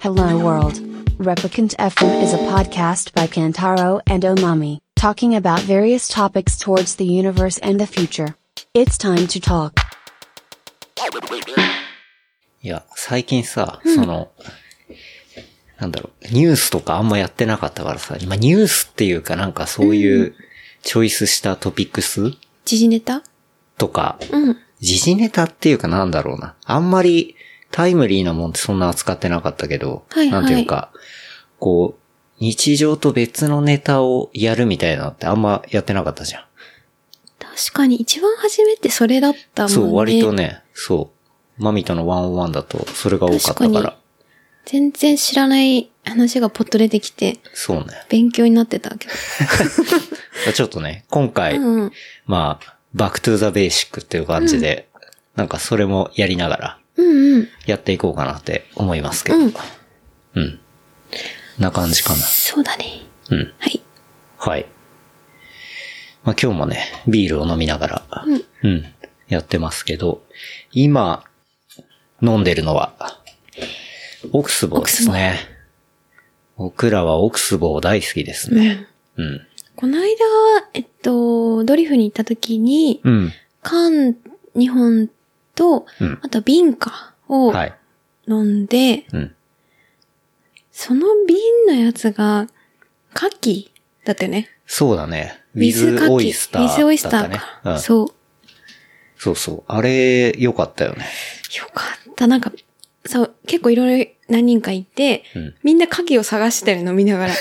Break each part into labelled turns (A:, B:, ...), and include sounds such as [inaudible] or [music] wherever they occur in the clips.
A: Hello World. Replicant FM is a podcast by Kantaro and Omami, talking about various topics towards the universe and the future. It's time to talk.
B: いや、最近さ、その、なんだろう、ニュースとかあんまやってなかったからさ、今ニュースっていうかなんかそういうチョイスしたトピックス
C: 時事ネタ
B: とか、
C: うん。
B: 時事ネタっていうかなんだろうな。あんまりタイムリーなもんってそんな扱ってなかったけど、
C: はいは
B: な
C: い
B: んていうか、こう、日常と別のネタをやるみたいなのってあんまやってなかったじゃん。
C: 確かに一番初めってそれだったもんね。
B: そう、割とね、そう。マミとのワンオンワンだと、それが多かったか
C: 確
B: ら。
C: かに全然知らない話がポッと出てきて、
B: そうね。
C: 勉強になってたけど。
B: ちょっとね、今回、
C: うん。
B: まあ、バックトゥザベーシックっていう感じで、なんかそれもやりながら
C: うんうん。
B: やっていこうかなって思いますけど。
C: う
B: うんん。な感じか
C: そうだね。
B: な。うん。
C: はい。
B: はい。まあ今日もね、ビールを飲みながら、うん、やってますけど、今、飲んでるのは、オクスボーですね。僕らはオクスボー大好きですね。うん。
C: この間、えっと、ドリフに行った時に、
B: うん。
C: 缶2本と、
B: うん
C: あと瓶か、を
B: はい。
C: 飲んで、
B: うん。
C: その瓶のやつが、牡蠣だったよね。
B: そうだね。ウィ
C: 水牡
B: ズ
C: 蠣。
B: オイスター、
C: 水オイスター
B: ね
C: か。。
B: うん、
C: そう。
B: そうそう。あれ、良かったよね。
C: よかった。なんか、そう、結構いろいろ何人かいて、
B: うん
C: みんな牡蠣を探してるの見な [laughs] がら。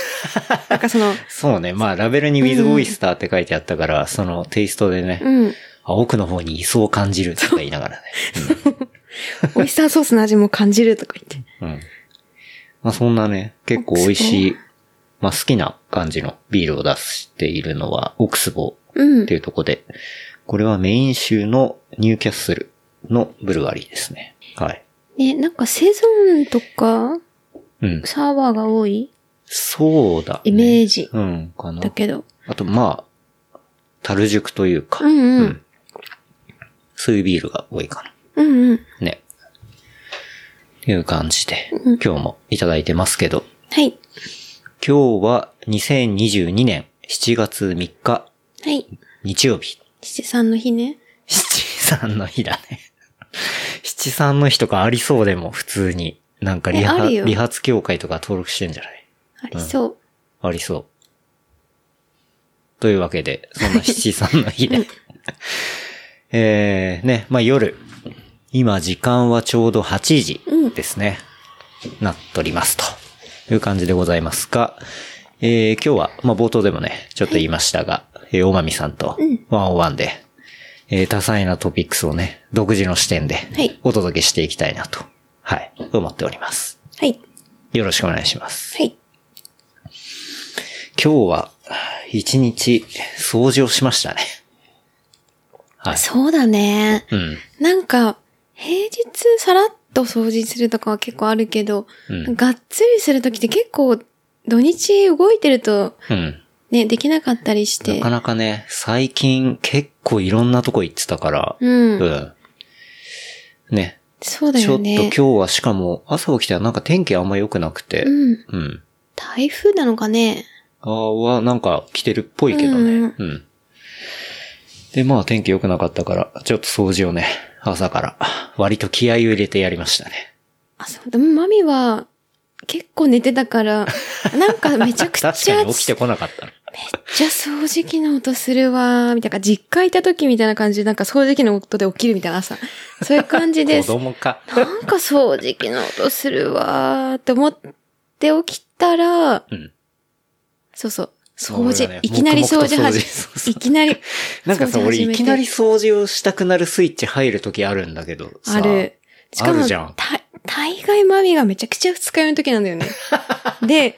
C: なんかその、
B: そうね。まあ、ラベルにウィズオイスターって書いてあったから、そのテイストでね、
C: うん。
B: あ奥の方に磯を感じるとか言いながらね。
C: オイスターソースの味も感じるとか言って。
B: うん。うんまあ、そんなね、結構美味しい、
C: オ
B: まあ、好きな感じのビールを出しているのは、オクスボ
C: う
B: っ
C: ん
B: て。いうとこで、これはメイン州のニューキャッスルのブルワリーですね。はい。
C: ね、なんかセゾンとか、
B: うん。
C: サーバーが多い
B: そうだ、
C: イメージ
B: うん、かな
C: だ。けど。
B: あと、まあ、樽熟というか、
C: うんうん
B: うんそういうビールが多いか
C: うんうん。
B: な。ね。いう感じで、
C: うん
B: 今日もいただいてますけど、
C: はい。
B: 今日は2022年7月3日、
C: はい。
B: 日曜日。
C: 七三の日ね。
B: 七三の日だね。 [laughs] 七三の日とかありそうでも、普通に。なんか理
C: えあ
B: 髪、
C: るよ
B: 理髪協会とか登録してんじゃない
C: ありそう。
B: ありそう。というわけで、そんな七三の日で。 [laughs] えー、ね、まあ夜。今時間はちょうど8時ですね。なっております。という感じでございますが、えー、今日は、まあ冒頭でもね、ちょっと言いましたが、えー、おまみさんと、ワンオワンで、えー、多彩なトピックスをね、独自の視点で
C: はい、
B: お届けしていきたいなと、はい、思っております。
C: はい。
B: よろしくお願いします。
C: はい。
B: 今日は、一日、掃除をしましたね。はい。
C: そうだね。
B: うん。
C: なんか、平日さらっと掃除するとかは結構あるけど、
B: うん
C: がっつりするときって結構土日動いてると
B: うん。
C: ね、できなかったりして。
B: なかなかね、最近結構いろんなとこ行ってたから、
C: うん
B: んね。
C: そうだ
B: ちょっ
C: よ
B: と
C: ね
B: 今。日はしかも朝起きたらなんか天気あんま良くなくて、
C: うん。
B: うん。
C: 台風なのかね。
B: ああはなんか来てるっぽいけどね。
C: うん
B: うん。で、まあ天気良くなかったから、ちょっと掃除をね、朝から割と気合を入れてやりましたね。
C: あ、そう。でもマミは結構寝て
B: [laughs]
C: たから、なんかめちゃくちゃ、めっ
B: 確
C: ち
B: か
C: ゃ
B: に起きてこなかったの。
C: 掃除機の音するわー、みたいな。実家いた時みたいな感じで、なんか掃除機の音で起きるみたいな朝。そういう感じで
B: 子供か。
C: なんか掃除機の音するわーって思って起きたら、
B: うん
C: そうそう、
B: もう
C: 掃
B: 俺
C: 除、
B: はね
C: いきなり掃除
B: 黙々と掃除
C: 始め
B: そう、そう
C: いきなり、
B: なんかさ、
C: 掃除
B: 俺
C: 始め
B: いき
C: て
B: なり掃除をしたくなるスイッチ入るときあるんだけどさ。
C: ある。しか
B: あ
C: も、
B: るじゃ
C: た
B: ん
C: 大概マミがめちゃくちゃ二日酔いの時なんだよ
B: [laughs]
C: ね。で、で、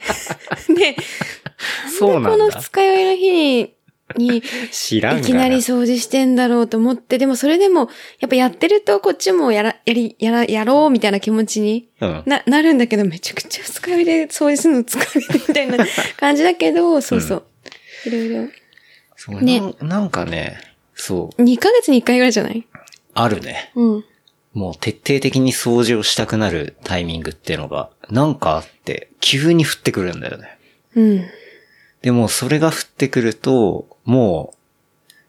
B: そうな
C: こ
B: ん
C: の
B: だ
C: 二。日酔いの日に、に
B: 知らんが
C: いきなり掃除してんだろうと思って、でもそれでも、やっぱやってるとこっちもやら、やり、やら、やろうみたいな気持ちに
B: うん。
C: な、なるんだけど、めちゃくちゃ二日酔いで掃除するの疲れてみたいな感じだけど、そうそう。いろいろ。
B: そう
C: ね
B: なんなんかね、そう、
C: 2ヶ月に1回ぐらいじゃない
B: あるね。
C: うん。
B: もう徹底的に掃除をしたくなるタイミングっていうのが、なんかあって、急に降ってくるんだよね。
C: うん。
B: でも、それが降ってくると、も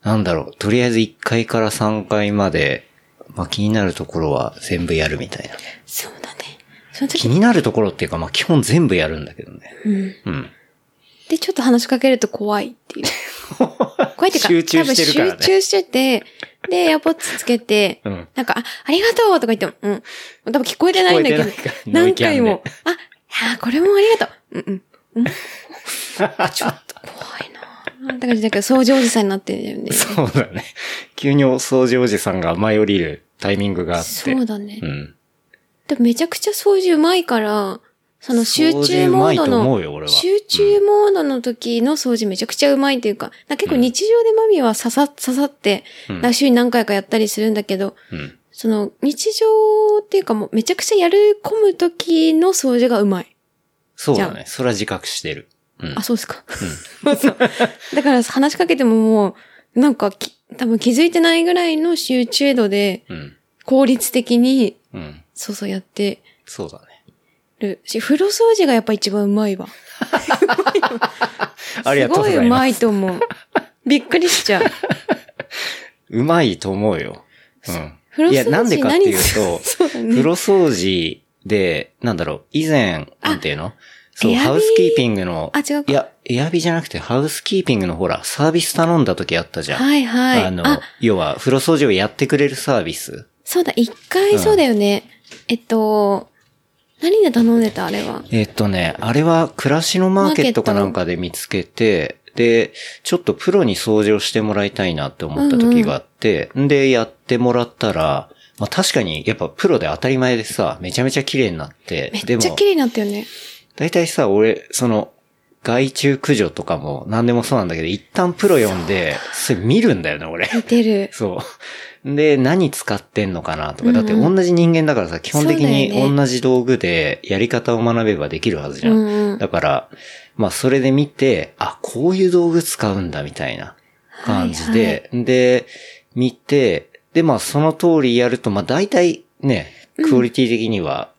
B: う、なんだろう、とりあえず1階から3階まで、まあ気になるところは全部やるみたいなね。
C: そうだね。その
B: 気
C: 時、
B: になるところっていうか、まあ基本全部やるんだけどね。
C: うん。
B: うん。
C: で、ちょっと話しかけると怖いっ
B: [laughs]
C: ていう。怖いっていうか、
B: 集中してるからね
C: 多分集中してて、で、エアポッツつけて、
B: うん
C: なんか、あ、ありがとうとか言っても、うん。多分聞こえてないんだ
B: [laughs]
C: けど
B: 聞こえてないか、らノイ
C: 何
B: キャンで
C: 回も、あ、あ、これもありがとう。うんうん。
B: [laughs] ちょっと。
C: 怖いななんて感じだけど、掃除おじさんになってるんだよね。
B: そうだね。急にお掃除おじさんが舞い降りるタイミングがあって。
C: そうだね
B: う。ん。
C: でもめちゃくちゃ掃除うまいから、その集中モー
B: 掃
C: ド
B: 除うまいと思うよ
C: の、
B: 俺は
C: 集中モードの時の掃除めちゃくちゃうまいというか、なんか結構日常でマミは刺さ、刺さって、
B: うん
C: なんか週に何回かやったりするんだけど、
B: うん。
C: その日常っていうかもうめちゃくちゃやる込む時の掃除がうまい。
B: そうだ
C: じ
B: ね。それは自覚してる。うん
C: あ、。そうですか。 [laughs] そうだから話しかけてももう、なんかき多分気づいてないぐらいの集中度で
B: うん。
C: 効率的に、
B: うん。
C: そうそうやって
B: そうだね。
C: るし、風呂掃除がやっぱ一番うまいわ。
B: ありがとうございます。
C: ごいうまい
B: [laughs]
C: と思う。びっくりしちゃう。
B: うまいと思うよ。うん。
C: 風呂掃除
B: いや、なんでかっていうと、
C: 何そうだ
B: [laughs]
C: ね
B: 風呂掃除で、なんだろう、以前、なんていうのそう、
C: エアビー
B: ハウスキーピングの、
C: あ違うか
B: いや、エアビじゃなくて、ハウスキーピングのほら、サービス頼んだ時あったじゃん。
C: はいはい。
B: あの、
C: あ、
B: 要は、風呂掃除をやってくれるサービス。
C: そうだ、一回そうだよね。えっと、何で頼んでたあれは。
B: えっとね、あれは、暮らしのマーケットかなんかで見つけて、で、ちょっとプロに掃除をしてもらいたいなって思った時があって、んで、やってもらったら、まあ確かに、やっぱプロで当たり前でさ、めちゃめちゃ綺麗になって、
C: めっ
B: で
C: ちゃ
B: も
C: 綺、麗になったよね。
B: 大体さ、俺、その、外注駆除とかも何でもそうなんだけど、一旦プロ読んで、それ見るんだよね、俺。 [laughs]
C: 似てる。
B: そう。で、何使ってんのかなとか、
C: うん
B: だ
C: う
B: っ
C: ん
B: て同じ人間だからさ、基本的に
C: そうだよね
B: 同じ道具でやり方を学べばできるはずじゃ
C: うんうん
B: ん。だから、まあそれで見て、あ、こういう道具使うんだみたいな感じで、で、見て、で、まあその通りやると、まあ大体ね、クオリティ的には、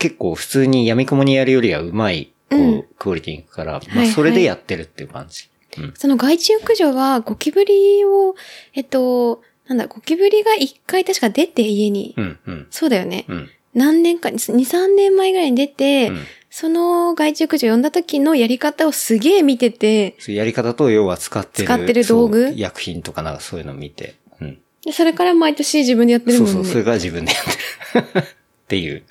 B: 結構普通に闇雲にやるよりはうまい、こう、
C: うん
B: クオリティにいくから、
C: は
B: まあ
C: い
B: それでやってるっていう感じ。
C: その害虫駆除は、ゴキブリを、えっと、なんだ、ゴキブリが一回確か出て家に。
B: うん、うん、
C: そうだよね。
B: うん、
C: 何年か、2、3年前ぐらいに出て、
B: うん。
C: その害虫駆除呼んだ時のやり方をすげえ見てて、
B: そういうやり方と、要は使ってる。
C: 使ってる道具
B: そう薬品とかなんかそういうのを見て。うん。
C: でそれから毎年自分でやってる
B: そ
C: もん
B: う
C: ね。
B: そう、それが自分でやってる。っていう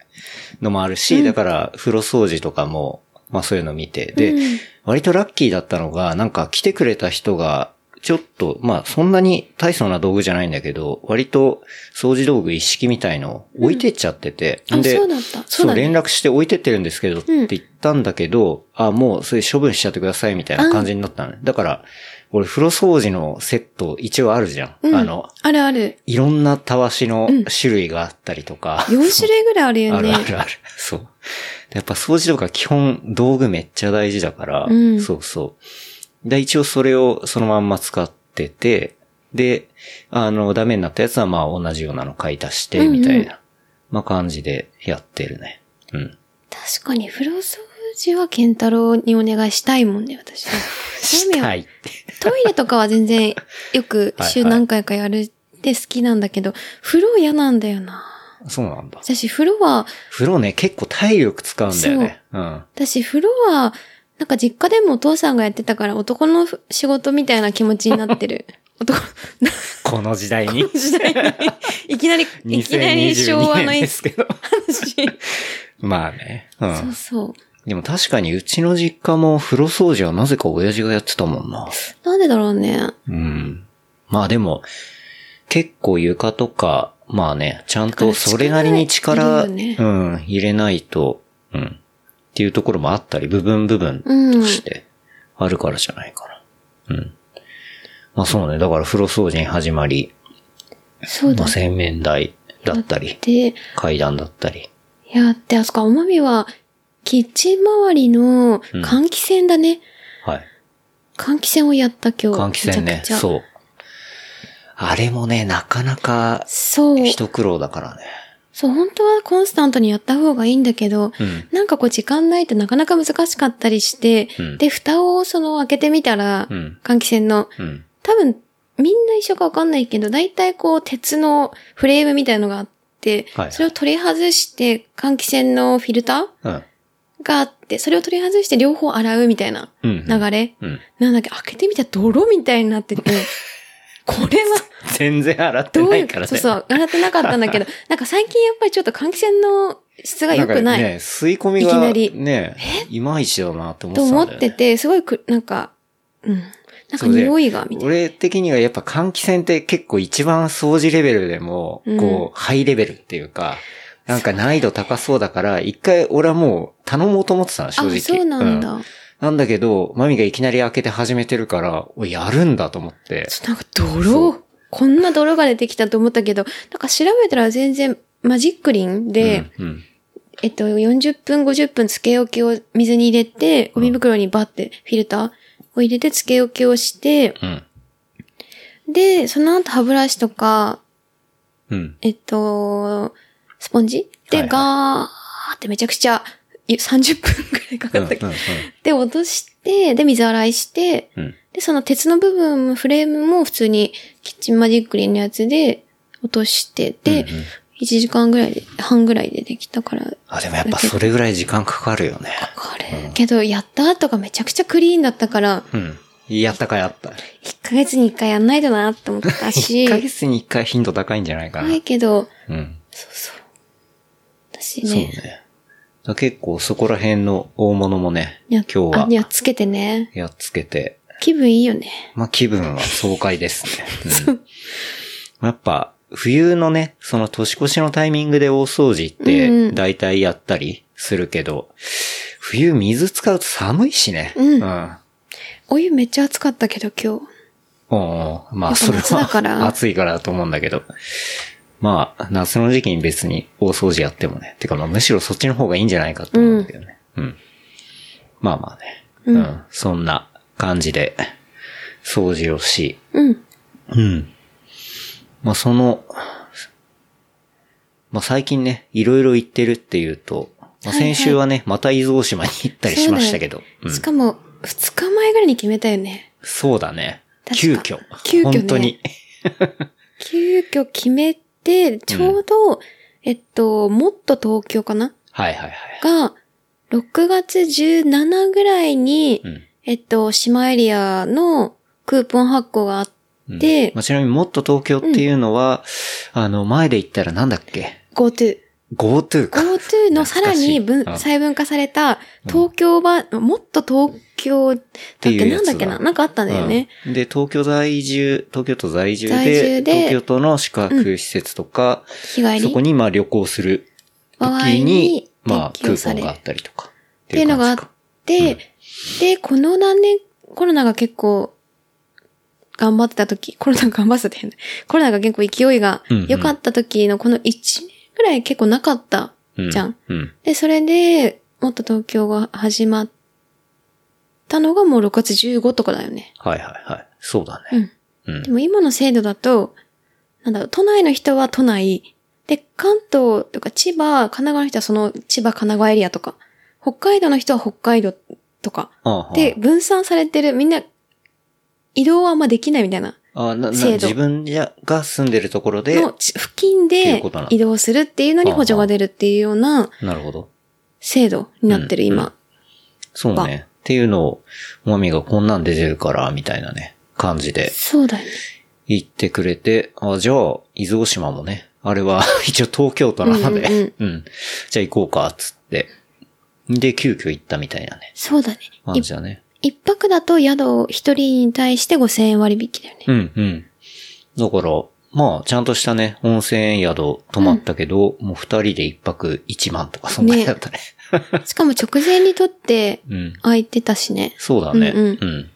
B: のもあるし、だから、風呂掃除とかも、まあそういうのを見て。で、
C: うん
B: 割とラッキーだったのが、なんか来てくれた人が、ちょっと、まあそんなに大層な道具じゃないんだけど、割と掃除道具一式みたいのを置いてっちゃってて。
C: あ、
B: で
C: そうだった。
B: そう
C: だ
B: 連
C: ね。
B: 絡して置いてってるんですけどって言ったんだけど、あ、もうそれ処分しちゃってくださいみたいな感じになったのね。だから、俺風呂掃除のセット一応あるじゃん。
C: うん
B: あの、
C: あるある。
B: いろんなたわしの種類があったりとか。
C: 4種類ぐらいあるよ
B: あ
C: ね。
B: るあるある。そう。でやっぱ掃除とか基本道具めっちゃ大事だから、
C: うん
B: そうそう。で、一応それをそのまんま使ってて、で、あの、ダメになったやつはまあ同じようなの買い足して、みたいな、
C: うんう
B: まあ感じでやってるね。うん。
C: 確かに、風呂掃除は健太郎にお願いしたいもんね、私。
B: [laughs] したい。
C: トイレとかは全然よく
B: はいはい
C: 週何回かやるって好きなんだけど、風呂嫌なんだよな。
B: そうなんだ。
C: 私、風呂は、
B: 風呂ね、結構体力使うんだよね。うん。
C: 私、風呂は、なんか実家でもお父さんがやってたから男のふ仕事みたいな気持ちになっ
B: [laughs]
C: てる。男、
B: この時代に。
C: 時代に、いきなり、いきなり昭和
B: 2022年
C: の
B: で
C: 話。
B: すけど。まあね。うん。
C: そうそう。
B: でも確かにうちの実家も風呂掃除はなぜか親父がやってたもんな。
C: なんでだろうね。
B: うん。まあでも、結構床とか、まあね、ちゃんとそれなりに力、
C: 力入れるよね
B: うん、入れないと、うん。っていうところもあったり、部分部分
C: うん
B: としてあるからじゃないかな。うん。まあそうね、だから風呂掃除に始まり、
C: そう
B: ま
C: だ
B: あ、洗面台だったり、
C: で、
B: 階段だったり。
C: やって、あそこ、おまみは、キッチン周り
B: う
C: の
B: ん
C: 換気扇だね。
B: はい。
C: 換気扇をやった今日。
B: 換気扇
C: め
B: ね。
C: ちゃくちゃ
B: そう。あれもね、なかなか、
C: そう。
B: 一苦労だからね。
C: そう、本当はコンスタントにやった方がいいんだけど、
B: うん
C: なんかこう時間ないとなかなか難しかったりして、
B: うん
C: で、蓋をその開けてみたら、
B: うん
C: 換気扇の、
B: うん。
C: 多分みんな一緒かわかんないけど、だいたいこう鉄のフレームみたいのがあって、
B: はいはい
C: それを取り外して換気扇のフィルタ
B: うん。
C: ーがあって、それを取り外して両方洗うみたいな
B: うん。
C: 流れ。
B: うん。
C: なんだっけ、開けてみたら泥みたいになってて、これは
B: 全然洗って
C: ど
B: な [laughs]
C: うい、
B: いうからね。
C: そうそう、洗ってなかったん
B: [laughs]
C: だけど、なんか最近やっぱりちょっと換気扇の質が良くない。
B: んかね、吸い込み
C: いきな
B: が、
C: り
B: ね、いまいちだなって思ってたん
C: と
B: だ
C: 思
B: よ、
C: っ
B: ね。
C: てて、すごいく、なんか、うん。なんか
B: そうで
C: 匂いが、みたいな。
B: 俺的にはやっぱ換気扇って結構一番掃除レベルでも、
C: うん
B: こう、ハイレベルっていうか、なんか難易度高そうだから、一回俺はもう頼もうと思ってたの、正直。
C: あ、そうなんだ。
B: うなんだけど、マミがいきなり開けて始めてるから、おいやるんだと思って。
C: ちょっとなんか
B: そ
C: 泥、こんな泥が出てきたと思ったけど、なんか調べたら全然マジックリンで、
B: うん、うん
C: えっと、40分、50分漬け置きを水に入れて、ゴミ袋にバッてフィルターを入れて漬け置きをして、
B: うん。
C: で、その後歯ブラシとか、
B: うん。
C: えっと、スポンジ
B: は
C: で、
B: い
C: ガーってめちゃくちゃい30分くらいかかったけど、
B: うん
C: で、落として、で、水洗いして、
B: うんうん
C: で、その鉄の部分もフレームも普通にキッチンマジックリンのやつで落としてて、
B: うんうん
C: 1時間ぐらいで、半ぐらいでできたから、
B: あ、でもやっぱそれぐらい時間かかるよね。
C: これ、けどやった後がめちゃくちゃクリーンだったから、
B: うん。やったかやった。
C: 1ヶ月に1回やんないとなって思った
B: [laughs]
C: し、
B: 1ヶ月に1回頻度高いんじゃないかな。
C: ないけど、
B: うん。
C: そうそう。私
B: そう
C: ね、
B: ね。だ結構そこら辺の大物もね、
C: や
B: 今日は
C: あやっつけてね、
B: やっつけて、
C: 気分いいよね。
B: まあ気分は爽快ですね。うんやっぱ、冬のね、その年越しのタイミングで大掃除って、大体やったりするけど、冬水使うと寒いしね。
C: うん
B: うん。
C: お湯めっちゃ暑かったけど今日。
B: おーま
C: や
B: あ
C: っぱ
B: それ
C: 夏だから
B: は [laughs] 暑いからだと思うんだけど。まあ、夏の時期に別に大掃除やってもね。てかまあむしろそっちの方がいいんじゃないかと思うんだけどね。うん。まあまあね。
C: うん
B: そんな感じで、掃除をし。
C: うん。
B: うん。まあその、まあ最近ね、いろいろ行ってるっていうと、まあ、先週はね、また伊豆大島に行ったりしましたけど。うん
C: しかも、二日前ぐらいに決めたよね。
B: そうだね。急
C: 確
B: 遽
C: か。急遽ね
B: 本当に。
C: 急遽決めて、ちょうど、えっと、もっと東京かな
B: はいはいはい。
C: が、6月17ぐらいに、
B: うん
C: えっと、島エリアのクーポン発行があっ
B: うん
C: て、
B: まあ、ちなみにもっと東京っていうのは、あの、前で言ったらなんだっけ
C: GoTo。
B: ?GoTo か。
C: GoTo のさらに分
B: 懐かしいうん
C: 細分化された東京版、もっと東京だって
B: いうや
C: なん
B: つだ
C: だっけななんかあったんだよね。
B: うんで、東京在住、東京都在住
C: 在
B: で、
C: 住で
B: 東京都の宿泊施設とか、
C: 日帰り。
B: そこにまあ旅行する
C: 場合
B: 時に
C: に、
B: まあ、ク
C: 適用
B: ー
C: さ
B: ポ
C: れ
B: ン
C: る
B: があったりとか。っ
C: っていうのがあっ
B: 感じか
C: て、で、この何年、コロナが結構、頑張ってた時、コロナが頑張ってたって変だコロナが結構勢いが
B: うんうん
C: 良かった時のこの1年ぐらい結構なかった
B: うん
C: じゃん。
B: うん。
C: で、それで、もっと東京が始まったのがもう6月15とかだよね。
B: はいはいはい。そうだ
C: う
B: ね。
C: ん。
B: うん
C: で。も今の制度だと、なんだろう、都内の人は都内。で、関東とか千葉、神奈川の人はその千葉、神奈川エリアとか、北海道の人は北海道とか、
B: ああ
C: で、分散されてる、みんな、移動はあんまできないみたいな。
B: ああなな
C: 制度
B: 自分じゃが住んでるところで
C: の、、ち付近
B: っていう
C: で
B: ことなんだ
C: 移動するっていうのに補助が出るっていうような
B: なるほど。
C: 制度になってる、
B: うん
C: 今。
B: そう
C: ば
B: ね。っていうのを、マミがこんなん出てるから、みたいなね、感じで
C: そうだよね。
B: 言ってくれて、あ、じゃあ、伊豆大島もね、あれは [laughs] 一応東京都なので、
C: うんうん
B: うんじゃあ行こうか、つって。で、急遽行ったみたいなね、
C: そうだね。
B: 感
C: い
B: じだね。
C: 一泊だと宿一人に対して5000円割引だよね。
B: うん、うん。だから、まあ、ちゃんとしたね、温泉宿泊まったけど、もう二人で一泊一万とか、そんなにだったね。 [laughs]
C: しかも直前にとって
B: うん。
C: 空いてたしね。
B: そうだね。
C: うんうん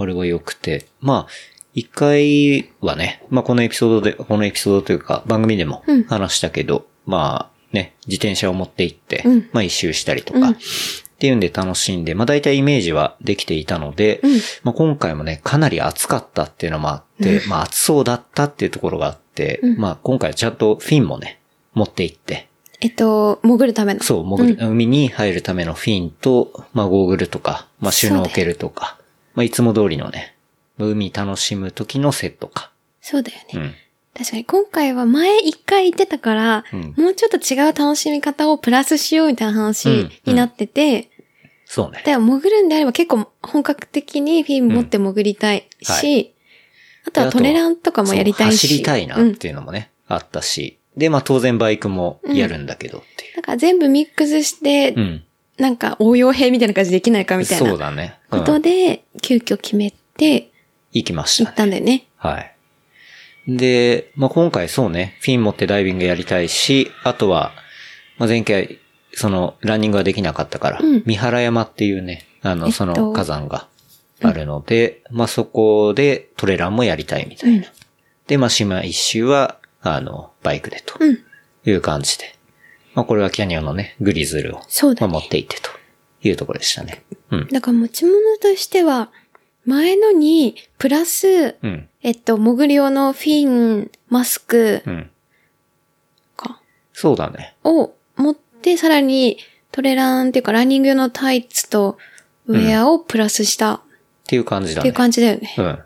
B: あれは良くて。まあ、一回はね、まあこのエピソードで、このエピソードというか番組でも
C: うん
B: 話したけど、まあね、自転車を持って行って、
C: うん
B: まあ一周したりとか、っていうんで楽しんで、まあ大体イメージはできていたので、まあ今回もね、かなり暑かったっていうのもあって、まあ暑そうだったっていうところがあって、まあ今回ちゃんとフィンもね、持って行って、
C: えっと、潜るための。
B: そう、潜る、海に入るためのフィンと、まあゴーグルとか、まあシュノーケルとか、まあいつも通りのね、海楽しむ時のセットか。
C: そうだよ
B: う
C: ね。
B: ん。
C: 確かに今回は前一回行ってたから、
B: うん
C: もうちょっと違う楽しみ方をプラスしようみたいな話になってて、
B: そうね。
C: でも潜るんであれば結構本格的にフィルム持って潜りたいし、
B: うん
C: あとはトレランとかもやりたいし。
B: そう走りたいな
C: う
B: っ
C: ん。
B: ていうのもね、あったし。で、まあ当然バイクもやるんだけどっていう。
C: なんか全部ミックスして、
B: うん。
C: なんか応用編みたいな感じできないかみたい
B: そう
C: な
B: だね。う
C: こ
B: ん
C: とで、急遽決めて
B: 行きまし
C: 行
B: た
C: っ
B: ね。
C: たんだよね。
B: はい。で、まあ今回そうね、フィン持ってダイビングやりたいし、あとは、まあ前回、その、ランニングができなかったから、
C: うん
B: 三原山っていうね、あ
C: え
B: の、
C: っと
B: その火山があるので、まあそこでトレランもやりたいみたいな。で、まあ島一周は、あの、バイクでと。
C: うん。うん。
B: いう感じで。まあこれはキャニオンのね、グリズルを、
C: そうだね
B: まあ持っていってというところでしたね。うん。
C: だから持ち物としては、前のに、プラス、
B: うん。
C: えっと、潜り用のフィン、マスク
B: うん。
C: か、
B: そうだね。
C: を持って、さらにトレランっていうかランニング用のタイツとウェアをプラスした
B: っ
C: っ
B: ていう感じだ
C: てい
B: ね。
C: う感じだよね。
B: うん。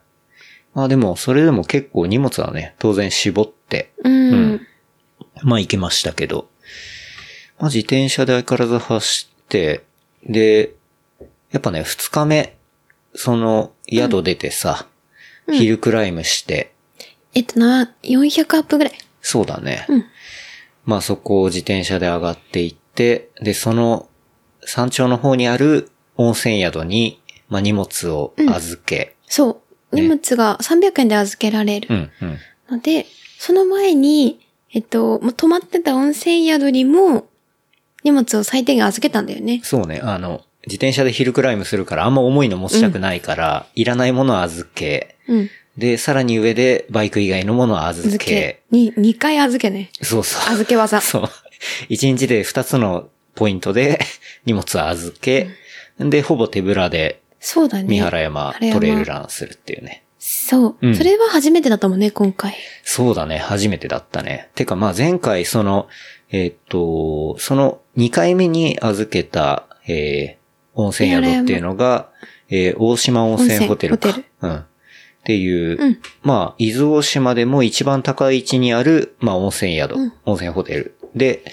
B: まあでも、それでも結構荷物はね、当然絞って、
C: うん。
B: うんまあ行けましたけど。まあ自転車で相変わらず走って、で、やっぱね、二日目、その宿出てさ、ヒルクライムして、
C: えっとな、400アップぐらい。
B: そうだね。
C: うん
B: まあそこを自転車で上がっていって、で、その山頂の方にある温泉宿に、まあ荷物を預け、
C: そう。荷
B: ね
C: 物が300円で預けられ
B: う
C: る
B: ん、うん、
C: ので、その前に、えっと、もう泊まってた温泉宿にも荷物を最低限預けたんだよね。
B: そうね、あの、自転車でヒルクライムするからあんま重いの持ちたくないから、いらないものを預け、
C: うん。
B: で、さらに上でバイク以外のものを預
C: 預
B: け
C: け。、に、2回預けね。
B: そうそう。
C: 預け技。
B: そう。一日で二つのポイントで荷物を預け、で、ほぼ手ぶらで
C: そうだね。
B: 三原山
C: 原山
B: トレイルランするっていうね。
C: そう、
B: うん
C: それは初めてだったもんね、今回。
B: そうだね、初めてだったね。てか、まあ前回、その、えーっと、その2回目に預けた、えー、温泉宿っていうのが、えー大島温泉ホテルか。
C: 温泉
B: うん。っていう、
C: うん
B: まあ、伊豆大島でも一番高い位置にある、まあ温泉宿、
C: うん
B: 温泉ホテル。で、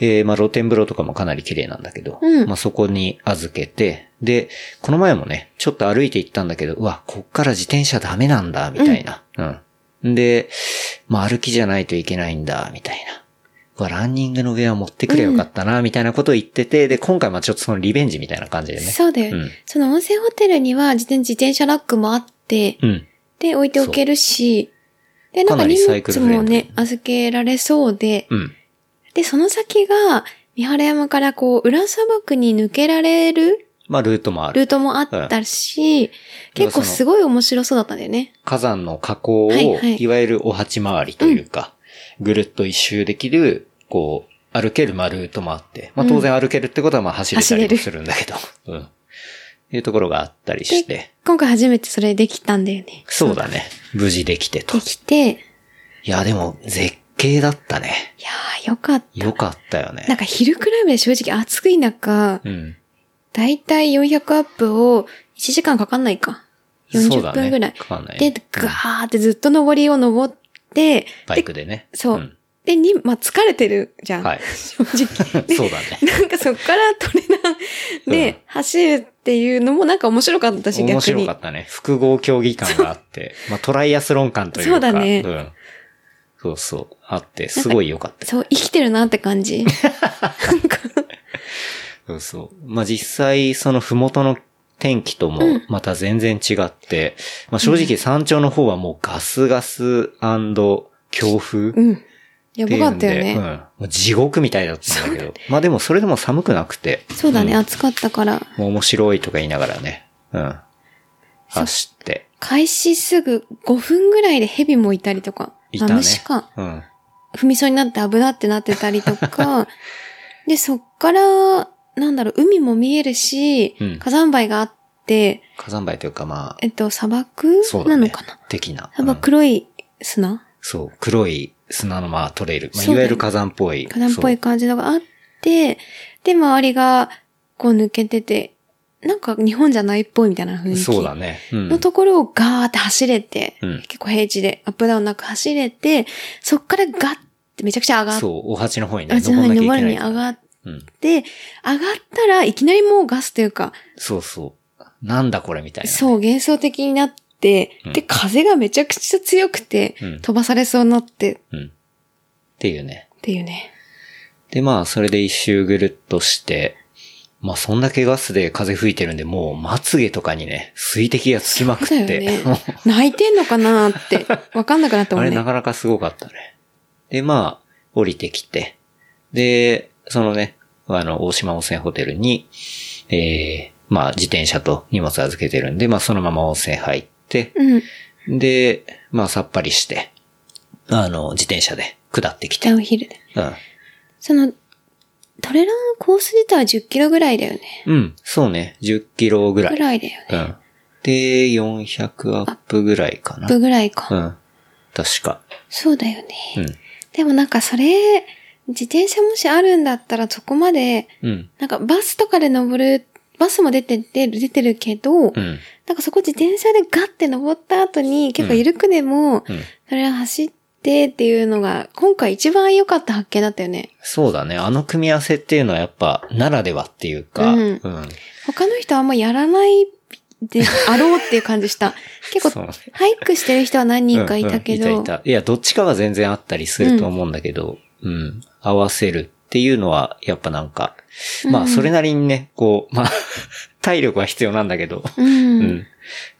B: えーまあ露天風呂とかもかなり綺麗なんだけど、
C: うん
B: まあそこに預けて、で、この前もね、ちょっと歩いて行ったんだけど、うわ、こっから自転車ダメなんだ、みたいな。うん。で、まあ歩きじゃないといけないんだ、みたいな。うわ、ランニングのウェア持ってくれよかったな、みたいなことを言ってて、で、今回まあちょっとそのリベンジみたいな感じでね。
C: そうだよ、
B: うん
C: その温泉ホテルには自転自転車ラックもあって、
B: うん。
C: で、置いておけるし、で、なん
B: か
C: か
B: なり
C: 荷
B: サイクル
C: 物
B: フレン
C: も
B: ド
C: ね、預けられそうで、
B: うん。
C: で、その先が、三原山からこう、裏砂漠に抜けられる
B: まあルートもあ
C: ル
B: る。
C: ートもあったし、結構すごい面白そうだったんだよね。
B: 火山の火口を、
C: はいはい
B: いわゆるお鉢回りというか、ぐるっと一周できる、こう、歩けるまあルートもあって、まあ当然歩けるってことはまあ走れたりも
C: 走れる
B: するんだけど、うん。いうところがあったりして、
C: 今回初めてそれできたんだよね。
B: そうだね。無事できてと。
C: で
B: い
C: きて、い
B: や、でも絶景だったね。
C: やーよかった。
B: よかったよ
C: なん
B: ね。
C: か昼クライムで正直暑い中、
B: うん。
C: だいたい400アップを1時間かかんないか。
B: そう
C: 40
B: だ
C: 分
B: ね
C: ぐらい。
B: かかんないね
C: で、ガーってずっと登りを登って、
B: バイクでね。
C: そう。
B: ん
C: で、に、まあ、疲れてるじゃん。 [laughs]
B: はい
C: 正直。で
B: そうだね。
C: なんかそっからトレラン
B: うん
C: で走るっていうのもなんか面白かったし、逆に。
B: 面白かったね。複合競技感があ
C: [laughs]
B: って、まあトライアスロン感というか。
C: そうだね
B: ん。そうそう。あって、すごい良かった。
C: そう、生きてるなって感
B: [laughs]
C: じ。なんか、
B: そうそう。まあ実際、その麓の天気ともまた全然違って、まあ正直山頂の方はもうガスガス強風。
C: うん。や
B: てい
C: ば
B: うん
C: かったよ
B: で
C: ね。
B: うん。もう地獄みたいだったんだけど。まあでもそれでも寒くなくて、
C: そうだね、暑かったから。
B: もう面白いとか言いながらね。うん。走って。
C: 開始すぐ5分ぐらいで蛇もいたりとか。
B: い
C: まあ
B: たね。
C: 虫か。
B: うん。 [laughs]
C: 踏みそうになって危なってなってたりとか、で、そっから、なんだろう、海も見えるし、
B: うん
C: 火山灰があって、
B: 火山灰というかまあ、
C: えっと、砂漠
B: そう
C: な
B: だ
C: の
B: ね
C: かな。。
B: 的な。
C: 砂
B: うん
C: 漠、黒い砂
B: そう、黒い砂のまあトレイル。まあ、
C: そうだね
B: いわゆる火山っぽい。
C: 火山っぽい感じのがあって、で、周りがこう抜けてて、なんか日本じゃないっぽいみたいな雰囲気。
B: そうそうだね。うん。
C: のところをガーって走れて、
B: うん
C: 結構平地でアップダウンなく走れて、そっからガッてめちゃくちゃ上がっ
B: そう、お鉢の方にね、
C: あじゃあ
B: 登んなきゃいけな
C: 登
B: い。
C: るに上がっ
B: うん。
C: て、上がったらいきなりもうガスというか、
B: そうそう。なんだこれみたいなね。
C: そう幻想的になって、
B: うん
C: で、風がめちゃくちゃ強くて、
B: うん
C: 飛ばされそうになって
B: うん。っていうね。
C: っていうね。
B: で、まあ、それで一周ぐるっとして、まあ、そんだけガスで風吹いてるんで、もう、まつげとかにね、水滴がつきまくっ
C: そうだ
B: て、
C: よね。泣いてんのかな
B: [laughs]
C: って、わかんなくなっ
B: あ
C: たもん
B: れ
C: ね
B: な。かなかすごかったね。で、まあ、降りてきて、で、そのね、あの、大島温泉ホテルに、えー、まあ、自転車と荷物預けてるんで、まあ、そのまま温泉入って、
C: うん。
B: で、まあ、さっぱりして、あの、自転車で下ってきて、
C: ダウンヒルで。
B: うん。
C: その、トレランコース自体は10キロぐらいだよね。
B: うん、そうね、10キロぐら
C: ぐ
B: い。
C: らいだよね。
B: うん。で、400アップぐらいかな。
C: ぐらいうか。
B: ん。確か。
C: そうだよね。
B: うん。
C: でもなんかそれ、自転車もしあるんだったらそこまで、
B: うん。
C: なんかバスとかで登る、バスも出てて出てるけど、
B: うん。
C: なんかそこ自転車でガッて登った後に結構緩くで
B: う
C: も、
B: ん。
C: それを走ってっていうのが、今回一番良かった発見だったよね。
B: そうだね。あの組み合わせっていうのはやっぱ、ならではっていうか、
C: うん
B: うん。
C: 他の人はあんまやらないであろうっていう感
B: [laughs]
C: じした。結
B: そうね、
C: 構ハイクしてる人は何人かいたけど、
B: うんうんいたいた。いや、どっちかは全然あったりすると思うんだけど、うん。合わせるっていうのは、やっぱなんか、まあ、それなりにね、こう、まあ、 [laughs] 体力は必要なんだけど、
C: うん、
B: うん。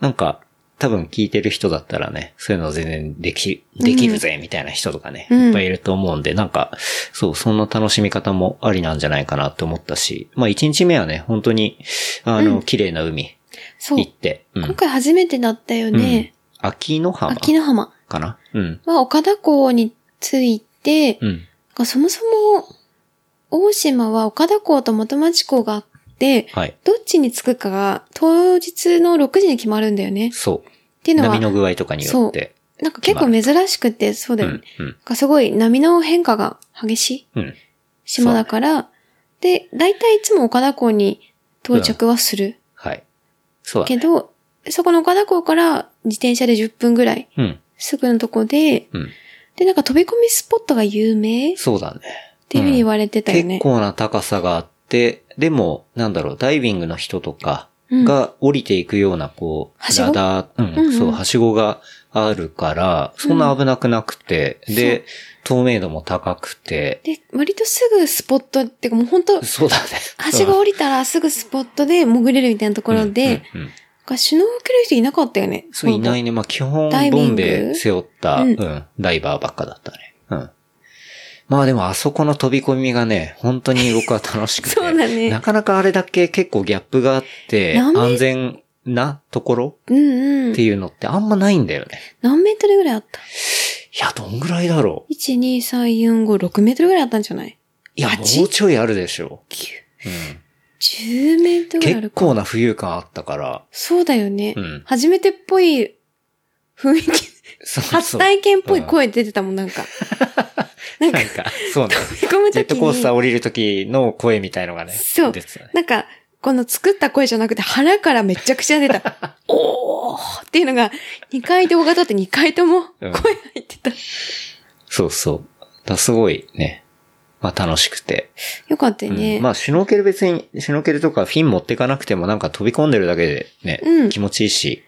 B: なんか、多分聞いてる人だったらね、そういうの全然でき、できるぜ、みたいな人とかね、
C: うん
B: いっぱいいると思うんで、なんか、そう、そんな楽しみ方もありなんじゃないかなって思ったし、まあ一日目はね、本当に、あの、綺麗な海
C: そう
B: 行っ。て、うん
C: 今回初めてだったよね。
B: うん秋の浜
C: 秋の浜
B: かなうん。
C: は岡田港について、
B: うん。
C: なんかそもそも、大島は岡田港と元町港があって、
B: はい。
C: どっちに着くかが当日の6時に決まるんだよね。っ
B: そう。
C: ていうの
B: 波の
C: は、
B: 具合とかによって。
C: なんか結構珍しくて、そうだ
B: う
C: よね。
B: ん。うん。
C: なんかすごい波の変化が激しい
B: うん。
C: 島だから、で、大体いつも岡田港に到着はする。
B: はい。そうだ
C: け
B: ね。
C: ど、そこの岡田港から自転車で10分ぐらい、
B: うん。
C: すぐのとこで、
B: うん。
C: で、なんか飛び込みスポットが有名っ
B: そうだね。
C: ていうふうに言われてたよね。
B: 結構な高さがあって、でも、なんだろう、ダイビングの人とか
C: うん
B: が降りていくような、こ
C: は
B: う、
C: しご
B: ラダー、うん、
C: うんうん
B: そう、はしごがあるから、そんな危なくなくて、で、透明度も高くて、
C: で、割とすぐスポットっていうかもう本当
B: そうだね。
C: はしご降りたらすぐスポットで潜れるみたいなところで、
B: うん、うんうん
C: がシュノーケル人いなかったよね。。
B: そう、いないいね。まあ、基本
C: ダイ、ビ
B: ボ
C: ン
B: ン
C: グ
B: ベ背負った、
C: う
B: うんん、ダイバーばっかだったね。うん。まあでも、あそこの飛び込みがね、本当に僕は楽しくて。
C: [laughs] そうだね
B: なかなかあれだけ結構ギャップがあって、
C: 何メ
B: 安全なところ
C: うんうん
B: って。いうのってあんまないんだよね。
C: 何メートルぐらいあった
B: いや、どんぐらいだろう。
C: ?1、2、3、4、5、6メートルぐらいあったんじゃない
B: いや、も
C: 八
B: うちょいあるでしょ
C: ?9、
B: う。
C: 10メー
B: う
C: ト
B: ん、
C: ルぐらいあ
B: 結
C: るか。
B: 構な浮遊感あったから。
C: そうだよね、
B: うん
C: 初めてっぽい雰囲気、
B: そうそう
C: 初体験っぽい声出てたもん、な
B: [laughs]
C: んか。なんか
B: なん、か、そう
C: [laughs]
B: ね。
C: 飛び込む
B: ジェ
C: と
B: ッ
C: き
B: トコースター
C: に、
B: 降りる時の声みたいのがね。
C: そう
B: 出てたね
C: なんか、この作った声じゃなくて腹からめちゃくちゃ
B: [laughs]
C: 出た。おーっていうのが、2回動画撮って2回とも
B: う
C: 声
B: ん
C: 入ってた。
B: そうそう。だからすごいね。まあ楽しくて。
C: よかったよね。
B: うんまあ、シュノーケル別に、シュノーケルとかフィン持ってかなくてもなんか飛び込んでるだけでね、
C: うん
B: 気持ちいいし、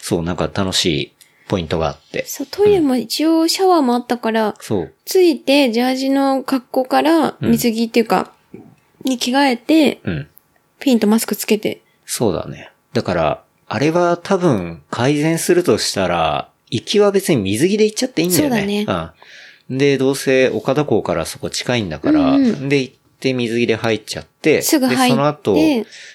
B: そう、なんか楽しいポイントがあって。
C: そう、トイレも一応シャワーもあったから、
B: そう。
C: ついて、ジャージの格好から、
B: うん
C: 水着っていうか、に着替えて、
B: うん。
C: ピンとマスクつけて。
B: そうだね。だから、あれは多分改善するとしたら、行きは別に水着で行っちゃっていいんだよね。
C: そう
B: だね。うん。で、どうせ岡田港からそこ近いんだから、
C: うんう
B: で、行って水着で入っちゃって、
C: すぐ入って
B: で、その後、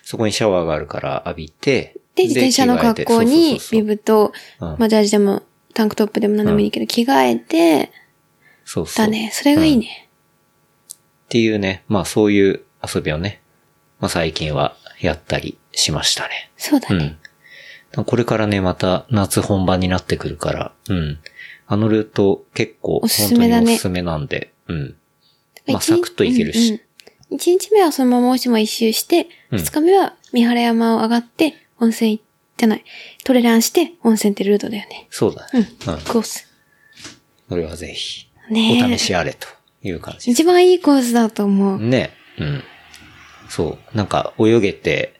B: そこにシャワーがあるから浴びて、
C: で、自転車の格好に、
B: 着替えてそうそうそうそう
C: ビブと、
B: うん
C: まあ、ジャージでも、タンクトップでも何でもいいけど、着替えて、
B: そうそう。
C: だね。それがいいね。
B: っていうね、まあそういう遊びをね、まあ、最近はやったりしましたね。
C: そうだ
B: う
C: ね。
B: ん。これからね、また夏本番になってくるから、うん。あのルート結構
C: おすすめだ
B: 本当
C: ね
B: におすすめなんで、うん。
C: 一日
B: まあ、サクッといけるし。。
C: うんうん一、日目はそのまま大島一周して、
B: うん
C: 二、日目は三原山を上がって、温泉行ってない。トレランして、温泉ってルートだよね。
B: そうだ
C: うん
B: ね。。うん。
C: コース。
B: これはぜひ、お
C: ねえ。
B: 試しあれという感じ。
C: 一番いいコースだと思う。
B: ね。うん。そう。なんか、泳げて、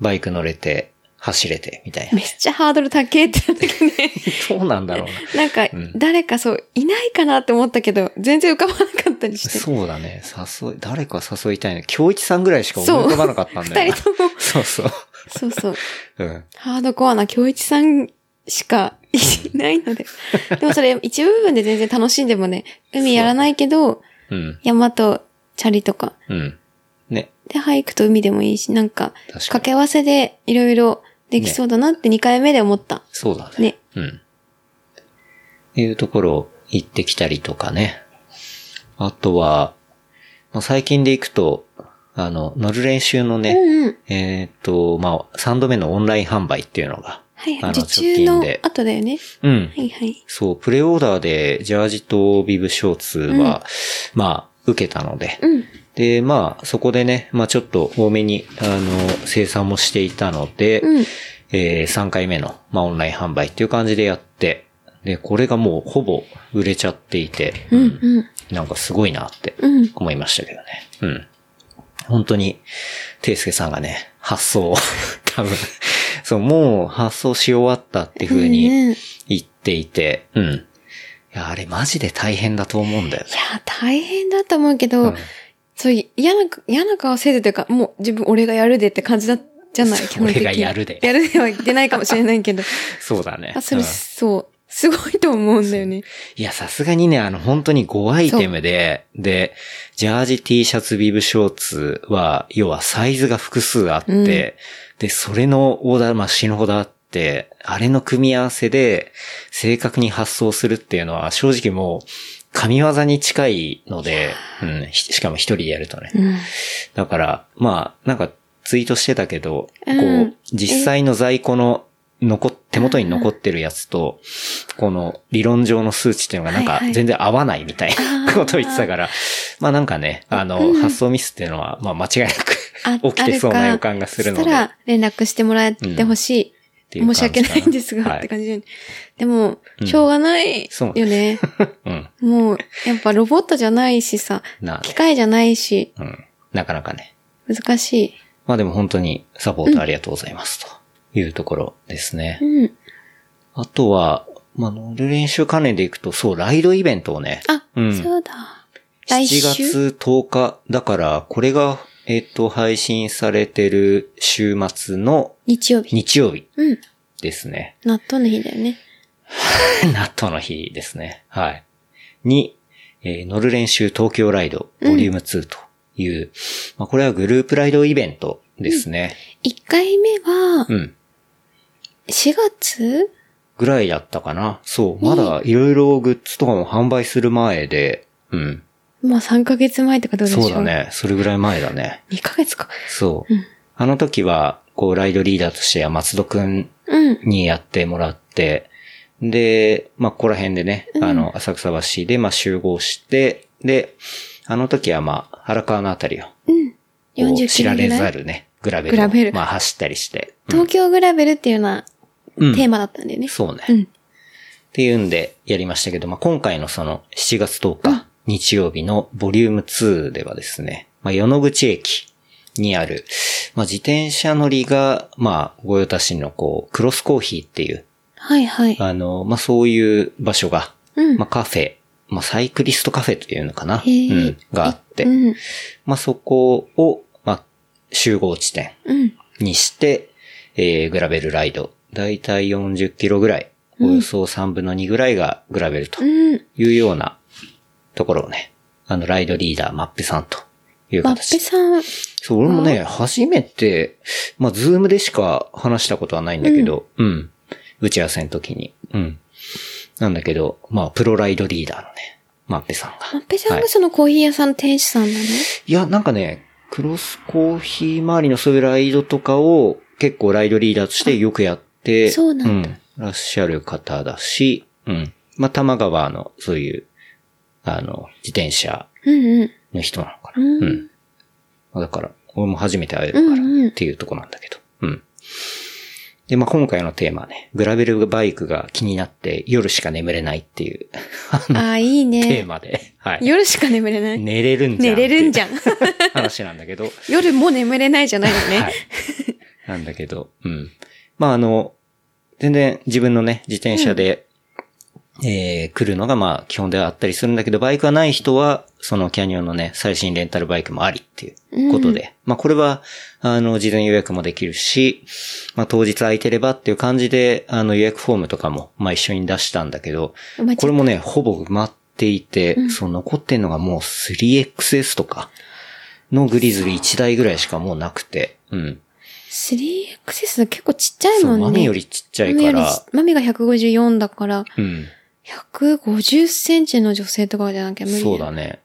B: バイク乗れて、走れて、みたい
C: めっちゃハードル高えってなったけど
B: [laughs]
C: ね。
B: な。どうなんだろうな。
C: なんか
B: うん、
C: 誰かそう、いないかなって思ったけど、全然浮かばなかったりして。
B: そうだね。誘い、誰か誘いたいね。京一さんぐらいしか思い浮かばなかったんだよ
C: [laughs] 二
B: な。[laughs]
C: 人とも、
B: そうそう。
C: そうそう。
B: うん。
C: ハードコアな京一さんしかいないの
B: [laughs]
C: で。でもそれ一部分で全然楽しんでもね、海やらないけど、
B: うん。
C: 山とチャリとか。
B: うん。ね。
C: で、俳句と海でもいいし、なん
B: か
C: か、
B: に
C: 掛け合わせでいろいろできそうだなって2回目で思った。
B: そうだね。
C: ね。
B: うん。いうところ行ってきたりとかね。あとは、まあ、最近で行くと、あの、乗る練習の
C: う
B: ね、
C: んうん。
B: えーっと、まあ、3度目のオンライン販売っていうのが、
C: はい
B: あ
C: は
B: の
C: い。受注
B: 直近
C: の
B: で
C: 後だよね。
B: うん
C: は。いはい。
B: そう、プレオーダーでジャージとビブショーツは、まあ、受けたので、
C: うん。
B: で、まあ、そこでね、まあちょっと多めに、あの、生産もしていたので、
C: うん。
B: えー3回目の、まあ、オンライン販売っていう感じでやって、で、これがもうほぼ売れちゃっていて、
C: う
B: うん
C: ん。うん。
B: なんかすごいなって
C: うん。
B: 思いましたけどね。うん。本当に、ていすけさんがね、発想を [laughs] 多分、そう、もう発想し終わったっていう風
C: うん
B: に
C: うん
B: 言っていて、うん。いや、あれマジで大変だと思うんだよね
C: い。や、大変だと思うけど、
B: うん
C: そういう嫌な、嫌な顔せずというか、もう自分俺がやるでって感じだじゃない
B: そう
C: 基本的に
B: 俺がやるで
C: やるでは言ってないかもしれないけど。
B: そうだね。
C: あ、それ、
B: うん
C: そう。すごいと思うんだよね。
B: いや、さすがにね、あの、本当に5アイテムで、で、ジャージ、T シャツ、ビブショーツは、要はサイズが複数あって、
C: うん
B: で、それのオーダー、まあ、死ぬほどあって、あれの組み合わせで、正確に発送するっていうのは、正直もう、神業に近いので、うん、ひしかも一人でやるとね。
C: うん。
B: だから、まあ、なんか、ツイートしてたけど、
C: うん
B: こう、実際の在庫の、残っ、手元に残ってるやつと、この理論上の数値っていうのがなんか
C: はいはい
B: 全然合わないみたいなことを言ってたから、まあなんかね、あの、発想ミスっていうのは、まあ間違いな
C: あ
B: く起きてそうな予感がするの
C: あか
B: で。
C: そしたら連絡してもらってほしい。
B: うん
C: 申し訳ないんですが、
B: はい
C: って感じで。でも、
B: うん
C: しょうがない
B: そう
C: よね。
B: うん。
C: もう、やっぱロボットじゃないしさ、
B: な、
C: 機械じゃないし、
B: うん。なかなかね。
C: 難し
B: まあでも本当にサポートありがとうございますというところですね。
C: い。うん。
B: あとは、まあ乗る練習関連でいくと、そう、ライドイベントをね、
C: あ、
B: うん
C: そうだ。来
B: 7
C: 週
B: 月10日、だから、これが、えっ、と、配信されてる週末の
C: 日曜日。
B: 日曜日
C: うん。
B: ですね。 [laughs]
C: 納豆の日だよね。
B: 納豆の日ですね。はい。に、えー乗る練習東京ライド、ボリューム2という、まあ、これはグループライドイベントですね。
C: 一回目は
B: う、ん。
C: 4月
B: ぐらいだったかな。そう。まだ、いろいろグッズとかも販売する前で、うん。
C: まあ3ヶ月前とかどうでしょう
B: そうだ。ね。それぐらい前だね。
C: 2ヶ月か。
B: そう。
C: うん
B: あの時は、こう、ライドリーダーとしては松戸くん
C: うん。
B: にやってもらって、で、まあ、ここら辺でね、
C: ん
B: あの、浅草橋で、まあ、集合して、で、あの時は、まあ、荒川のあたりを、こ
C: 40
B: う
C: キ
B: 知
C: ロ
B: ら
C: ぐ
B: れ
C: ら
B: ざ
C: い。
B: るね、グラベルを。
C: グラベル
B: まあ、走ったりして。
C: 東京グラベルっていうような
B: うん
C: テーマだったんだよね。
B: そうね。
C: う
B: っ
C: ん。
B: ていうんで、やりましたけど、まあ、今回のその、7月10日、日曜日のボリューム2ではですね、まあ、与野口駅にある、まあ、自転車乗りが、まあ、御用達の、こう、クロスコーヒーっていう、
C: はいはい。
B: あの、まあ、そういう場所が、
C: うん。
B: まあ、カフェ、まあ、サイクリストカフェというのかな、う
C: へー
B: ん、があって、
C: うん。
B: まあ、そこを、まあ、集合地点
C: うん。
B: にして、えー、グラベルライド。だいたい40キロぐらい、およそ3分の2ぐらいがグラベルと
C: うん。
B: いうようなところをね、あの、ライドリーダー、マッペさんという
C: マッペ
B: 形で。
C: さん、
B: そう、俺もね、初めて、まあ、ズームでしか話したことはないんだけど、うん、打ち合わせの時に。うん。なんだけど、まあ、プロライドリーダーのね、マッペさんが。
C: マッペさん
B: はい
C: がそのコーヒー屋さんの店主さんなの
B: いや、なんかね、クロスコーヒー周りのそういうライドとかを結構ライドリーダーとしてよくやって、
C: そうなんだ
B: うんいらっしゃる方だし、うん。まあ、玉川のそういう、あの、自転車
C: うんうん。
B: の人なのか
C: う
B: な。
C: ん
B: うん。まあだから、俺も初めて会えるか
C: うんうん
B: らっていうとこなんだけど。うん。で、まあ、今回のテーマはね、グラベルバイクが気になって夜しか眠れないっていう [laughs]
C: ああ、いい
B: テー
C: ね。
B: マで、はい。
C: 夜しか眠れない。
B: 寝れるんじゃん。
C: 寝れるんじ
B: ゃん。
C: ゃん。
B: 話なんだけど。
C: 夜も眠れないじゃないよ
B: は
C: ね
B: い。なんだけど、うん。まあ、あの、全然自分のね、自転車で、えー、来るのがまあ、基本ではあったりするんだけど、バイクがない人は、そのキャニオンのね、最新レンタルバイクもありっていうことで、まあ、これは、あの、事前予約もできるし、まあ、当日空いてればっていう感じで、あの、予約フォームとかも、まあ、一緒に出したんだけど、
C: お待ち
B: これもね、ほぼ埋まっていて、そう残ってんのがもう 3XS とかのグリズリー1台ぐらいしかもうなくて、うん。
C: 3XS 結構ちっちゃい
B: そ
C: も
B: う、
C: んね。
B: 豆よりちっちゃい
C: 豆
B: か
C: より
B: ら、
C: 豆が154だから、
B: うん。
C: 150センチの女性とかじゃなきゃ無理。
B: そうだね。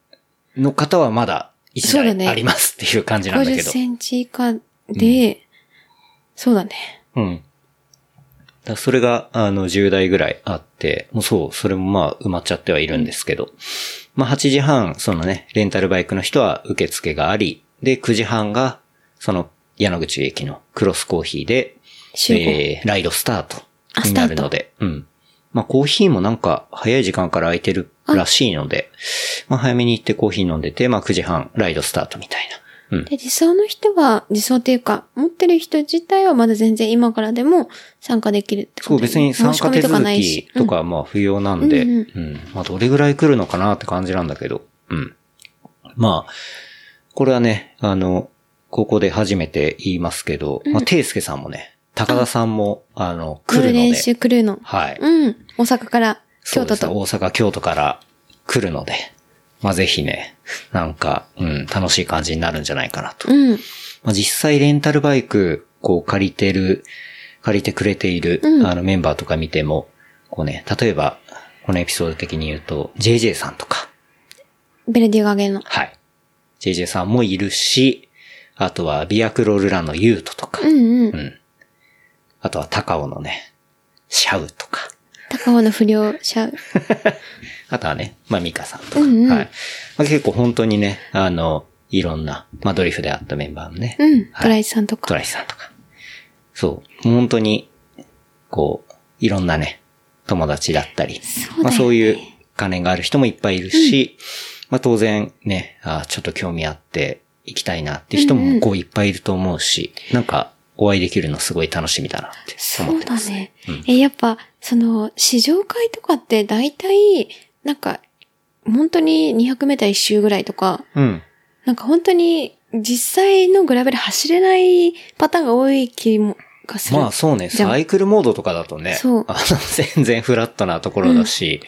B: の方はまだ1
C: そうだ
B: 台
C: ね
B: ありますっていう感じなんだ
C: 50
B: けど。
C: センチ以下で、そうだね。
B: うん。だそれが、あの、10台ぐらいあって、もうそう、それもまあ、埋まっちゃってはいるんですけど。まあ、8時半、そのね、レンタルバイクの人は受付があり、で、9時半が、その、矢野口駅のクロスコーヒーで、
C: 集合
B: えーライドスタート
C: あ
B: になるので、うん。まあ、コーヒーもなんか、早い時間から空いてるらしいので、まあ、早めに行ってコーヒー飲んでて、まあ、9時半、ライドスタートみたいな。うん。
C: で、理想の人は、理想っていうか、持ってる人自体はまだ全然今からでも参加できるってこと
B: そう、別に参加手続きと
C: うん
B: かはまあ不要なんで、
C: うん
B: うん
C: うん
B: まあどれぐらい来るのかなって感じなんだけど、うん。まあ、これはね、あの、ここで初めて言いますけど、まあ、ていすけさんもね、高田さんも、あの、来る
C: 夜
B: の
C: 練
B: で、
C: 習来るの。
B: はい。
C: うん。大阪から
B: そ
C: 京
B: うで
C: 都
B: すね
C: と。
B: 大阪、京都から来るので、まあぜひね、なんか、うん、楽しい感じになるんじゃないかなと。
C: うん。
B: まあ、実際レンタルバイク、こう借りてる、借りてくれている、
C: うん
B: あのメンバーとか見ても、こうね、例えば、このエピソード的に言うと、JJ さんとか、
C: ベルディガーゲンの。
B: はい。JJ さんもいるし、あとは、ビアクロルランのユートとか、
C: うんうん。
B: あとは高尾のね、シャウとか、
C: 高尾の不良者。
B: あとはね、まあ、ミカさんとか、
C: うんうん
B: はい。まあ、結構本当にね、あの、いろんな、まあ、ドリフであったメンバーのね、
C: うん。
B: はい
C: トライさんと
B: ト
C: か。
B: ライさんとか。そう。本当に、こう、いろんなね、友達だったり。
C: そうだよね
B: まあそういう関連がある人もいっぱいいるし、まあ当然ね、あーちょっと興味あって行きたいなっていう人
C: うんう
B: も
C: ん
B: こういっぱいいると思うし、なんかお会いできるのすごい楽しみだなって
C: そ
B: 思っ
C: う
B: て
C: だ
B: ます。
C: ね。え、やっぱ、その、試乗会とかって大体、なんか、本当に200メーター一周ぐらいとか、
B: うん。
C: なんか本当に実際のグラベル走れないパターンが多い気もがする。
B: まあそうね、
C: じゃん
B: サイクルモードとかだとね、
C: そう
B: あの、 [laughs] 全然フラットなところだし、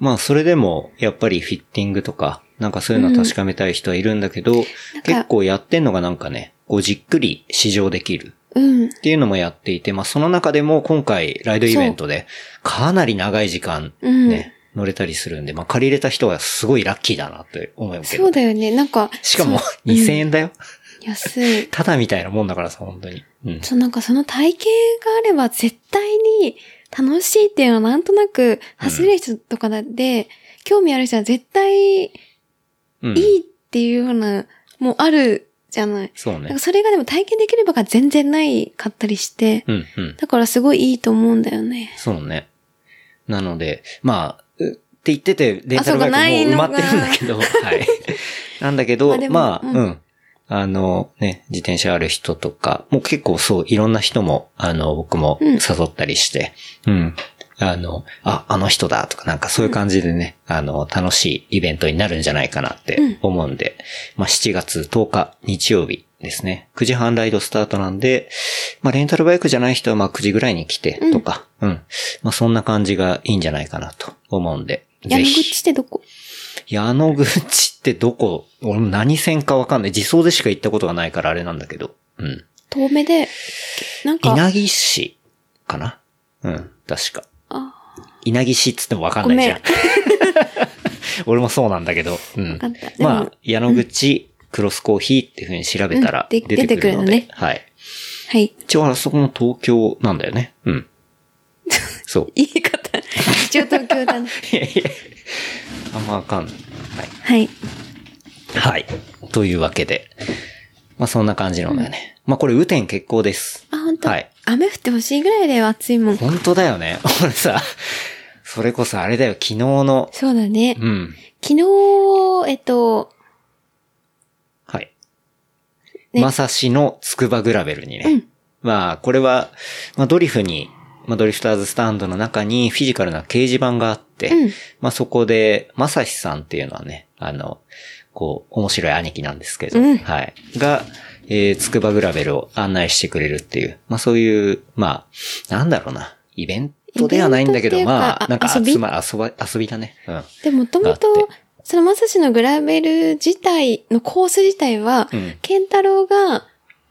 B: まあそれでも、やっぱりフィッティングとか、なんかそういうの確かめたい人はいるんだけど、結構やってんのがなんかね、こうじっくり試乗できる
C: うん。
B: っていうのもやっていて、まあその中でも今回ライドイベントで、かなり長い時間
C: うん
B: ね、乗れたりするんで、まあ借りれた人はすごいラッキーだなって思うけ
C: そ
B: ど
C: う。だよね。なんか、
B: しかも
C: そう
B: 2000円だよ。[laughs]
C: 安い。
B: ただみたいなもんだからさ、本当に。うん。
C: そう、なんかその体型があれば絶対に楽しいっていうのはなんとなく走れる人とかで、興味ある人は絶対い
B: うん、
C: いっていうような、もうあるじゃない。
B: そう
C: なん
B: ね
C: か。それがでも体験できればが全然ないかったりして、
B: うん、うん。
C: だからすごいいいと思うんだよね。
B: そうね。なので、まあ、うって言ってて、レンタルバイクもう埋まってるんだけど、 [laughs] はい。なんだけ
C: [laughs] まあ
B: ど
C: で、も
B: まあ、
C: うん
B: うん。あの、ね、自転車ある人とか、もう結構そう、いろんな人も、あの、僕も
C: うん
B: 誘ったりして、うん。あの、あ、あの人だとか、なんかそういう感じでね、あの、楽しいイベントになるんじゃないかなって思うんで、まあ、7月10日日曜日ですね。9時半ライドスタートなんで、まあ、レンタルバイクじゃない人はまあ9時ぐらいに来てとか、うん、まあ、そんな感じがいいんじゃないかなと思うんで、
C: 矢
B: ぜ
C: 野
B: ひ。
C: 口ってどこ
B: 矢野口ってどこ、俺も何線かわかんない。自走でしか行ったことがないからあれなんだけど。うん。
C: 遠目で、なんか、
B: 稲城市かなうん、確か。
C: あ、
B: 稲城市っつってもわか [laughs] んないじゃん。俺もそうなんだけど。うん。
C: わかったでも
B: まあ、矢野口、クロスコーヒーっていう風に調べたら
C: うん
B: 出
C: で
B: てくるので。
C: 出てくるのね
B: はい。
C: はい。
B: 一応あそこも東京なんだよね。 [laughs] うん。そう。
C: 言い方。一応東
B: [laughs]
C: 京だね。
B: いやいやあんまわかんない。
C: はい。
B: はい。というわけで。まあそんな感じのだよね。まあこれ雨天決行です。
C: あ、本当。
B: はい
C: 雨降ってほしいぐらいだよ、暑いもん。
B: 本当だよね。 [laughs] 俺さ、それこそあれだよ、昨日の。
C: そうだね。
B: うん。
C: 昨日、えっと、
B: はい。
C: ね
B: まさしのつくばグラベルにね。まあ、これは、まあ、ドリフに、まあ、ドリフターズスタンドの中にフィジカルな掲示板があって、
C: うん
B: まあ、そこで、まさしさんっていうのはね、あの、こう、面白い兄貴なんですけど、
C: うん
B: はい。が、えー、つくばグラベルを案内してくれるっていう、まあ、そういう、まあ、なんだろうな、イベントではないんだけ
C: イ
B: ど、
C: ベントっていうか
B: まあ、
C: あ
B: なんか
C: 遊び
B: 集ま、遊ば、遊びだね。うん。
C: で、もともと
B: だって、
C: そのまさしのグラベル自体のコース自体は、
B: うん
C: ケンタロウが、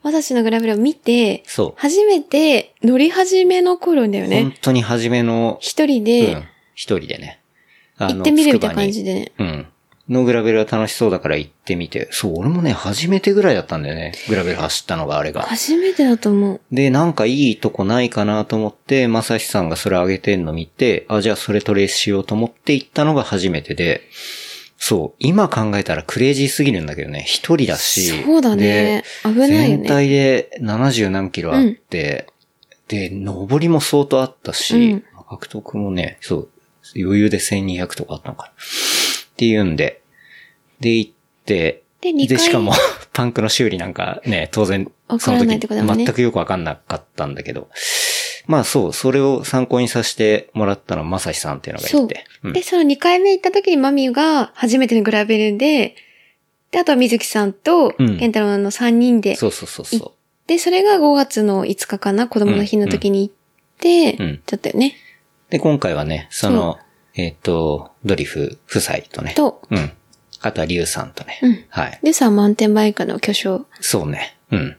C: まさしのグラベルを見て、
B: そう
C: 初めて乗り始めの頃だよ
B: 本
C: ね。
B: 当に初めの、
C: 一人
B: うん
C: で、
B: 一人でね。あの
C: 行ってみるみた
B: つ
C: いな
B: くばに
C: 感じでね。
B: うん。のグラベルは楽しそうだから行ってみて。そう、俺もね、初めてぐらいだったんだよね。グラベル走ったのがあれが。
C: 初めてだと思う。
B: で、なんかいいとこないかなと思って、まさしさんがそれ上げてんの見て、あ、じゃあそれトレースしようと思って行ったのが初めてで、そう、今考えたらクレイジーすぎるんだけどね、一人だし。
C: そうだね。危
B: で。
C: ないよ
B: 全
C: ね。
B: 体で70何キロあって、で、登りも相当あったし、
C: うん
B: 獲得もね、そう、余裕で1200とかあったのかな。っていうんで、で行って、
C: で二回
B: しかも、 [laughs] パンクの修理なんかね、当然、
C: わ
B: そ
C: か
B: の
C: らない
B: 時、
C: ってことだもんね
B: 全くよくわかんなかったんだけど。まあそう、それを参考にさせてもらったのはまさしさんっていうのが
C: そ
B: いうて。う。ん
C: で、その2回目行った時にマミュが初めてのグラベルで、で、あとは水木さんと、
B: うん
C: ケンタロウの3人で、
B: そうそうそうそ
C: で、それが5月の5日かな、子供の日の時に行って、
B: うんうん
C: だったよね。
B: う。で、今回はね、その、えっ、と、ドリフ夫妻とね。
C: と、
B: うん。あとはリュウさんとね。
C: うん
B: はい。
C: でさ、マウンテンバイクの巨匠
B: そうね。うん。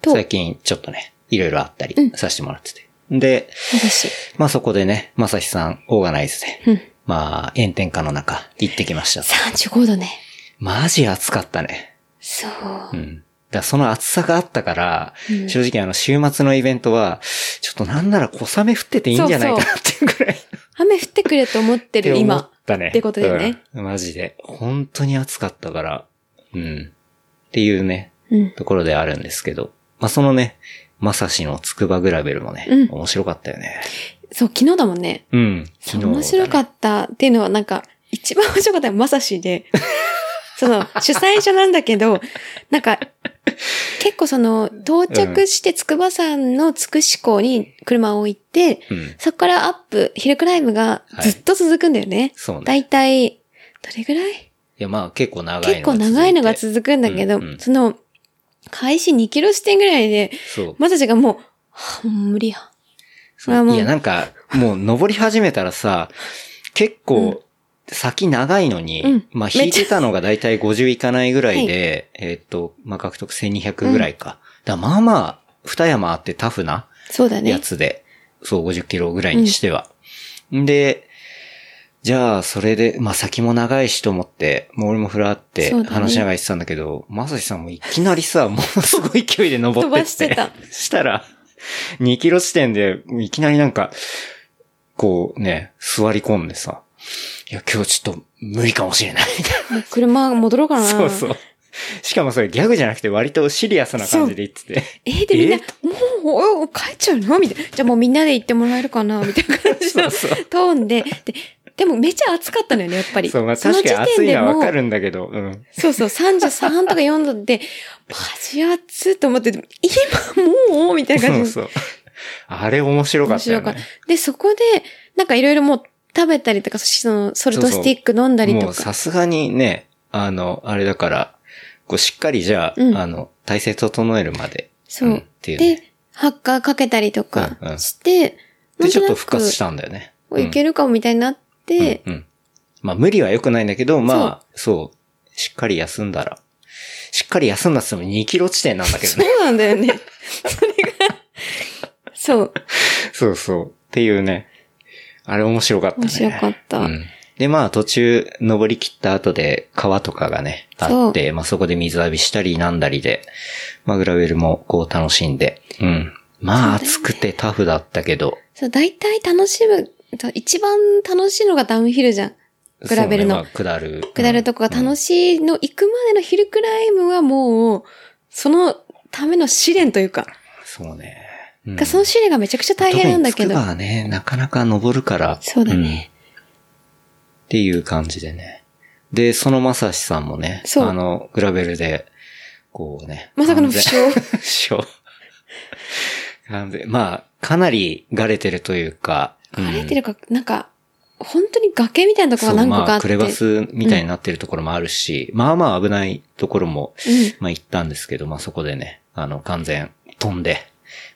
C: と、
B: 最近ちょっとね、いろいろあったりさせてもらってて。で、
C: 私。
B: まあそこでね、まさしさんオーガナイズで、
C: うん。
B: まあ炎天下の中行ってきました。
C: 35度ね。
B: マジ暑かったね。
C: そう。
B: うん。だからその暑さがあったから、
C: うん
B: 正直あの週末のイベントは、ちょっとなんなら小雨降ってていいんじゃないかなっていうぐらい。
C: 雨降ってくれと思って
B: って
C: る、
B: 思っ
C: 今。
B: たね。
C: ってことだよね
B: うん。マジで。本当に暑かったから。うん。っていうね、
C: うん。
B: ところであるんですけど。まあ、そのね、まさしのつくばグラベルもね、
C: うん
B: 面白かったよね。
C: そう、昨日だもんね。
B: うん。
C: そう面白か
B: っ
C: ったっていうのはなんか、一番面白かったのはまさ
B: [laughs]
C: しで、その、主催者なんだけど、なんか、結構その、到着して筑波山の筑志港に車を置いて、
B: た。うん。
C: そこからアップ、ヒルクライムが
B: はい
C: ずっと続くんだよね。
B: そうね。
C: だいたい、どれぐらい
B: いや、まあ、結構長いのが続い
C: 結
B: て
C: 構長いのが続くんだけど、
B: うんうん
C: その、開始2キロ地点ぐらいで、
B: そう。
C: まさしがもう、はあ、もう無理や。それはもう
B: いや、なんか、もう登り始めたらさ、結構、先長いのに、
C: うん
B: まあ、
C: め
B: 引
C: っ
B: い
C: ちゃ
B: てたのがだいたい50いかないぐらいで、えーっと、まあ、獲得1200ぐらいか。だからまあまあ、二山あってタフな
C: そうだ
B: や
C: ね。
B: つで、そう、50キロぐらいにしては。ん、で、じゃあ、それで、まあ、先も長いしと思って、もう俺もふらって
C: そうだね
B: 話しながら言ってたんだけど、まさしさんもいきなり
C: [laughs]
B: さ、ものすごい勢いで登ってって。
C: 飛ばして
B: [laughs]
C: た
B: したら、2キロ地点で、いきなりなんか、こうね、座り込んでさ、いや、今日ちょっと無理かもしれない、みたいな。
C: 車戻ろうかな。
B: そうそう。しかもそれギャグじゃなくて割とシリアスな感じで言ってて。
C: えー、でみんな、
B: え
C: もう、お帰っちゃうのみたいな。じゃあもうみんなで行ってもらえるかなみたいな感じの
B: そうそ
C: トーンで。で、でもめちゃ暑かったのよね、やっぱり。
B: そう、まあ
C: の
B: 確かに暑いのはわかるんだけど、うん。
C: そうそう、33とか4
B: [laughs]
C: 度で、マジ暑と思って、今もうみたいな
B: そ
C: 感
B: う
C: じ
B: そ
C: で。
B: う。あれ面白か
C: 面
B: ったよ
C: 白
B: ね。
C: かった。で、そこで、なんかいろいろもう食べたりとか、そのソルトスティック飲んだり
B: も
C: と
B: う
C: か。
B: さすがにね、あの、あれだから、こうしっかりじゃあ、
C: うん
B: あの、体勢整えるまで。
C: そう
B: うんっていうね。
C: で、ハッカーかけたりとか
B: うんうん
C: して、
B: で、ちょっと
C: なん
B: 復
C: とな
B: 活
C: く
B: したんだよね。
C: おいけ
B: る
C: るかもみたいになって、
B: うん。うんまあ無理は良くないんだけど、まあ、そう、しっかり休んだら。しっかり休んだっつっても2キロ地点なんだけど
C: そ
B: ね。
C: [laughs] うなんだよね。
B: [laughs]
C: それが、そう、
B: そうそう。っていうね。あれ面白かったね。
C: 面白かった
B: うんで、まあ途中登り切った後で川とかがね、あって、まあそこで水浴びしたりなんだりで、まあグラウェルもこう楽しんで、うん。まあ暑くてタフだったけど、
C: そう、大体楽しむ、一番楽しいのがダウンヒルじゃん。グラベルの
B: そうねまあ下る。
C: 下るとこが楽
B: し
C: しいの、行くまでのヒルクライムはもう、そのための試練というか、
B: そうね。うん
C: その試練がめちゃくちゃ大変なんだけ
B: 特に
C: ど
B: 筑、波はね、なかなか登るから。
C: そうだね
B: うんっていう感じでね。で、そのまさしさんもね、
C: そう
B: あの、グラベルで、こうね。
C: まさかの負傷。
B: 完全。負傷。完全まあ、かなりがれてるというか。うん
C: 晴れてるか、なんか、本当に崖みたいなとこが
B: そう
C: 何個か
B: ま
C: あっ
B: あ、
C: て。
B: クレバスみたいになってるところもあるし、まあまあ危ないところも、
C: うん
B: まあ行ったんですけど、まあそこでね、あの、完全飛んで、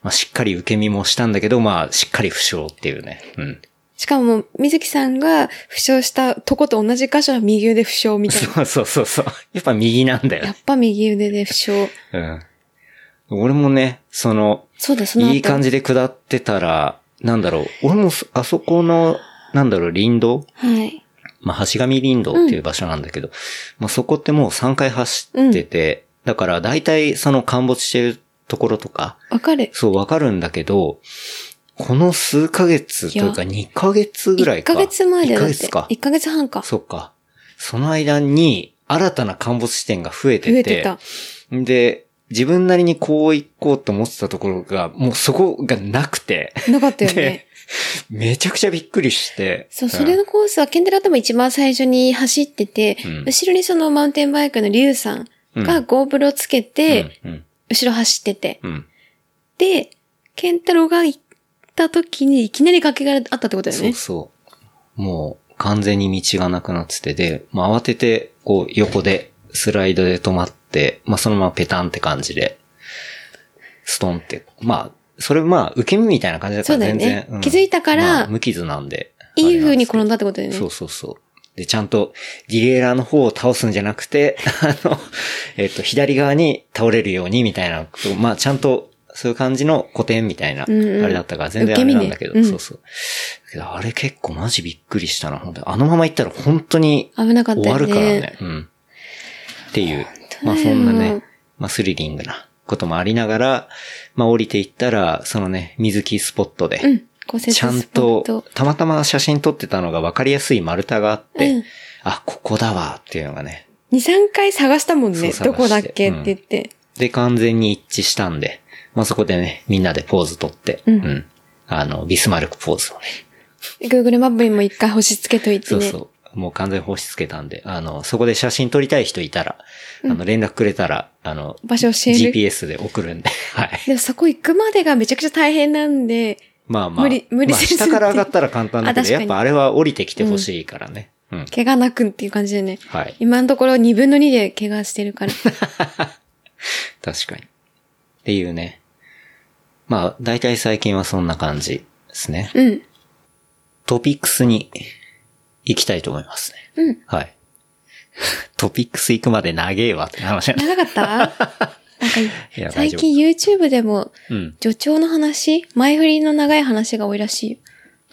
B: まあしっかり受け身もしたんだけど、まあしっかり負傷っていうね。うん。
C: しかも、水木さんが負傷したとこと同じ箇所の右腕負傷みたいな。
B: そうそうそうそう。やっぱ右なんだよ
C: やっ。ぱ右腕で負傷。
B: うん。俺もね、その、
C: そうだ、その後。
B: いい感じで下ってたら、なんだろう、俺もそあそこの、なんだろう、林道
C: はい。
B: まあ、橋上林道っていう場所なんだけど、まあ、そこってもう3回走ってて、だから大体その陥没してるところとか、
C: わかる。
B: そうわかるんだけど、この数ヶ月というか2ヶ月ぐらい
C: 1
B: か。
C: ヶ月前だよ、
B: 1ヶ
C: だって。
B: 月か。
C: 1ヶ月半か。
B: そっか。その間に新たな陥没地点が増えてて、
C: 増えてた。
B: で、自分なりにこう行こうと思ってたところが、もうそこがなくて、
C: なかったよね
B: で。、めちゃくちゃびっくりして。
C: そう、それ
B: ん
C: のコースは、ケンデラとも一番最初に走ってて、
B: うん
C: 後ろにそのマウンテンバイクのリュウさん
B: う
C: が
B: ん
C: ゴーブルをつけて、
B: うん、
C: 後ろ走ってて。
B: うん、うん。
C: で、ケンタロウが行った時に、いきなり崖があったってことだよ
B: そう
C: ね。
B: そう。もう完全に道がなくなってて、で、まあ、慌てて、こう横でスライドで止まって、まあそのままペタンって感じで、ストンって、まあ、それまあ受け身みたいな感じだから
C: そうだよ
B: 全
C: ね
B: 然。
C: 気づいたから
B: まあ無傷なんで。
C: いい風に転ん
B: だ
C: だってことだよね。
B: そうそうそう。で、ちゃんと、ディレイラーの方を倒すんじゃなくて、 [laughs] あの、えっと、左側に倒れるようにみたいなこと、まあ、ちゃんと、そういう感じの古典みたいな、あ
C: うんうん
B: れだったから、全然あれなんだけど、
C: 受け身ねう
B: そ
C: ん
B: うそう。だけど、あれ結構マジびっくりしたな、本当にあのまま行ったら本当に
C: 危なかった
B: 終
C: よね。
B: わるからね。うん。っていう。ま
C: 本
B: あ
C: 当
B: そ
C: だよ
B: んなね、まあスリリングなこともありながら、まあ降りていったら、そのね、水着スポットで、
C: うん。骨折
B: ちゃん
C: スポッ
B: と
C: ト。、
B: たまたま写真撮ってたのが分かりやすい丸太があって、
C: うん
B: あ、ここだわっていうのがね。
C: 2、3回探したもん
B: そう
C: ね。
B: 探して
C: どこだっけって言って。
B: で、完全に一致したんで、まあ、そこでね、みんなでポーズ撮って、
C: うん
B: あの、ビスマルクポーズをね。
C: Google マップにも一回星つけといて
B: そう
C: ね。
B: そう。もう完全に星つけたんで、あの、そこで写真撮りたい人いたら、あの、連絡くれたら、あの、
C: 場所教える。
B: GPS で送るんで、 [laughs] はい。
C: でもそこ行くまでがめちゃくちゃ大変なんで、
B: まあまあ、
C: 無理無理
B: まあ、
C: せずって
B: 下から上がったら簡単だけど、
C: あ確か
B: や
C: に
B: っぱあれは降りてきてほしいからね。うん。
C: 怪我なくっていう感じでね。
B: はい。
C: 今のところ2分の2で怪我して
B: [laughs]
C: るから。
B: 確かに。っていうね。まあ、大体最近はそんな感じですね。
C: うん。
B: トピックスに行きたいと思いますね。
C: うん。
B: はい。 [laughs] トピックス行くまで長えわって
C: [laughs]
B: 話なんだ
C: 長かったなんか
B: いや、大
C: 最
B: 丈
C: 近 YouTube でも、
B: 夫。うん。
C: 助長の話前振りの長い話が多いらしいよ。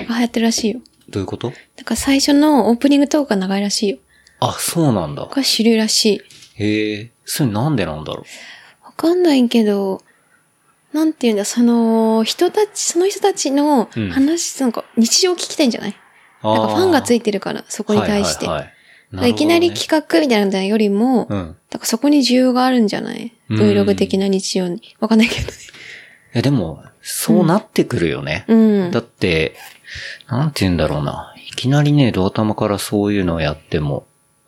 C: が流行ってるらしいよ。
B: どういうこと
C: だから最初のオープニングトークが長いらしいよ。
B: あ、そうなんだ。
C: が主流らしい。
B: へえ。それなんでなんだろ
C: わかんないけど、なんていうんだ、その人たち、その人たちの
B: うん。
C: 話、なんか日常を聞きたいんじゃないうなんかファンがつ
B: い
C: いてるから、そこに対して。
B: はい
C: い
B: はいはい、
C: きなり
B: る
C: 企画みたいなのよりも、
B: ほどね。うん。い
C: だからそこに需要があるんじゃない
B: うん
C: ?Vlog 的な日常に。わかんないけどね。
B: や、でも、そうなってくるよね。
C: うん
B: だ。って、なんて言うんだろうな。いきなりね、ドア玉からそういうのをやっても、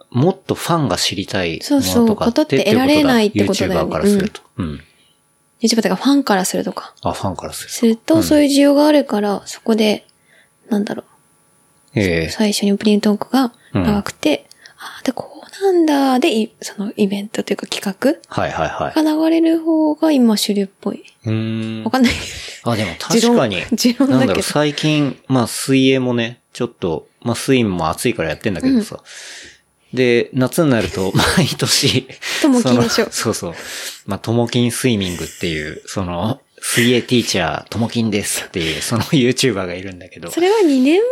B: もっとファンが知りたい
C: そう
B: も
C: そう
B: のとかって
C: ことって得られないってことだよね
B: YouTuber からすると。うん。
C: YouTuber とかファンからするとか。
B: あ、ファンからすると。
C: すると、そういう需要があるから、そこで、なんだろ
B: え
C: う、最初にオープニングトークが長くて、ああ、で、こうなんだ、で、いそのイベントというか企
B: えはいはいは
C: 画が流れる方が今主流っぽい。
B: い。うーん
C: わ。かんない
B: あ、でも確かに。
C: 持論持論だけど
B: なんだろう、最近、まあ水泳もね、ちょっと、まあ水泳も暑いからやってんだけどさ。で、夏になると、 [laughs] 毎年、
C: ともきでし
B: そ
C: ょ
B: のそうそう。まあ、ともきんスイミングっていう、その、水泳ティーチャー、ともきんですっていう、その YouTuber がいるんだけど
C: そ。れは2年前ぐ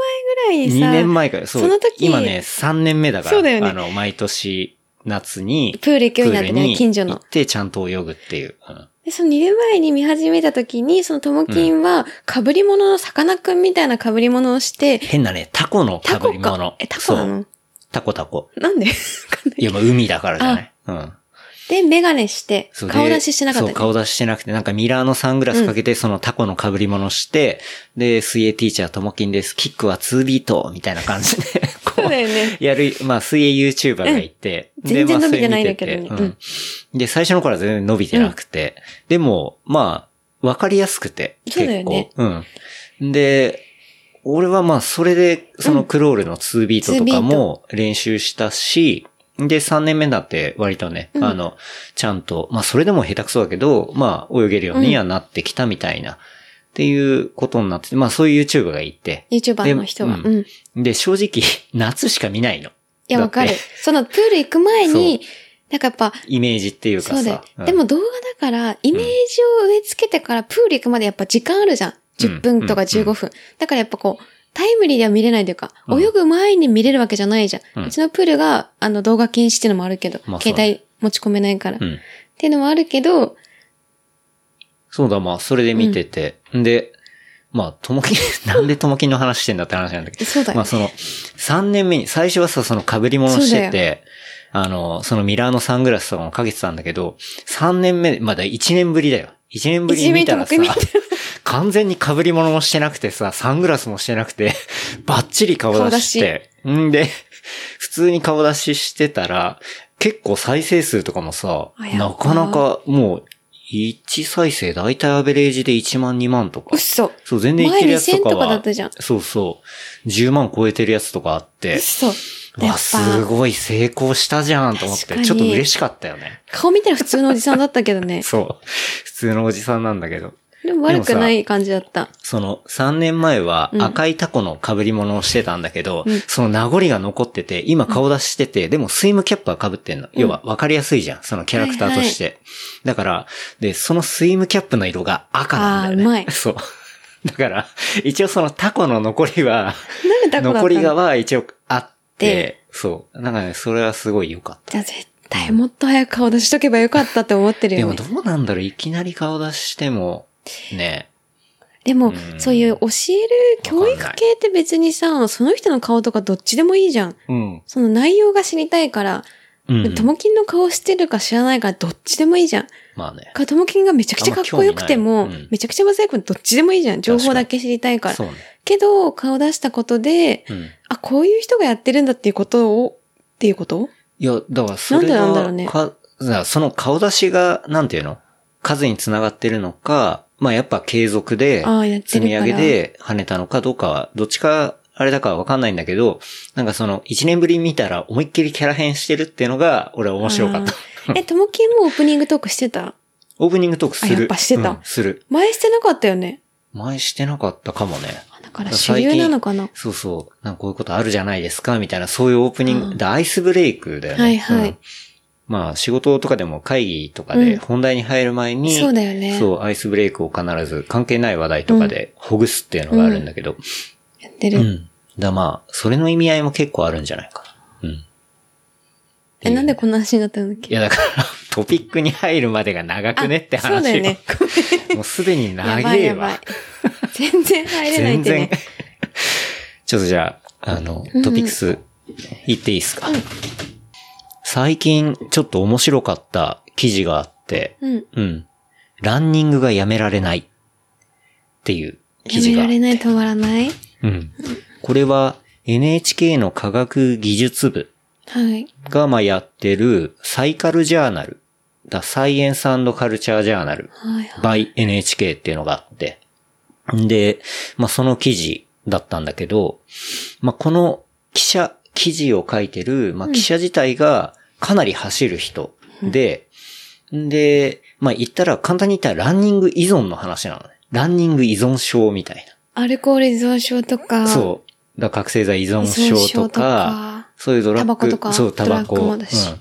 C: らいにさ、
B: 2年前から、そう。
C: その時
B: 今ね、3年目だから。
C: そうだよね
B: あの、毎年、夏に、
C: プール行くようになって
B: プール
C: ね、近所の
B: 行っ。て、ちゃんと泳ぐっていう。うん
C: で、その2年前に見始めた時に、そのともきんは、被り物の、さかなクンみたいな被り物をして、
B: 変なね、タコの被
C: タコ
B: り
C: か
B: 物。。
C: え、タコな
B: そう
C: の
B: タコタコ。
C: なん
B: [laughs]
C: でわかんない
B: いや、まあ、海だからじゃない。うん。
C: で、メガネして
B: そう、で
C: 顔出ししてなかった
B: そう、
C: ね。
B: 顔出ししてなくて、なんかミラーのサングラスかけて、そのタコの被り物して、で、水泳ティーチャーともきんです。キックは2ビートみたいな感じで、こ
C: そうだよね。
B: う、やる、まあ、水泳 YouTuber がいて、
C: うん全然
B: まあ
C: 伸びてないんだけどね
B: それ見ててうんで、最初の頃は全然伸びてなくて、でも、まあ、わかりやすくて、結
C: そう
B: 構。
C: だよね
B: うん。で、俺はまあ、それで、そのクロールの2ビートとかも練習したし、で、3年目になって割とね、
C: うん
B: あの、ちゃんと、まあ、それでも下手くそだけど、まあ、泳げるようにはなってきたみたいな、っていうことになってて、まあ、そういう YouTube がいて、
C: YouTuber の人は。
B: で
C: う
B: うん
C: ん。い
B: で、正直、夏しか見ないの。
C: や、わかる
B: だって。
C: その、プール行く前に、なんかやっぱ、
B: イメージっていうか
C: そうだ
B: さ
C: よ。。
B: うん
C: でも動画だから、イメージを植え付けてから、プール行くまでやっぱ時間あるじゃん。10分とか15分。だからやっぱこう、タイムリーでは見れないというか、
B: うん
C: 泳ぐ前に見れるわけじゃないじゃ。
B: うんん
C: うちのプールが、あの、動画禁止っていうのもあるけど、
B: まあそう
C: 携
B: だね
C: 帯持ち込めないから。
B: う
C: っ
B: ん。
C: ていうのもあるけど、
B: そうだ、まあ、それで見てて。で、まあ、ともきん、 [laughs] なんでともきんの話してんだって話なんだけど。
C: そうだよ
B: まあ、その、3年目に、最初はさ、その被り物してて、あの、そのミラーのサングラスとかもかけてたんだけど、3年目、まだ1年ぶりだよ。1年ぶりに見たらさ
C: 一年ぶりに見、
B: 完全に被り物もしてなくてさ、サングラスもしてなくて、 [laughs] バッチリ顔出して、んで、普通に顔出ししてたら、結構再生数とかもさ
C: あや、っぱ
B: なかなかもう、1再生だいたいアベレージで1万2万とか。
C: 嘘。
B: そう、全然いってるやつとかは。
C: 前2000とかだったじゃん
B: そうそう。10万超えてるやつとかあ
C: [laughs]
B: って。
C: 嘘。や
B: わ、
C: っ
B: す
C: ぱ、
B: ごい成功したじゃんと思って、
C: 確かに
B: ちょっと嬉しかったよね。
C: 顔見たら普通のおじさんだったけどね。
B: そう。普通のおじさんなんだけど。
C: でも悪くない感じだった。
B: その3年前は
C: うん
B: 赤いタコの被り物をしてたんだけど、
C: うん
B: その名残が残ってて、今顔出ししてて、でもスイムキャップは被ってんの。要は分かりやすいじゃん、そのキャラクターとして。だから、で、そのスイムキャップの色が赤なんだよね。
C: あーうまい
B: そう。だから、一応そのタコの残りは、
C: なんでタコだったの
B: 残りがは一応あって、
C: で
B: そう。なんかね、それはすごい良かった。
C: じゃあ絶対もっと早く顔出しとけばよかったって思ってる
B: で
C: よ
B: も
C: ね
B: ど。うなんだろう、いきなり顔出しても、ね。
C: で
B: う
C: も
B: ん、
C: そういう教える教育系って別にさ、その人の顔とかどっちでもいいじゃん。
B: うん。
C: その内容が知りたいから、
B: うん。
C: ともきんの顔してるか知らないかどっちでもいいじゃん。
B: まあね。
C: か、ともきんがめちゃくちゃかっこよくて
B: あん
C: も
B: ま興味ないうん、
C: めちゃくちゃマザイクもどっちでもいいじゃん。情報だけ知りたいから
B: そ。うね。
C: けど、顔出したことで
B: う、ん。
C: あ、こういう人がやってるんだっていうことを、っていうこと
B: いや、だからそれが、
C: なんでなんだろうね
B: かだからその顔出しが、なんていうの数につながってるのか、まあやっぱ継続で、
C: ああ、やって
B: 積
C: る
B: み
C: から。
B: 上げで跳ねたのかどうかは、どっちか、あれだかはわかんないんだけど、なんかその、一年ぶりに見たら思いっきりキャラ変してるっていうのが、俺は面白かった。
C: あ [laughs] ーえ、ともきんもオープニングトークしてた
B: オープニングトークする。
C: あやっぱしてた
B: うんする。
C: 前してなかったよね。
B: 前してなかったかもね。
C: だから主流なのかな。
B: そうそう。なんかこういうことあるじゃないですか、みたいな、そういうオープニング、
C: うん
B: でアイスブレイクだよね。
C: はいはい
B: うんまあ、仕事とかでも会議とかで
C: うん
B: 本題に入る前に、
C: そうだよね。
B: そう、アイスブレイクを必ず関係ない話題とかでほぐすっていうのがあるんだけど、
C: やって
B: うん。
C: る。
B: だまあ、それの意味合いも結構あるんじゃないかな。うん。
C: え、なんでこんな話になったんだ
B: い
C: っけ
B: や、だから、 [laughs] トピックに入るまでが長くねって話
C: そうだよね。。
B: [laughs] もうすでに
C: や
B: 長
C: ばい
B: え
C: やば
B: わ
C: い。。全然入れないってね。。
B: [laughs] ちょっとじゃあ、あの
C: うん、
B: トピックス、言っていいですか、最近、ちょっと面白かった記事があって、
C: うん。
B: うん。ランニングがやめられない。っていう記
C: や
B: 事
C: め
B: が。
C: られない、止まらない。
B: うん。これは、NHK の科学技術部
C: はい。
B: が、まあ、やってる、サイカルジャーナル。だ、サイエンスカルチャージャーナル。
C: はいはい。
B: by NHK っていうのがあって。で、まあ、その記事だったんだけど、まあ、この記者、記事を書いてる、まあ、記者自体がかなり走る人で、で、まあ、言ったら、簡単に言ったらランニング依存の話なのね。ランニング依存症みたい
C: アルコール依存症とか。
B: な。そう。だから覚醒剤依
C: 依
B: 存
C: 存
B: 症
C: 症
B: とか、そういうドラッグ。
C: タバコとか
B: そう、タバコ。
C: ドラッグもだし
B: うん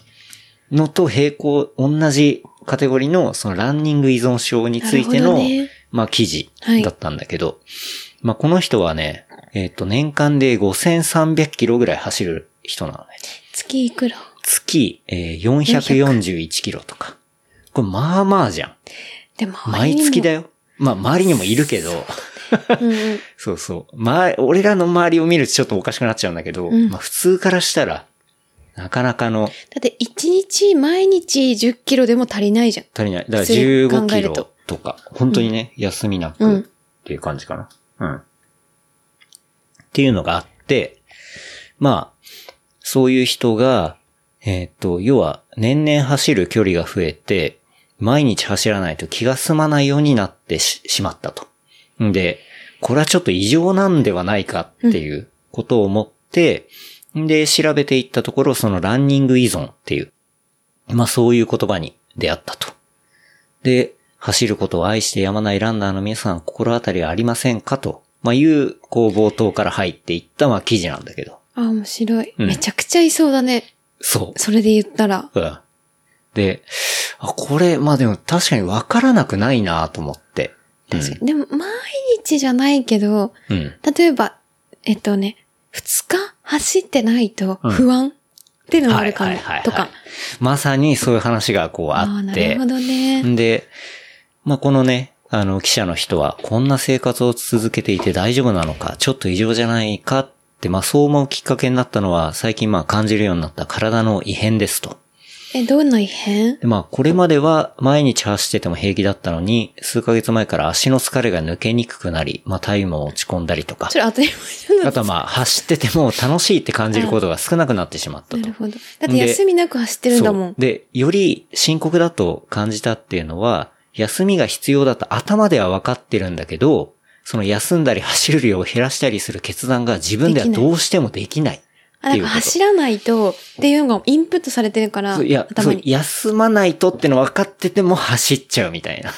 B: のと並行、同じカテゴリーのそのランニング依存症について
C: な
B: の、
C: るほどね
B: まあ記事
C: はい
B: だったんだけど、まあこの人はね、えっ、と年間で5300キロぐらい走る人なのね。
C: 月いくら
B: 月、えー441キロとか。これまあまあじゃん。
C: でも、
B: 毎月だ
C: よ。
B: よ。まあ周りにもいるけど、
C: うんうん
B: そうそう。まあ、俺らの周りを見るとちょっとおかしくなっちゃうんだけど、
C: うん
B: まあ普通からしたら、なかなかの
C: だって一日毎日10キロでも足りないじゃん。
B: 足りない。だから
C: 普通に考
B: 15キ
C: える
B: ロ
C: と
B: とか、本当にね、休みな
C: うん
B: くっていう感じかな。うん。っていうのがあって、まあ、そういう人が、えーっと、要は、年々走る距離が増えて、毎日走らないと気が済まないようになってししまったと。んで、これはちょっと異常なんではないかっていうことを思って、んで、調べていったところ、そのランニング依存っていう、まあそういう言葉に出会ったと。で、走ることを愛してやまないランナーの皆さん心当たりはありませんかと、まあいう、こう冒頭から入っていった、まあ記事なんだけど。
C: あ、面白い。
B: うん
C: めちゃくちゃいそうだね。
B: そう。
C: それで言ったら。
B: うん。で、あ、これ、まあでも確かにわからなくないなと思って。うん
C: 確かに。でも、毎日じゃないけど、
B: うん。
C: 例えば、えっとね、2日走ってないと不安っていうのがあるかも。とか。。
B: まさにそういう話がこうあ
C: ああ、
B: っ
C: な
B: て。
C: るほどね。
B: で、まあ、このね、あの、記者の人は、こんな生活を続けていて大丈夫なのか、ちょっと異常じゃないかって、まあ、そう思うきっかけになったのは、最近まあ、感じるようになった体の異変ですと。
C: え、どんな異変
B: でまあ、これまでは毎日走ってても平気だったのに、数ヶ月前から足の疲れが抜けにくくなり、まあ、タイムも落ち込んだりとか
C: そ、れ当たり前じゃない
B: あとはまあ、走ってても楽しいって感じることが少なくなってしまったと。
C: なるほど。だって休みなく走ってるんだも。
B: そうんで、より深刻だと感じたっていうのは、休みが必要だと頭では分かってるんだけど、その休んだり走る量を減らしたりする決断が自分では
C: できない
B: どうしてもできない。
C: あ、なんか走らないとっていうのがインプットされてるから、
B: そういや、そ
C: 頭
B: う、
C: に。
B: 休まないとっての分かってても走っちゃうみたいな。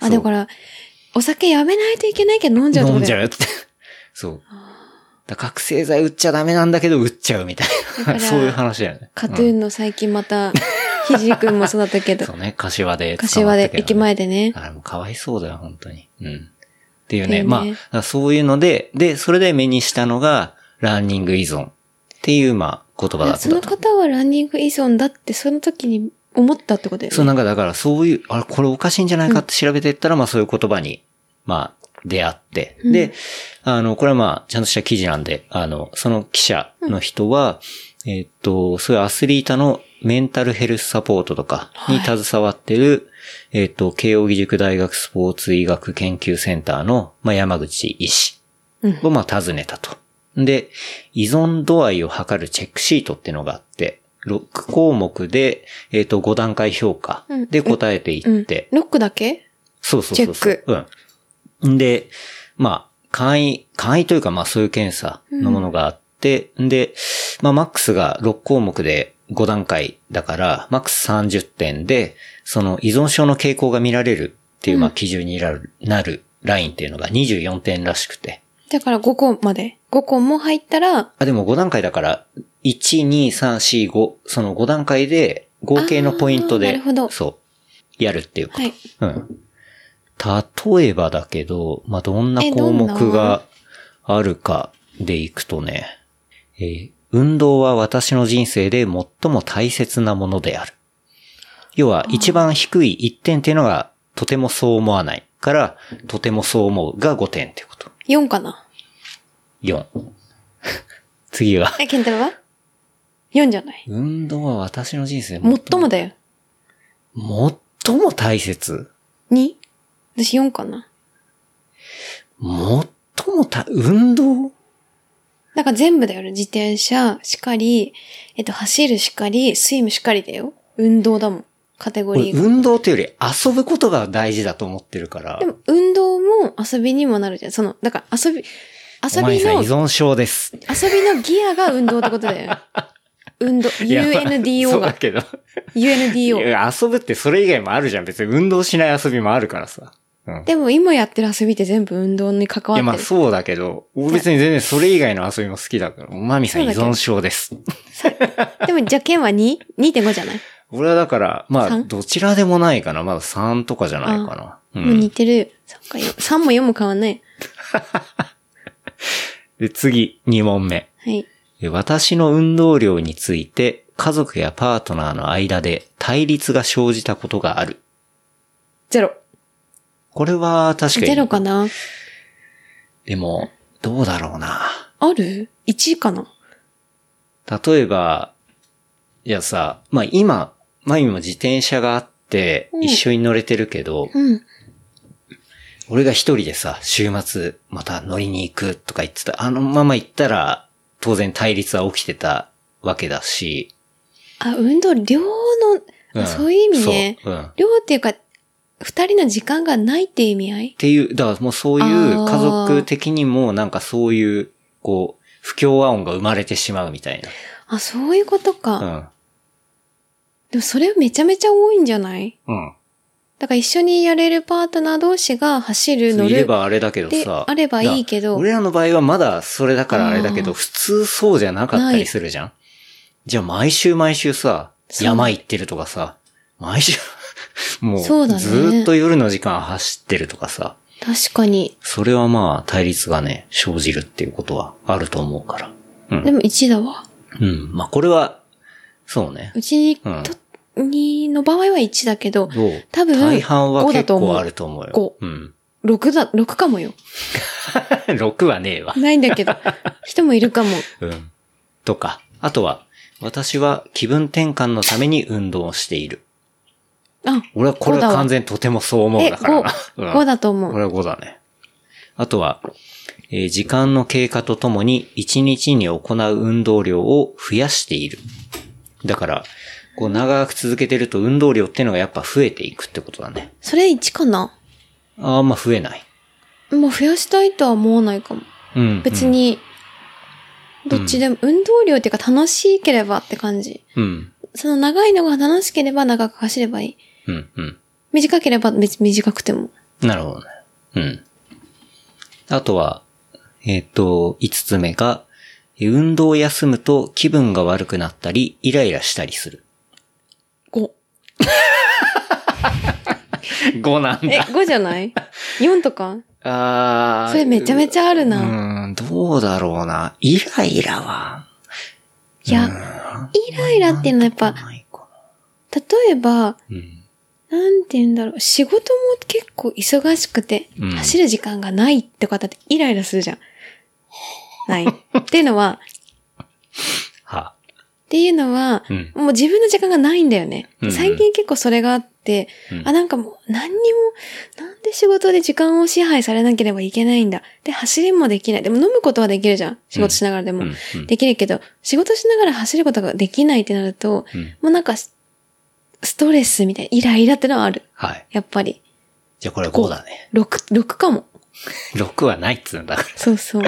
C: あ、だから、お酒やめないといけないけど飲んじゃうって
B: 飲
C: こ
B: ん
C: と
B: じ
C: だ
B: ゃ
C: よ
B: うって。そう。だから覚醒剤売っちゃダメなんだけど、売っちゃうみたいな。
C: から
B: そういう話だよね。
C: カトゥーンの最近また、ひじくんもそうだったけ
B: [laughs]
C: ど
B: そ、うね、柏で捕まったけど
C: 柏
B: ね、
C: で、駅前でね
B: だ。からもうかわいそうだよ、本当に。うん。っていう
C: だ
B: ね。
C: よね
B: まあ、だからそういうので、で、それで目にしたのが、ランニング依存っていう、まあ、言葉だった
C: その
B: と。
C: 方はランニング依存だって、その時に思ったってことだ
B: そ
C: よ
B: う、
C: ね。
B: なんかだからそういう、あれ、これおかしいんじゃないかって調べていったら、まあそういう言葉に、まあ、出会って。で、あの、これはまあ、ちゃんとした記事なんで、あの、その記者の人は、えっと、そういうアスリートのメンタルヘルスサポートとかに携わってる、えっと、慶応義塾大学スポーツ医学研究センターの、まあ、山口医師を、まあ、尋ねたと。で、依存度合いを測るチェックシートっていうのがあって、6項目で、えっ、と、5段階評価で答えていって、
C: うん。ロックだけ
B: そうそうそうそう。
C: チェッ
B: うん。んで、まあ、簡易、簡易というか、まあそういう検査のものがあって、ん、で、まあマックスが6項目で5段階だから、マックス30点で、その依存症の傾向が見られるっていう、まあ基準になる、なるラインっていうのが24点らしくて。
C: だから5個まで。5個も入ったら、
B: あ、でも5段階だから、1、2、3、4、5、その5段階で、合計のポイント
C: あー
B: で
C: なるほど、
B: そう、やるっていうこと
C: はい。
B: うん。例えばだけど、まあ、どんな項
C: えど
B: 目
C: んな
B: があるかでいくとね、えー運動は私の人生で最も大切なものである。要は、一番低い1点っていうのが、とてもそう思わないから、とてもそう思うが5点っていうこと。
C: 4かな。
B: 4。次は、
C: え、ケンタロウは ?4 じゃない。
B: 運動は私の人生で
C: 最もだよ。
B: 最も大切
C: 2? 私4かな。
B: 最もた、運動
C: だから全部だよね。自転車しかり、えっと、走るしかり、スイムしかりだよ。運動だもん。カテゴ
B: 俺
C: リーが。
B: 運動というより遊ぶことが大事だと思ってるから
C: で。も、運動も遊びにもなるじゃん。その、だから遊び、遊
B: お前
C: び
B: さん
C: の、
B: 依
C: 遊
B: 存症です。
C: びのギアが運動ってこ
B: [laughs]
C: とだよね。運動、
B: いやまあ
C: UNDO
B: そうだ
C: が。
B: けど。い
C: UNDO。
B: や遊ぶってそれ以外もあるじゃん。別に運動しない遊びもあるからさ。うん。
C: でも今やってる遊びって全部運動に関
B: い
C: わ
B: やま
C: っ
B: あ
C: てる。
B: そうだけど、俺別に全然それ以外の遊びも好きだから。おまみさん依
C: そうだけど
B: 存症です。
C: でも、じゃあ、剣は 2?2.5 じゃない
B: 俺はだから、まあ、
C: 三
B: どちらでもないかな。まだ3とかじゃないかな。う。
C: もうん似てる。3かよ3も4も変わんない。
B: で、次、2問目。
C: はい。
B: え私の運動量について、家族やパートナーの間で対立が生じたことがある。
C: ゼロ。
B: これは確か
C: ゼロ
B: に。
C: かな
B: でも、どうだろうな。
C: ある ?1 かな
B: 例えば、いやさ、まあ今、まゆみも自転車があって、
C: うん
B: 一緒に乗れてるけど、
C: うん。
B: 俺が一人でさ、週末また乗りに行くとか言ってた、あのまま行ったら、当然対立は起きてたわけだし、
C: あ、運動、量の、
B: ん
C: そういう意味ね。
B: そううん。っ
C: 量っていうか、二人の時間がないっていう意味合い
B: ていう、だからもうそういう
C: あー
B: 家族的にもなんかそういう、こう、不協和音が生まれてしまうみたい
C: あ、そういうことか。
B: な。
C: でもそれめちゃめちゃ多いんじゃない
B: うん。うん。
C: だから一緒にやれるパートナー同士が走る、乗
B: い
C: る
B: れ。ばあれだけど
C: で
B: さ。
C: あればいいけど
B: だ俺らの場合はまだそれだからあれだけど、
C: あー
B: 普通そうじゃなかったりするじゃんじゃあ毎週毎週さ、
C: そう
B: 山行ってるとかさ、毎週、 [laughs] もう、ず
C: そうだね
B: ーっと夜の時間走ってるとかさ、
C: 確かに。
B: それはまあ対立がね、生じるっていうことはあると思うから。うん
C: でも1だわ。
B: うん。まあこれは、そうね。
C: うちに、
B: うん
C: と、にの場合は1だけど、
B: どう
C: 多分
B: 大半は
C: 5だ
B: 結
C: と思う
B: 構あると思うよ。
C: 5
B: うん。 [laughs]
C: 6だ、6かもよ。
B: 6はねえわ。
C: ないんだ
B: [laughs]
C: けど。人もいるかも。
B: うん。とか。あとは、私は気分転換のために運動をしている。
C: あ、
B: 俺はこれ
C: 五だ
B: は
C: わ
B: 完全にとてもそう思う
C: え、
B: だからな。
C: 5、5
B: だ。
C: だと思う。
B: 俺は5だね。あとは、えー時間の経過とともに1日に行う運動量を増やしている。だから、こう長く続けてると運動量っていうのがやっぱ増えていくってことだね。
C: それ1かな
B: あんま増えない。
C: もう増やしたいとは思わないかも。
B: うん。
C: 別に、どっちでも、運動量っていうか楽しければって感じ。
B: うん。
C: その長いのが楽しければ長く走ればいい。
B: うん。うん。
C: 短ければ別に短くても。
B: なるほどね。うん。あとは、えっ、と、五つ目が、運動を休むと気分が悪くなったり、イライラしたりする。
C: 5。
B: 5なん
C: え、。5じゃない
B: [laughs]
C: ?4 とか
B: あー
C: それめちゃめちゃあるな。
B: うーん、どうだろうな。イライラは、
C: いや、イライラっていうのはやっぱ、
B: ないか
C: 例えば、
B: な。うん。
C: なんて言うんだろう、仕事も結構忙しくて、
B: うん
C: 走る時間がないって方ってイライラするじゃん。ない。っていう
B: [laughs]
C: のは、
B: は。
C: っていうのは、
B: うん
C: もう自分の時間がないんだよね。
B: うんうん
C: 最近結構それがあって、
B: うん
C: あ、なんかもう何にも、なんで仕事で時間を支配されなければいけないんだ。で、走りもできない。でも飲むことはできるじゃん。仕事しながらで
B: う
C: も。
B: んうん
C: できるけど、仕事しながら走ることができないってなると、
B: うん
C: もうなんか、スストレスみたいな、イライラってのはある。
B: はい。
C: やっぱり。
B: じゃあこれ5だね。
C: 6、6かも。
B: 6はないっつうんだから。
C: そ
B: [laughs]
C: うそう。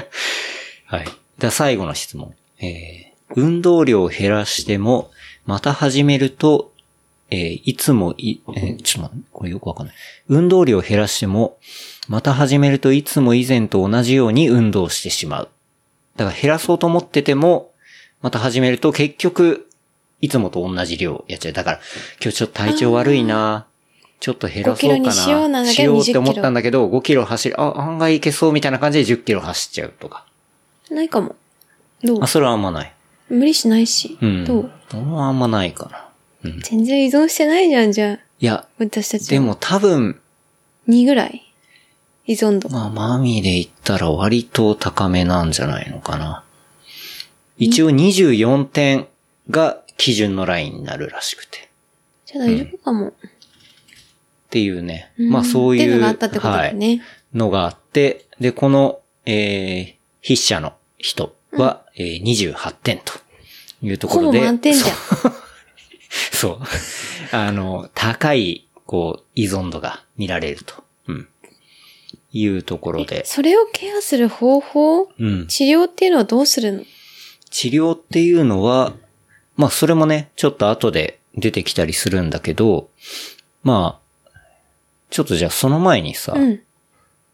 B: はい。じゃあ最後の質問。えー運動量を減らしても、また始めると、えーいつもい、えーちょっと待って、これよくわかんない。運動量を減らしても、また始めるといつも以前と同じように運動してしまう。だから減らそうと思ってても、また始めると結局、いつもと同じ量やっちゃう。だから、今日ちょっと体調悪いなちょっと減らそうか
C: 5キロ
B: な
C: にしようなんだけ
B: し
C: ど
B: ようって思
C: 20
B: っ
C: キロ
B: たんだけど、5キロ走り、あ、案外いけそうみたいな感じで10キロ走っちゃうとか。
C: ないかも。どう
B: あ、それはあんまない。
C: 無理しないし。
B: うん。
C: どう
B: 俺はあんまないかな。
C: 全然依存してないじゃん、じゃあ。
B: いや、
C: 私たち。
B: で。も多分、
C: 2ぐらい依存度。
B: まあ、マミで言ったら割と高めなんじゃないのかな。一応24点が基準のラインになるらしくて。
C: じゃあ大丈夫かも。
B: っていうね。
C: ん
B: まあ、そういう。
C: っていうのがあったってことだよね。
B: はいのがあって、で、この、えー、筆者の人は、えー28点というとこ
C: ほ
B: ろ
C: ぼ
B: で。
C: 満点じゃん。
B: そう。 [laughs] あの、高い、こう、依存度が見られると。うん。いうところで。
C: それをケアする方法、
B: うん。
C: 治療っていうのはどうするの
B: 治療っていうのは、まあ、それもね、ちょっと後で出てきたりするんだけど、まあ、ちょっとじゃあその前にさ、
C: うん。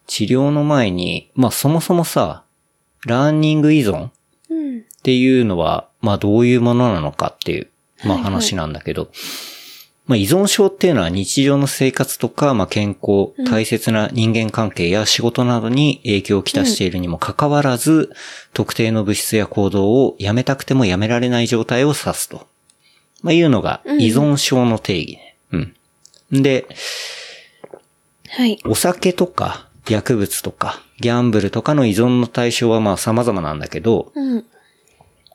B: 治療の前に、まあそもそもさ、ランニング依存っ
C: うん。
B: ていうのは、まあどういうものなのかっていう、まあ
C: はいはい
B: 話なんだけど、まあ、依存症っていうのは日常の生活とか、まあ、健康、大切な人間関係や仕事などに影響をきたしているにもかかわらず、特定の物質や行動をやめたくてもやめられない状態を指すと。まあ、いうのが依存症の定義ね。うん。で、
C: はい。
B: お酒とか薬物とかギャンブルとかの依存の対象はまあ様々なんだけど、
C: うん。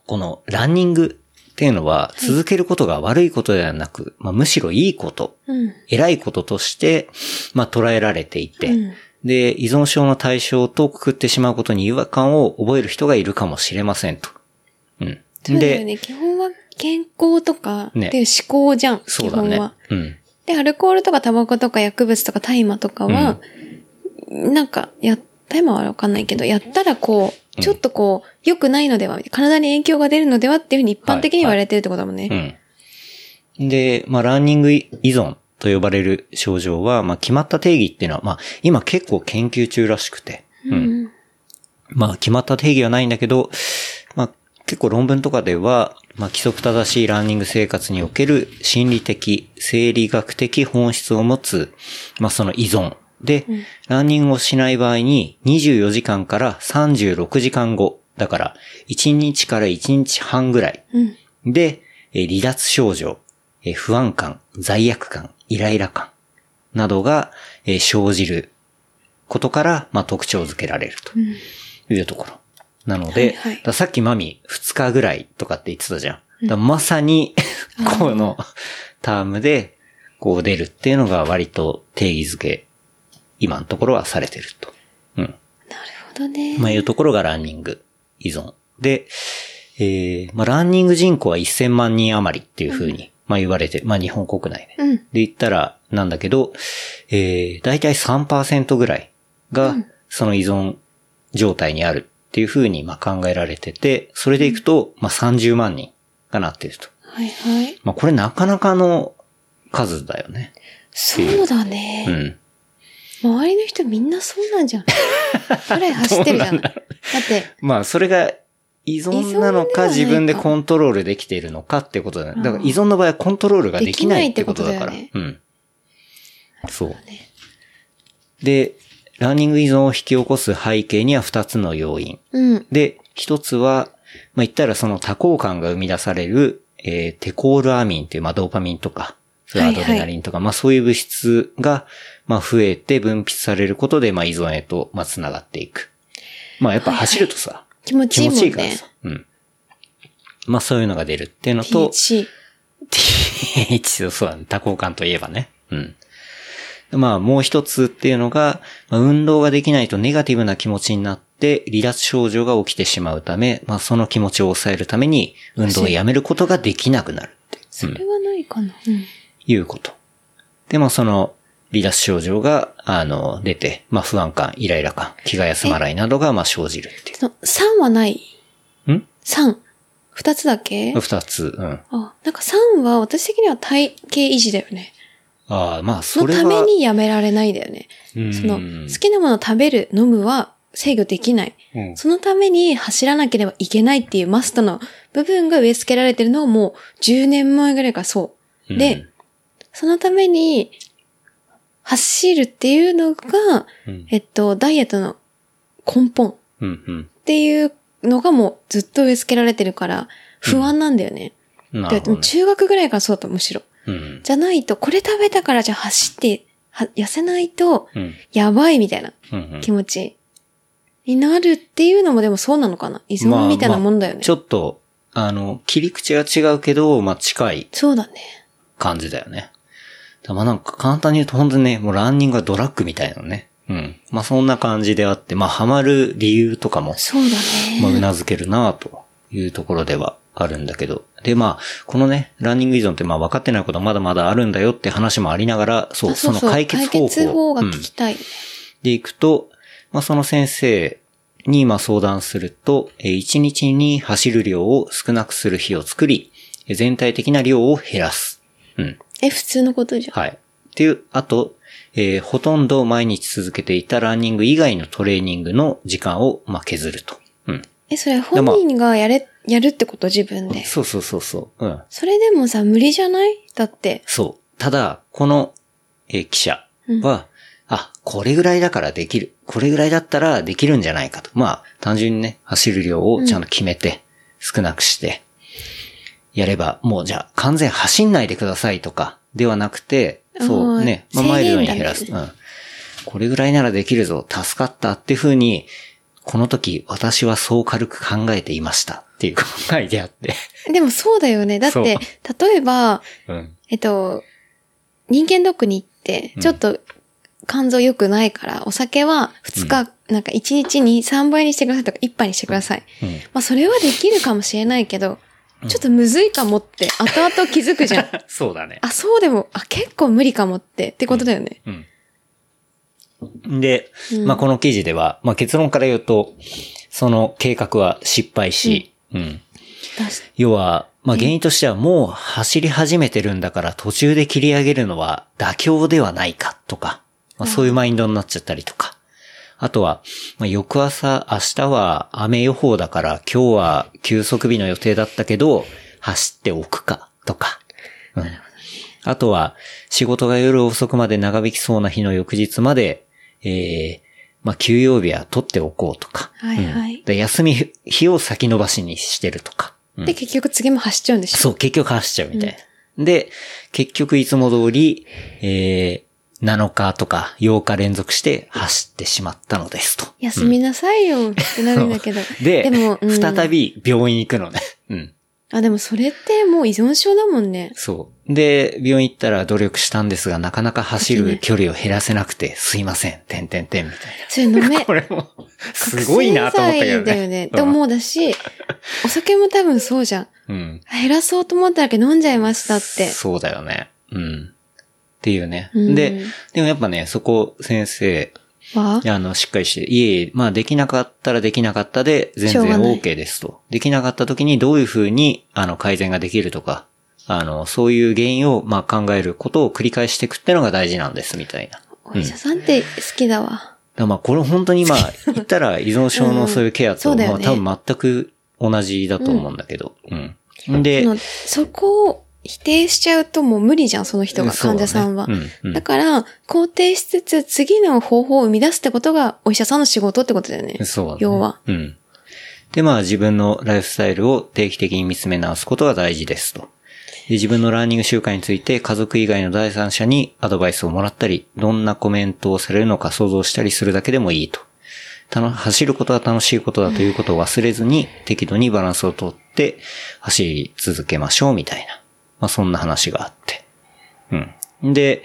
B: このランニングっていうのは続けることが悪いことではなく、まあむしろいいこと、
C: うん。
B: 偉いこととして、まあ捉えられていて、
C: うん
B: で、依存症の対象とくくってしまうことに違和感を覚える人がいるかもしれませんと。うん。
C: そうだよね。基本は健康とか、
B: ね
C: で思考じゃん。
B: そ
C: 基
B: うだ
C: 本
B: ね
C: は。。
B: うん。
C: で、アルコールとかタバコとか薬物とか大麻とかは、なんか、や、大麻はわかんないけど、やったらこう、ちょっとこう、良くないのでは、体に影響が出るのではっていうふうに一般的に言われてるってことだもんね。
B: うん。で、まあ、ランニング依存と呼ばれる症状は、まあ、決まった定義っていうのは、まあ、今結構研究中らしくて、
C: うん。
B: まあ、決まった定義はないんだけど、まあ、結構論文とかでは、まあ、規則正しいランニング生活における心理的、生理学的本質を持つ、まあ、その依存。で、ランニングをしない場合に24時間から36時間後。だから、1日から1日半ぐらい。
C: うん。
B: で、えー離脱症状、えー不安感、罪悪感、イライラ感などがえー生じることから、まあ、特徴づけられるというところ。なので、
C: はいはい
B: だからさっきマミ2日ぐらいとかって言ってたじゃん。だからまさに、このタームで、こう出るっていうのが割と定義づけ、今のところはされてると。うん。
C: なるほどね。
B: まあ、いうところがランニング依存。で、えー、まあ、ランニング人口は1000万人余りっていうふうに、まあ、言われて、まあ、日本国内で。
C: うん
B: で、言ったら、なんだけど、えー、だいたい3%ぐらいが、その依存状態にあるっていうふうに、まあ、考えられてて、それでいくと、まあ、30万人がなってると。
C: はいはい。
B: まあ、これなかなかの数だよね。
C: そうだ
B: う
C: ね。
B: ん。
C: 周りの人みんなそうな
B: [laughs]
C: んじゃん。ぐらい走ってるじゃん。だって、
B: まあ、それが依存なのか
C: 依存ではないか
B: 自分でコントロールできているのかってことだね。だから依存の場合はコントロールができないってことだから。
C: できないって
B: うん。そう。で、ランニング依存を引き起こす背景には2つの要因。
C: うん。
B: で、一つは、まあ、言ったらその多幸感が生み出される、えーテコールアミンという、まあ、ドーパミンとか、それアドレナリンとか、まあ、そういう物質が、まあ、増えて分泌されることで、まあ、依存へと、まあ、繋がっていく。まあ、やっぱ走るとさ、
C: 気持
B: 気
C: ちい
B: 持
C: いもん
B: ちいいから
C: ね。
B: さ。うん。まあ、そういうのが出るっていうのと、
C: THC。
B: TH そうだね。多幸感といえばね。うん。まあ、もう一つっていうのが、まあ運動ができないとネガティブな気持ちになって、離脱症状が起きてしまうため、まあ、その気持ちを抑えるために、運動をやめることができなくなるって
C: それはないかな。うん。
B: いうこと。で、まあ、その、離脱症状が、あの、出て、まあ、不安感、イライラ感、気が休まないなどが、まあ、生じるってい。
C: その、3はないう
B: ん
C: ?3。2つだけ
B: 二つ、うん。
C: あ、なんか3は私的には体型維持だよね。
B: ああ、まあ、そ
C: の
B: れ
C: た
B: は。
C: めにやめられないだよね。
B: うん、
C: その、好きなものを食べる、飲むは制御できない。
B: うん
C: そのために走らなければいけないっていうマストの部分が植え付けられてるのはもう10年前ぐらいからそう。で、
B: うん
C: そのために走るっていうのが、
B: うん
C: えっと、ダイエットの根本っ
B: うん、
C: ていうのがもうずっと植え付けられてるから不安なんだよね。
B: うん。な
C: で
B: るほど、ね。
C: 中学ぐらいからそうだったむしろ。
B: うん。
C: じゃないと、これ食べたからじゃあ走って、は痩せないと、
B: うん。
C: やばいみたいな
B: うん
C: 気持ちになるっていうのもでもそうなのかな依
B: まあ
C: 存みたいなもんだよね。
B: ちょっと、あの、切り口が違うけど、まあ、近い
C: そうだね。
B: 感じだよね。だまあ、なんか簡単に言うと本当にね、もうランニングはドラッグみたいなのね。うん。まあ、そんな感じであって、まあ、ハマる理由とかも、
C: そうだ
B: まあ、う
C: ね。
B: なずけるなというところではあるんだけど。で、まあ、このね、ランニング依存ってまあ、分かってないことまだまだあるんだよって話もありながら、そう、
C: あそう
B: そ
C: そう
B: の解決方法。
C: が
B: うん
C: 聞きたい。
B: でいくと、まあ、その先生にまあ相談すると、えー1日に走る量を少なくする日を作り、えー全体的な量を減らす。うん。
C: え、普通のことじゃん。
B: はい。っていう、あと、えーほとんど毎日続けていたランニング以外のトレーニングの時間をまあ削ると。うん。
C: え、それ本人がやれ、やるってこと自分で。
B: そうそうそうそう。うん。
C: それでもさ、無理じゃないだって。
B: そう。ただ、この、えー記者は、あ、これぐらいだからできる。これぐらいだったらできるんじゃないかと。まあ、単純にね、走る量をちゃんと決めて、少なくして、やれば、もうじゃあ完全走んないでくださいとか、ではなくて、そ
C: あ
B: う
C: ー
B: ね、まあ、
C: 制限
B: マイルドに減らす。
C: だ
B: うん。これぐらいならできるぞ、助かったっていうふうに、この時私はそう軽く考えていましたっていう考えであって。
C: でもそうだよね。だっ
B: そう
C: て、例えば、
B: うん。
C: えっと、人間ドックに行って
B: う、ん
C: ちょっと肝臓良くないから、お酒は2日、なんか1日に3倍にしてくださいとか1杯にしてください。
B: うん。
C: まあそれはできるかもしれないけど、ちょっとむずいかもって後々気づ
B: [laughs]
C: くじゃん。
B: そうだね。
C: あ、そうでも、あ、結構無理かもってってことだよね。
B: うん。で、
C: うん
B: まあ、この記事では、まあ、結論から言うと、その計画は失敗し、うん。
C: だし
B: 要は、まあ、原因としてはもう走り始めてるんだから途中で切り上げるのは妥協ではないかとか、まあ、そういうマインドになっちゃったりとか。あとは、まあ、翌朝、明日は雨予報だから今日は休息日の予定だったけど、走っておくかとか。うんあとは、仕事が夜遅くまで長引きそうな日の翌日まで、えーまあ、休養日は取っておこうとか。
C: はいはい
B: うんで休み、日を先延ばしにしてるとか。うん
C: で、結局次も走っちゃうんでしょ。
B: そう、結局走っちゃうみたいな。で、結局いつも通り、えー、7日とか8日連続して走ってしまったのですと。。
C: 休みなさいよってなるんだけど
B: [laughs] で、
C: も、うん
B: 再び病院行くのね。 [laughs] うん。
C: あ、でもそれってもう依存症だもんね。
B: そう。で、病院行ったら努力したんですが、なかなか走る距離を減らせなくて、すいません、てんてんてんみたい
C: それ飲
B: な。[laughs]
C: め
B: こ、れも、すごいなと思ったけどね。
C: 覚醒剤だよね。
B: うん
C: と思うだし、お酒も多分そうじゃん。
B: うん。
C: 減らそうと思っただけ飲んじゃいましたって。
B: そうだよね。うん。っていうね。
C: うん
B: で、でもやっぱね、そこ、先生、
C: は
B: あの、しっかりして、いえいえ、まあ、できなかったらできなかったで、全
C: しょう
B: 然
C: がない
B: OK ですと。できなかった時にどういうふうに、あの、改善ができるとか、あの、そういう原因を、まあ、考えることを繰り返していくってのが大事なんです、みたいな。
C: お医者さんって好きだわ。
B: だからまあ、これ本当
C: [laughs]
B: にまあ、言ったら依存症のそういうケアと、
C: うんそうだ
B: ま
C: よ
B: あ、
C: ね
B: 多分全く同じだと思うんだけど。うん。で、
C: そのそこを否定しちゃうともう無理じゃん、その人が、
B: そうだね
C: 患者さんは。
B: うんうん
C: だから、肯定しつつ次の方法を生み出すってことがお医者さんの仕事ってことだよね。
B: そうだね。
C: 要は。
B: うん。で、まあ自分のライフスタイルを定期的に見つめ直すことが大事ですと。で自分のランニング習慣について家族以外の第三者にアドバイスをもらったり、どんなコメントをされるのか想像したりするだけでもいいと。たの走ることは楽しいことだということを忘れずに、適度にバランスをとって走り続けましょうみたいな。まあそんな話があって。うん。で、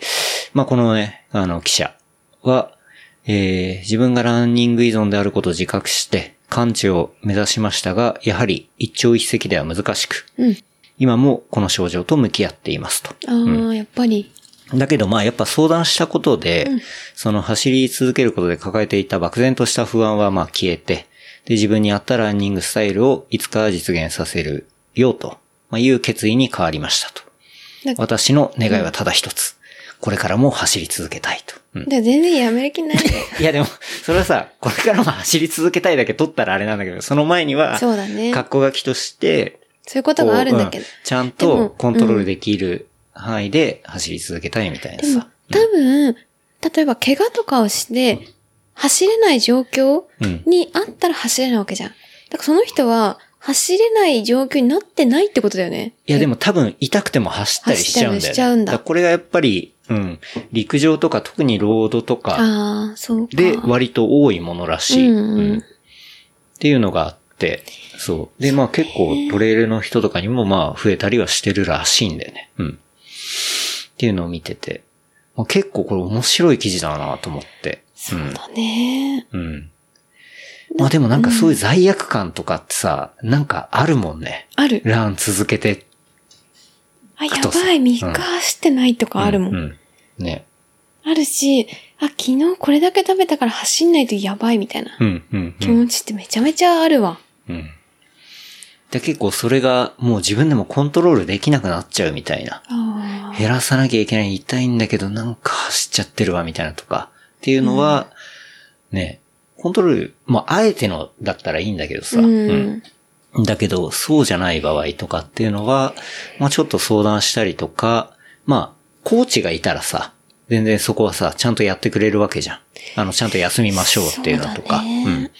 B: まあ、このね、あの、記者は、えー自分がランニング依存であることを自覚して、完治を目指しましたが、やはり一朝一夕では難しく、
C: うん。
B: 今もこの症状と向き合っていますと。
C: ああ、やっぱり。
B: だけど、まあ、やっぱ相談したことで、その走り続けることで抱えていた漠然とした不安は、まあ、消えて、で、自分に合ったランニングスタイルをいつかは実現させるようと、まあ、いう決意に変わりましたと。
C: だか
B: 私の願いはただ一つ。これからも走り続けたいと。うん
C: ら全然やめる
B: [laughs]
C: 気ないんだよ
B: いやでも、それはさ、これからも走り続けたいだけ取ったらあれなんだけど、その前には、
C: そうだね
B: 格好書きとして、
C: そういうこと
B: こう
C: があるんだけ
B: う
C: ど
B: ん。ちゃん
C: で
B: と
C: も
B: コントロールできる範囲で走り続けたいみたいな
C: でも
B: さ。、
C: 多分、例えば怪我とかをして、走れない状況
B: うん
C: にあったら走れないわけじゃん。だからその人は、走れない状況になってないってことだよね。
B: いやでも多分痛くても走ったりしちゃうんだよ、ね。
C: 走ったりしちゃうんだ
B: からこれがやっぱり、うん、陸上とか特にロードとか
C: ああ、そうか。
B: で割と多いものらしい。
C: うんうん
B: っていうのがあって、そう。で、まあ結構トレイルの人とかにもまあ増えたりはしてるらしいんだよね。うん。っていうのを見てて、まあ、結構これ面白い記事だなと思って。
C: そうだね。
B: うん。うん。まあでもなんかそういう罪悪感とかってさ、なんかあるもんね。
C: ある。
B: ラン続けて。
C: あ、や
B: とさ
C: ばい、3日走ってないとかあるもん。
B: ううん。ね。
C: あるし、あ、昨日これだけ食べたから走んないとやばいみたいな
B: うん、うん、
C: 気
B: うん。
C: 持ちってめちゃめちゃあるわ。
B: うん。で結構それがもう自分でもコントロールできなくなっちゃうみたいな。
C: ああ。
B: 減らさなきゃいけない、痛いんだけど、なんか走っちゃってるわ、みたいなとか、っていうのは、ね、コントロール、まあ、あえてのだったらいいんだけどさ、
C: うん。
B: うんだけど、そうじゃない場合とかっていうのは、まあ、ちょっと相談したりとか、まあ、コーチがいたらさ、全然そこはさ、ちゃんとやってくれるわけじゃん。あの、ちゃんと休みましょうっていうのとか、
C: そうだね
B: うん。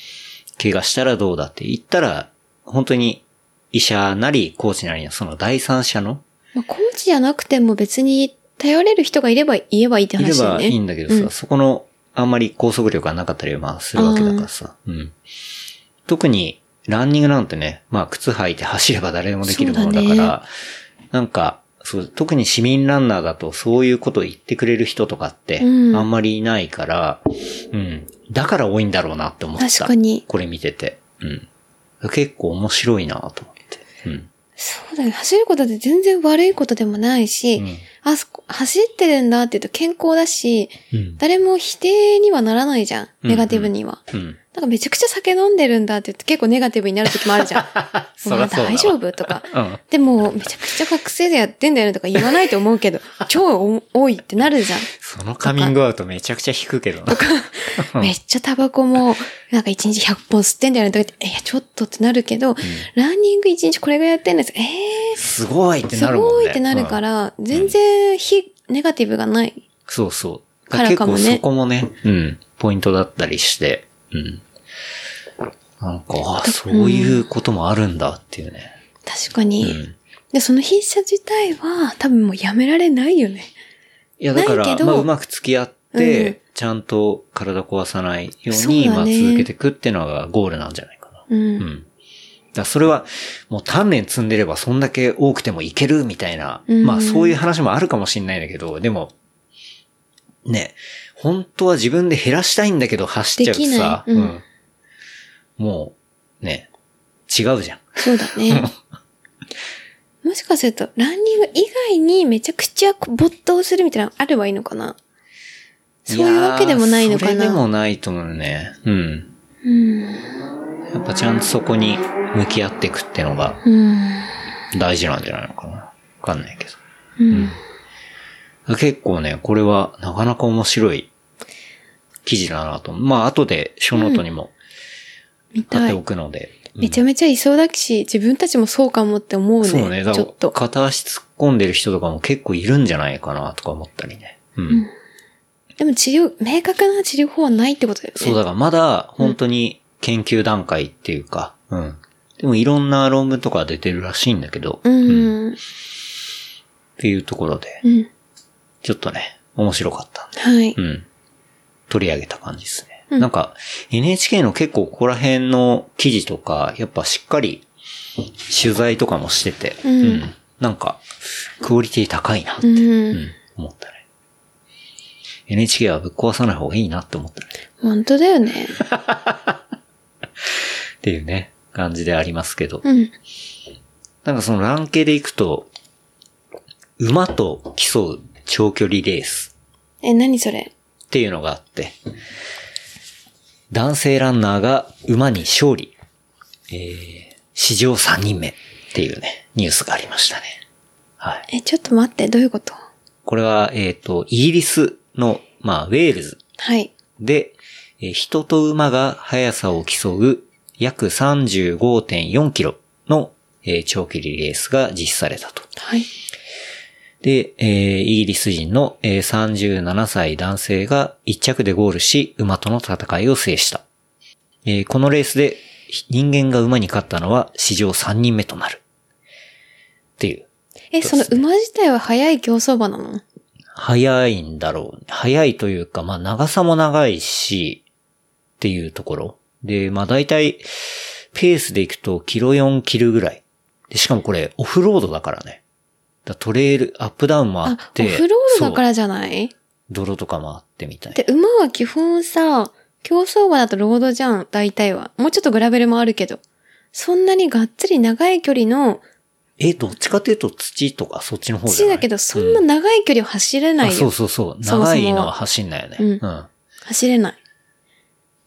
B: 怪我したらどうだって言ったら、本当に医者なりコーチなりのその第三者の
C: まあ、コーチじゃなくても別に頼れる人がいれば言えばいいって
B: いれ
C: 話だよ
B: ば
C: ね。
B: いいんだけどさ、
C: うん
B: そこのあんまり拘束力がなかったりはまあするわけだからさ、うん。特にランニングなんてね、まあ靴履いて走れば誰でもできるものだか
C: そう
B: ら、なんか、そう、特に市民ランナーだとそういうことを言ってくれる人とかって、
C: うん
B: あんまりいないから、うん、だから多いんだろうなって思った。
C: 確かに
B: これ見てて。うん。結構面白いなと思って。うん。
C: そうだね。走ることって全然悪いことでもないし、
B: うん
C: あそこ、走ってるんだって言うと健康だし、
B: うん。
C: 誰も否定にはならないじゃん。ネガティブには。
B: うん。
C: なんかめちゃくちゃ酒飲んでるんだって言って結構ネガティブになる時もあるじゃん。
B: [laughs] そりゃそうだわ
C: お前大丈夫とか。
B: うん。
C: でも、めちゃくちゃ学生でやってんだよねとか言わないと思う
B: [laughs]
C: けど、超お多いってなるじゃん。
B: そのカミングアウトめちゃくちゃ低くけどな。
C: めっちゃタバコも、なんか1日100本吸ってんだよねとか言って、いや、ちょっとってなるけど、ランニング1日これぐらいやってんです。えー、
B: すごいって
C: す
B: なるもんね。
C: ごいってなるか
B: うん
C: ら、全然非、ネガティブがない。
B: そうそう。
C: からかもね
B: 結構そこもね、うん、ポイントだったりして、うん。なんか、あそういうこともあるんだっていうね。
C: 確か
B: う
C: に。
B: ん。
C: で、その筆者自体は、多分もうやめられないよね。
B: いや、だか
C: ない
B: ら、
C: けど
B: まあ、うまく付き合って、
C: うん
B: ちゃんと体壊さないよう
C: そう
B: に、ま
C: だ
B: あ、
C: ね
B: 続けていくっていうのがゴールなんじゃないかな。
C: う。
B: うんん。だからそれは、もう鍛錬積んでればそんだけ多くてもいけるみたいな、
C: うん
B: まあそういう話もあるかもしれないんだけど、でも、ね、本当は自分で減らしたいんだけど走っちゃうとさ、
C: できないうん
B: もう、ね、違うじゃん。
C: そうだ
B: [laughs]
C: ね。もしかすると、ランニング以外にめちゃくちゃ没頭するみたいなのあればいいのかなそういうわけでもないのか
B: やーそ
C: な
B: れでもないと思うね。うん。
C: うん。
B: やっぱちゃんとそこに向き合っていくってのが
C: うん。
B: 大事なんじゃないのかな。わかんないけど。
C: うん。
B: 結構ね、これはなかなか面白い記事だなと。まあ、後で書ノートにも
C: 見
B: 貼ったて
C: い
B: お。くので。
C: めちゃめちゃいそうだし、自分たちもそうかもって思うね。
B: そうね、だ
C: ち
B: か
C: ょっ
B: ら
C: と。
B: 片足突っ込んでる人とかも結構いるんじゃないかなとか思ったりね。うん。
C: でも治療、明確な治療法はないってことだよね。
B: そうだからまだ本当に研究段階っていうか、うん。でもいろんな論文とか出てるらしいんだけど、
C: う
B: っ
C: ん。うん。
B: ていうところで、ちょっとね、面白かったんで
C: はい。
B: うん。取り上げた感じですね。
C: うん
B: なんか、NHK の結構ここら辺の記事とか、やっぱしっかり取材とかもしてて、
C: うん
B: なんか、クオリティ高いな、う
C: う。
B: んん、思ったね。NHK はぶっ壊さない方がいいなって思ったね。
C: 本当だ
B: [laughs]
C: よね。
B: っていうね、感じでありますけど。
C: うん。
B: なんかそのラン系でいくと、馬と競う長距離レース。
C: え、何それ
B: っていうのがあって、男性ランナーが馬に勝利、えー、史上3人目っていうね、ニュースがありましたね。はい。
C: え、ちょっと待って、どういうこと
B: これは、えっ、と、イギリスの、まあ、ウェールズ
C: はい。
B: で、えー人と馬が速さを競う約35.4キロの、えー長距離レースが実施されたと。
C: はい。
B: で、えーイギリス人の、えー37歳男性が1着でゴールし、馬との戦いを制した。えーこのレースで人間が馬に勝ったのは史上3人目となる。っていう。
C: え、その馬自体は速い競走馬なの
B: 早いんだろう。早いというか、まあ長さも長いし、っていうところ。で、まあ大体、ペースでいくと、キロ4キロぐらい。で、しかもこれ、オフロードだからね。だトレイル、アップダウンもあ
C: あ
B: っ、
C: オ
B: て。
C: フロードだ
B: そう
C: からじゃない
B: 泥とかもあってみたいな。
C: で、馬は基本さ、競走馬だとロードじゃん、大体は。もうちょっとグラベルもあるけど。そんなにがっつり長い距離の、
B: え、どっちかというと土とかそっちの方じゃ
C: 土
B: ない
C: だけど、そんな長い距離を走れな
B: ないい
C: よ。
B: そうそうそう。
C: そもそも
B: 長いのは走んないよね。
C: うん走れない。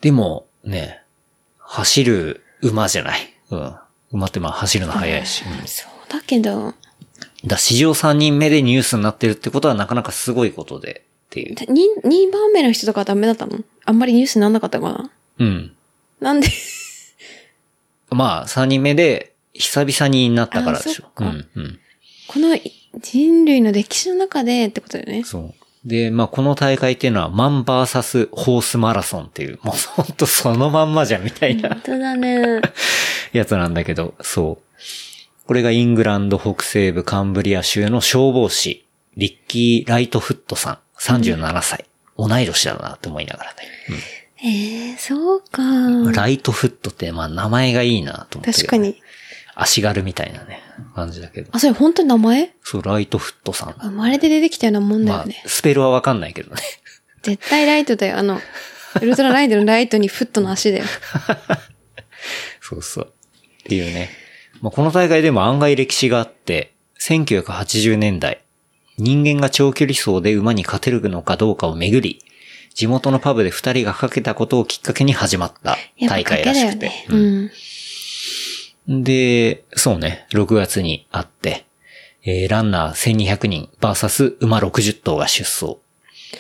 B: でも、ね、走る馬じゃない。うん。馬ってまあ走るの速いし。うん
C: そうだけど、
B: だ、史上3人目でニュースになってるってことはなかなかすごいことで、っていう。
C: 2、二番目の人とかはダメだったのあんまりニュースになんなかったかな
B: うん。
C: なんで
B: まあ、3人目で、久々になったからでしょ。
C: あそっか
B: うん、うん。
C: このい人類の歴史の中でってことだよね。
B: そう。で、まあ、この大会っていうのは、マンバーサスホースマラソンっていう、もうほんとそのまんまじゃんみたいな
C: 本当だね。
B: やつなんだけど、そう。これがイングランド北西部カンブリア州の消防士、リッキー・ライトフットさん、37歳。同い年だなって思いながらね。
C: [laughs] ええそうか。
B: うんライトフットって、まあ、名前がいいなと思って、
C: 確か。に。
B: 足軽みたいなね、感じだけど。
C: あ、それ本当に名前
B: そう、ライトフットさん。
C: 生まれて出てきたようなもんだ
B: ま
C: よ
B: あ
C: ね。、
B: スペルはわかんないけどね。
C: 絶対ライトだよ。あの、ウルトラライトのライトにフットの足だよ。
B: そうそう。っていうね。まあ、この大会でも案外歴史があって、1980年代、人間が長距離走で馬に勝てるのかどうかをめぐり、地元のパブで二人がかけたことをきっかけに始まった
C: やっ
B: [laughs] 大
C: ぱ
B: 会
C: 賭け
B: ら
C: だ
B: し
C: よ
B: くて。
C: ね。うん。
B: で、そうね、6月にあって、えーランナー1200人、バーサス馬60頭が出走。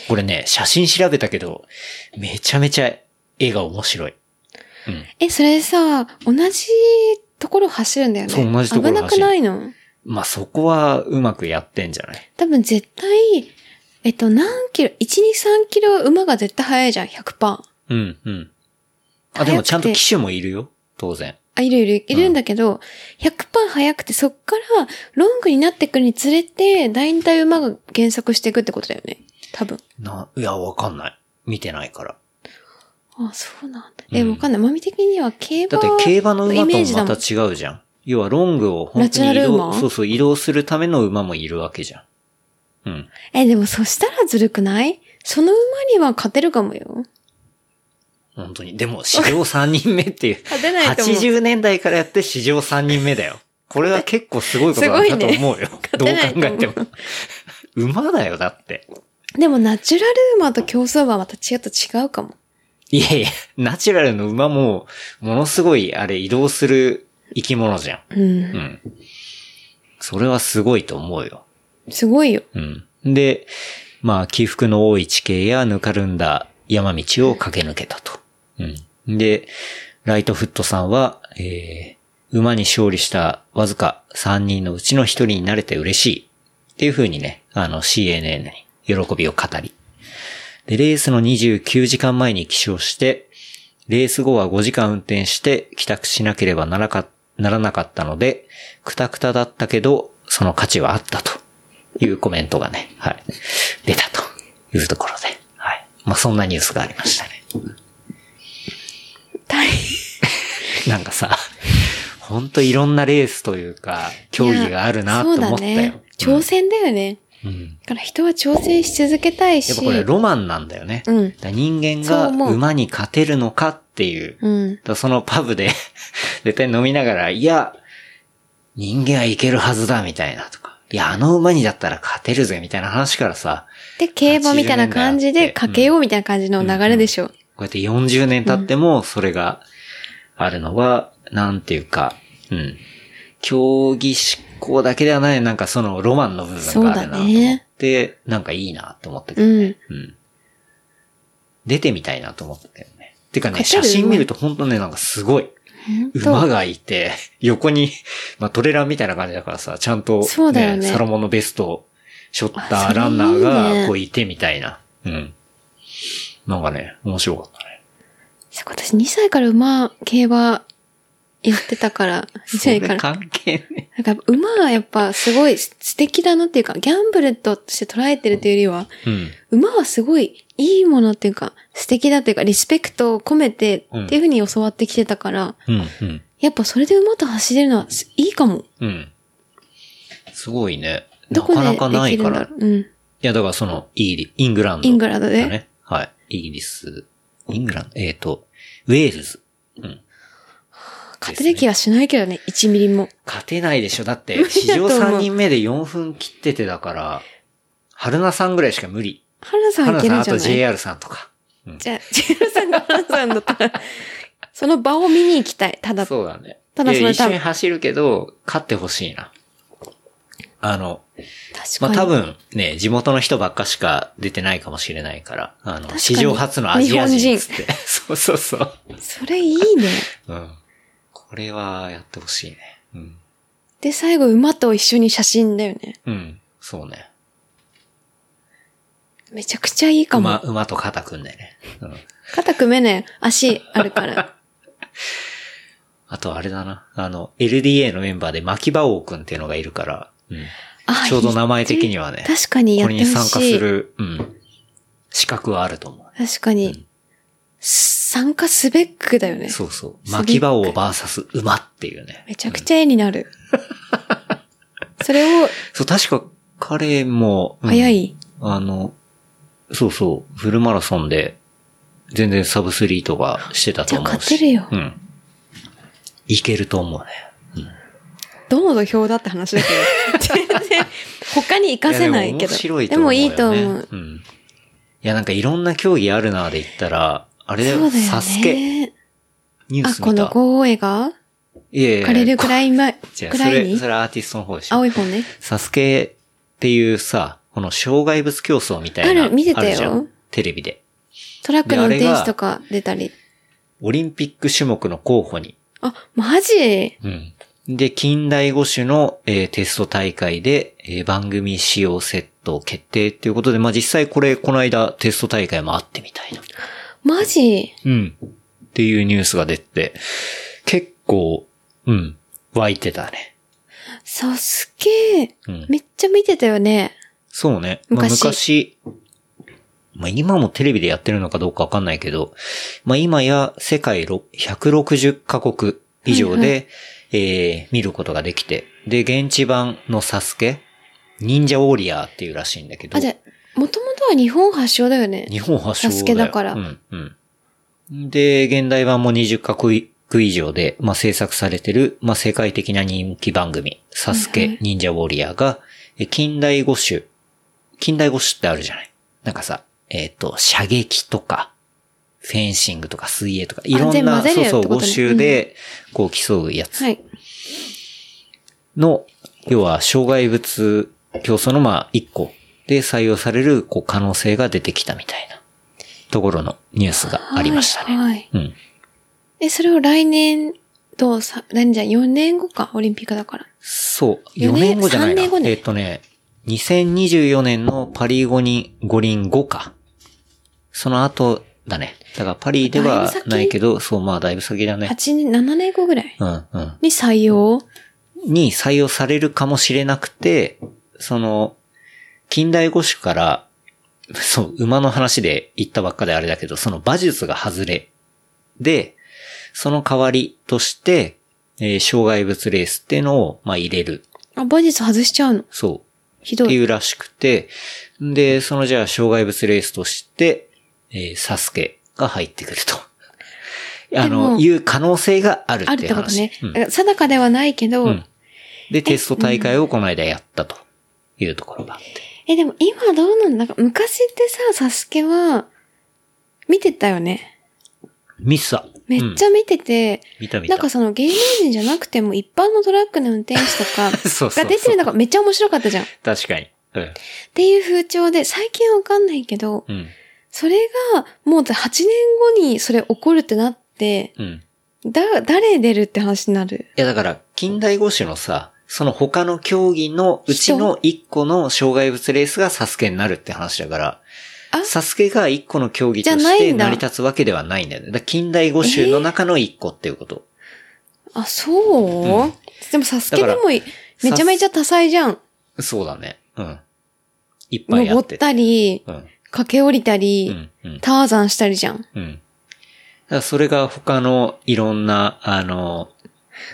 B: これね、写真調べたけど、めちゃめちゃ絵が面白い。
C: え、それさ、同じところ走るんだよね。
B: そう同じところ
C: 危なく
B: 走る
C: ないの
B: まあ、そこはうまくやってんじゃない
C: 多分絶対、えっと、何キロ、1、2、3キロ馬が絶対速いじゃん、100%。
B: うん、うん。あ、でもちゃんと
C: 早くて
B: 機種もいるよ。当然。
C: あ、いるいる、いるんだけど、100%速くて、そっから、ロングになってくるにつれて、だいたい馬が減速していくってことだよね。多分。
B: な、いや、わかんない。見てないから。
C: あ、そうなんだ。え、
B: うん
C: わかんない。まみ的には競馬
B: だって競馬の馬
C: イメージ
B: と
C: だ
B: ま
C: も
B: た
C: ん。
B: 違うじゃん。要はロングを本
C: ナ
B: 当
C: チュ
B: に
C: ラ
B: 移
C: ル
B: 動、
C: 馬
B: そうそう、移動するための馬もいるわけじゃん。うん。
C: え、でもそしたらずるくないその馬には勝てるかもよ。
B: 本当に。でも、史上3人目
C: [laughs]
B: っていう。
C: 勝てないと思う。
B: 80年代からやって史上3人目だよ。これは結構すごいことなんだと思うよ。
C: す
B: ど
C: ご
B: う
C: いね
B: 考えて
C: 勝てないと
B: も。馬だよ、だって。
C: でもナチュラル馬と競争馬はまた違うと違うかも。
B: いやいや、ナチュラルの馬も、ものすごい、あれ、移動する生き物じゃん。
C: うん。
B: うん。それはすごいと思うよ。
C: すごいよ。
B: うん。で、まあ、起伏の多い地形やぬかるんだ山道を駆け抜けたと。うん。で、ライトフットさんは、えー、馬に勝利したわずか3人のうちの1人になれて嬉しい。っていう風にね、あの CNN に喜びを語り。で、レースの29時間前に起床して、レース後は5時間運転して帰宅しなければならかならなかったので、くたくただったけど、その価値はあったというコメントがね、はい、出たというところで、はい。まあ、そんなニュースがありましたね。
C: 大
B: [laughs] なんかさ、ほんといろんなレースというか、競技があるなと思った
C: いやそうだ
B: よ
C: ね。。挑戦だよね。
B: うん
C: だから人は挑戦し続けたいし。
B: やっぱこれロマンなんだよね。
C: うん
B: だから人間
C: そう
B: が
C: 思う
B: 馬に勝てるのかっていう。
C: うん
B: だ。からそのパブで、 [laughs] 絶対飲みながら、いや、人間はいけるはずだ、みたいなとか。いや、あの馬にだったら勝てるぜ、みたいな話からさ、
C: で、競馬みたいな感じでかけようみたいな感じの流れでしょ。
B: こうやって40年経っても、それがあるのは、なんていうか、うん。競技志向だけではない、なんかそのロマンの部分があるなと
C: そうだ
B: 思っ
C: ね
B: て、なんかいいなと思ってて
C: うん。
B: うん。出てみたいなと思ったけどね。てかね、
C: 勝て
B: 写
C: る
B: 真見ると本当ね、なんかすごい。馬がいて、横に、まあトレーラーみたいな感じだからさ、ちゃんと、
C: そうだよね
B: サロモンのベストを背負っ
C: あそ
B: た
C: れいいね
B: ランナーが、こういてみたいな。うん。なんかね、面白かったね。
C: そこ私2歳から馬、競馬やってたから、2
B: それ
C: 歳から。
B: 関係
C: [laughs]
B: ね。
C: なんか馬はやっぱすごい素敵だなっていうか、ギャンブルとして捉えてるというよりは、
B: うん。
C: 馬はすごいいいものっていうか、素敵だというか、リスペクトを込めて
B: うん
C: っていうふうに教わってきてたから、
B: うん、うん。
C: やっぱそれで馬と走れるのはすいいかも。
B: うん。すごいね。
C: ど
B: な
C: こで
B: か
C: で
B: なかな
C: き
B: い
C: る
B: か
C: んだ
B: ら
C: ろ。う。うん。
B: いや、だからその、イギリ、イングランド。
C: イングランドで
B: だね。はい。イギリス、イングランド、えっ、と、ウェールズ。うん。
C: 勝てる気はしないけどね、1ミリも。
B: 勝てないでしょ。だ
C: [laughs]
B: って
C: 無、理
B: 史
C: だと
B: 上
C: 思う
B: 3人目で4分切っててだから、春菜さんぐらいしか無理。
C: 原さん
B: 春菜さ
C: いける
B: ん、
C: ん
B: あ
C: じゃ
B: と
C: ない
B: JR さんとか。
C: じゃあ、ジェルさんが原さんだったら、その場を見に行きたい。ただ、
B: そうだね。
C: ただ
B: いや
C: それ
B: 一
C: 多
B: 緒
C: 分
B: に走るけど、勝ってほしいな。あの、
C: 確か
B: まあ、
C: に。
B: 多分ね、地元の人ばっかしか出てないかもしれないから、あ
C: 確か
B: の、
C: に
B: 史上初のアジア人っつって。 [laughs] そうそうそう。
C: それいいね。
B: うん。これはやってほしいね。うん。
C: で、最後馬と一緒に写真だよね。
B: うん。そうね。
C: めちゃくちゃいいか
B: 馬、
C: も。
B: 馬と肩組んでね。うん。
C: 肩組めねえ。足ある
B: [laughs]
C: から。
B: あとあれだな。あの、LDA のメンバーで牧場王くんっていうのがいるから、うん。
C: あ
B: ちょうど名前的にはね
C: 確かにやっ
B: こ
C: て
B: れ
C: ほし
B: に
C: い。
B: 参加する、うん。資格はあると思
C: 確かに。参加すべくだよね
B: う。。そうそう。
C: すごい
B: 牧場王 VS 馬っていうね。
C: めちゃくちゃ絵になる。それを、
B: そう、確か彼も、うん
C: 早い。
B: あの、そうそう、フルマラソンで、全然サブスリーとかしてたと思うし。
C: じゃあ勝てるよ
B: うん。いけると思うね。
C: どの土俵だって話
B: [laughs]
C: だけど。全然、他に活かせないけ
B: やでも面
C: ど。
B: 白いと
C: で
B: 思う
C: も
B: よ、ね。
C: いいと思う。
B: ん。いや、なんかいろんな競技あるなで言ったら、あれだ
C: そう
B: よ、
C: だよね。
B: サスケ、ニュー
C: あ、
B: ス
C: こ
B: 見た。
C: の豪絵が
B: いやいや
C: 枯れるくらい前、
B: じゃあ、
C: く
B: そ
C: らい
B: れ、
C: に
B: それアーティストの方でしょ
C: 青い方ね。
B: サスケっていうさ、この障害物競争みたいな。
C: ある見てたよ
B: あるじゃんテレビで。
C: トラックの運転手とか出たり。
B: オリンピック種目の候補に。
C: あ、マジ
B: うん。で、近代五種の、えーテスト大会で、えー番組使用セット決定っていうことで、まあ、実際これ、この間テスト大会もあってみたいな。
C: マジ
B: うん。っていうニュースが出て、結構、うん、湧いてたね。
C: サスケ、
B: うん
C: めっちゃ見てたよね。
B: そうね。まあ昔、
C: 昔
B: まあ、今もテレビでやってるのかどうかわかんないけど、まあ、今や世界ろ160カ国以上で、えー見ることができて、で、現地版のサスケ、忍者ウォリアーっていうらしいんだけど
C: あ、じ、ゃあ、もともとは日本発祥だよね。
B: 日本発祥だよ
C: サスケだから
B: うん、うん。で、現代版も20カ国以上で、まあ、制作されてる、まあ、世界的な人気番組、サス
C: はい
B: ケ
C: はい、
B: 忍者ウォリアーが、え近代五種、近代五種ってあるじゃないなんかさ、えっ、と、射撃とか、フェンシングとか水泳とか、いろん
C: 全部
B: な、
C: 混
B: そ
C: ぜ
B: う
C: るよ
B: そう、
C: ってこと
B: 5
C: ね
B: 種で、こう競うやつ
C: はい。
B: の、要は、障害物競争の、まあ、一個で採用される、こう、可能性が出てきたみたいな、ところのニュースがありましたね。
C: はいはい。
B: うん。
C: え、それを来年、どうさ、何じゃ、4年後か、オリンピックだから。
B: そう。4
C: 四年
B: 年後じゃないな。
C: 三年後ね
B: えっとね、2024年のパリ五輪、五輪5か。その後だね。だからパリでは
C: だいぶ先
B: ないけど、そう、まあだいぶ先だね。
C: 8年、7年後ぐらい
B: うん、うん。
C: に採用
B: に採用されるかもしれなくて、その、近代五種から、 [laughs] そう、馬の話で言ったばっかであれだけど、その馬術が外れ。で、その代わりとして、えー障害物レースっていうのを、まあ、入れる。
C: あ、馬術外しちゃうの。
B: そう。
C: ひ
B: っ
C: ど
B: てい
C: い。
B: うらしくて、で、そのじゃあ障害物レースとして、えーサスケが入ってくると。あ
C: で
B: の、
C: も
B: いう可能性があるっ
C: ある
B: て
C: っ
B: いう
C: てこと
B: 話。
C: ね。だから定かではないけど、
B: うん。うん。で、テスト大会をこの間やったというところがあって。
C: え、でも今どうなんだなんか昔ってさ、サスケは、見てたよね。
B: ミスタ
C: めっち
B: ゃ、
C: ゃ見てて、
B: 見た見た。
C: なんかその芸能人じゃなくても一般のトラックの運転手とか
B: [laughs] そうそう
C: が出てるのがめっちゃ面白かったじゃん。っ
B: 確かに。うん。
C: ていう風潮で、最近はわかんないけど、
B: うん。
C: それがもう8年後にそれ起こるってなって、
B: うん。い
C: だ、誰出るって話になる。
B: や、だから、近代五種のさ、その他の競技のうちの一個の障害物レースがサスケになるって話だから、
C: あ、
B: サスケが一個の競技と
C: じゃな
B: し
C: い
B: て
C: んだ
B: 成り立つわけではないんだよね。だから近代五種の中の一個っていうこと。
C: あ、そ
B: う
C: う、
B: ん
C: でもサスケで
B: だ
C: も
B: か
C: めちゃめちゃ多彩じゃん。
B: そうだね。うん。いっぱいや
C: 登
B: っ
C: って
B: て。
C: たり、
B: うん。
C: 駆け下りたり、
B: うん。うん。
C: ターザンしたりじゃん。
B: うん。だからそれが他のいろんな、あの、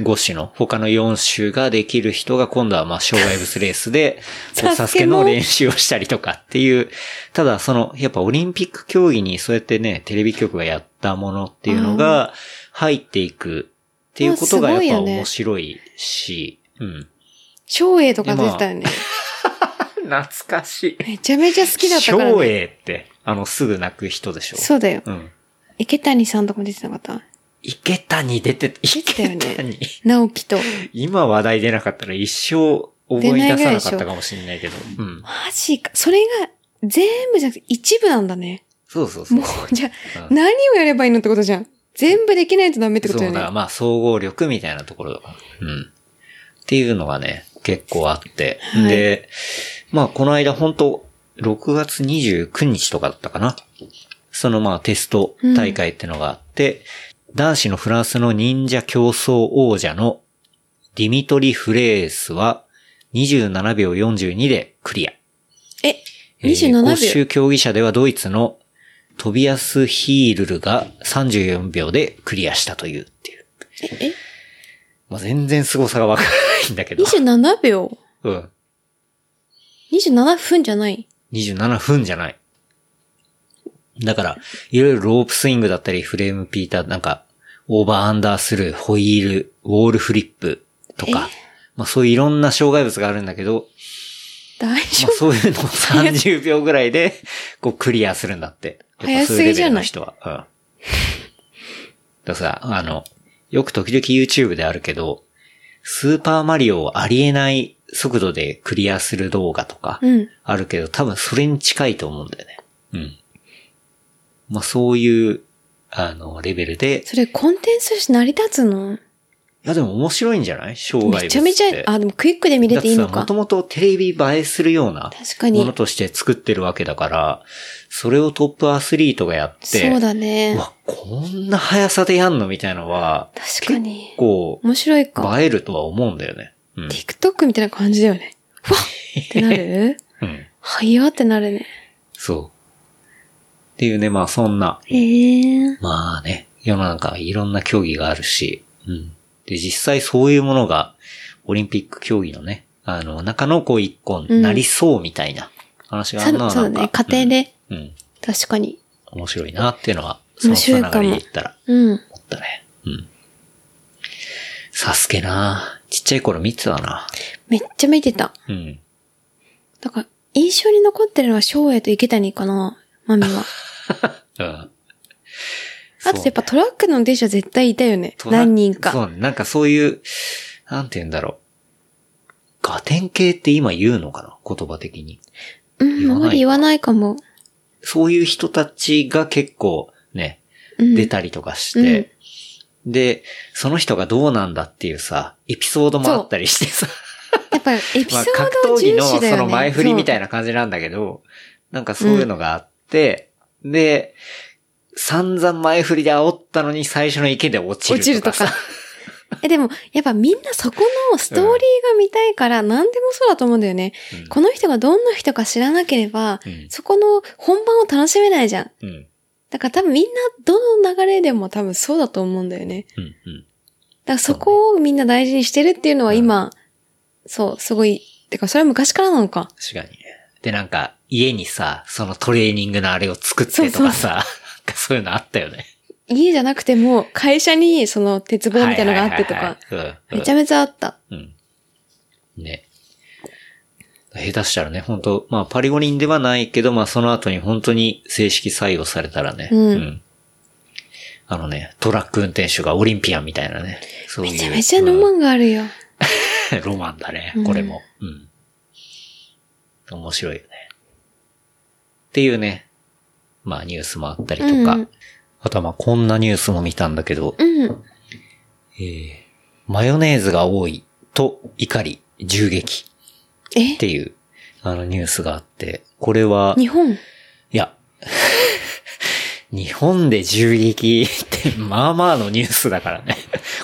B: 五種の、他の四種ができる人が今度はまあ障害物レース [laughs] で、こうサ
C: サ
B: ス
C: ス
B: ケ
C: ケも
B: の練習をしたりとかっていう、ただその、やっぱオリンピック競技にそうやってね、テレビ局がやったものっていうのが入っていくっていうことが
C: まあ
B: や
C: すごい
B: っぱ
C: よね
B: 面白いし、うん。
C: 照英とか出てたよね。
B: 懐かしい。
C: めちゃめちゃ好きだったから、
B: 昭
C: ね。
B: 栄って、あの、すぐ泣く人でしょ。
C: そうだよ。
B: うん。
C: 池谷さんとかも出てなかった
B: 池谷出て、
C: てたよね
B: 池谷。
C: 直樹と。
B: 今話題出なかったら一生思い出さなかったかもしれないけど。うん。
C: マジか。それが全部じゃなくて一部なんだね。
B: そうそうそう。
C: もう、じゃあ
B: う
C: 何をやればいいのってことじゃん。全部できないとダメってこ
B: そう
C: とよ
B: だ
C: ね
B: から。まあ総合力みたいなところとか。うん。っていうのがね、結構あって。
C: はい
B: で、まあこの間本当6月29日とかだったかな。そのまあテスト大会ってのがあって、男子のフランスの忍者競争王者のディミトリ・フレースは27秒42でクリア。
C: え、
B: えー公
C: 27秒。
B: 衆競技者ではドイツのトビアス・ヒールルが34秒でクリアしたというっていう。
C: え、え、
B: まあ、全然凄さがわからないんだけど。
C: 27秒
B: うん。
C: ?27 分じゃない
B: 27分じゃない。だから、いろいろロープスイングだったり、フレームピーター、なんか、オーバーアンダースルー、ホイール、ウォールフリップとか、まあそういういろんな障害物があるんだけど、
C: 大丈
B: まあそういうのを30秒ぐらいで、こうクリアするんだって。やっぱそううレベルの人は。うん。だからさ、あの、よく時々 YouTube であるけど、スーパーマリオをありえない速度でクリアする動画とか
C: 夫。、うん。
B: あるけど、多分それに近いと思うんだよね。うん。まあそういう、あの、レベルで、
C: それコンテンツとして成り立つの
B: いやでも面白いんじゃない障害物って。
C: めちゃめちゃ、あ、でもクイックで見れていいの
B: も
C: か
B: と。もとテレビ映えするような
C: 確かに
B: ものとして作ってるわけだから、それをトップアスリートがやって、
C: そうだ
B: う
C: ね。
B: わ、こんな速さでやんのみたいのは、
C: 確かに。
B: こう、
C: 面白いか。
B: 映えるとは思うんだよね。うん。
C: TikTok みたいな感じだよね。わっって
B: [laughs]
C: なる
B: うん。
C: 早ってなるね。
B: そう。っていうね、まあそんな、
C: へえ。
B: まあね、世の中いろんな競技があるし、うん。で、実際そういうものが、オリンピック競技のね、あの、中のこう一個になりそうみたいな話があ
C: そ
B: る
C: う
B: のはなんか、
C: だね。家庭で。
B: うん。うん。
C: 確かに。
B: 面白いなっていうのは、その
C: 面
B: つ
C: 白い
B: な
C: かも
B: がりで言ったら、
C: うん。
B: 思ったね。うん。サスケなちっちゃい頃見てたな。
C: めっちゃ見てた。
B: うん。
C: だから、印象に残ってるのは翔英と池谷かな。マミ
B: [laughs]
C: は。
B: うん。
C: あとやっぱトラックの運転手は絶対いたよね。
B: そうね
C: 何人
B: そ
C: か。
B: うね、なんかそういう、なんて言うんだろう。ガテン系って今言うのかな言葉的に。
C: うん、あまり言わないかも。
B: そういう人たちが結構ね、
C: うん
B: 出たりとかして、で、その人がどうなんだっていうさ、エピソードもあったりしてさ、
C: やっぱエピソ
B: まあ
C: ード
B: 格
C: を
B: 闘技
C: 重
B: の
C: 視だよ
B: そ
C: ね。
B: の前振りみたい
C: な。
B: な感じなんだけど、なんかそういうのがあって、で、散々前振りで煽ったのに最初の池で落ち
C: 落ち
B: る
C: る
B: と
C: と
B: かさ
C: か。え、でも、やっぱみんなそこのストーリーが見たいから、何でもそうだと思うんだよね。
B: うん
C: この人がどんな人か知らなければ、
B: うん
C: そこの本番を楽しめないじゃん。
B: うん。
C: だから多分みんなどの流れでも多分そうだと思うんだよね。
B: うん。うん。
C: だからそこをみんな大事にしてるっていうのは今、そう、すごい、てかそれは昔からなのか。
B: 確かにね。で、なんか、家にさ、そのトレーニングのあれを作ってとかさ、なんかそういうのあったよね。
C: 家じゃなくても会社にその鉄棒みたいなのがあってと
B: はい
C: か、
B: はいはいはい。うん。
C: めちゃめちゃあった。
B: うん。ね。下手したらね、本当まあパリ五輪ではないけど、まあその後に本当に正式採用されたらね、
C: うん
B: あのね、トラック運転手がオリンピアンみたいなね。そういう
C: めちゃめちゃロマンがあるよ。
B: うんロマンだね、これも。うん。面白いよね。っていうね、まあニュースもあったりとか、
C: うん
B: あとはまあこんなニュースも見たんだけど、
C: うん。
B: えーマヨネーズが多いと怒り、銃撃。っ
C: え
B: ていう、あの、ニュースがあって、これは、
C: 日本
B: いや、日本で銃撃って、 [laughs] まあまあのニュースだからね。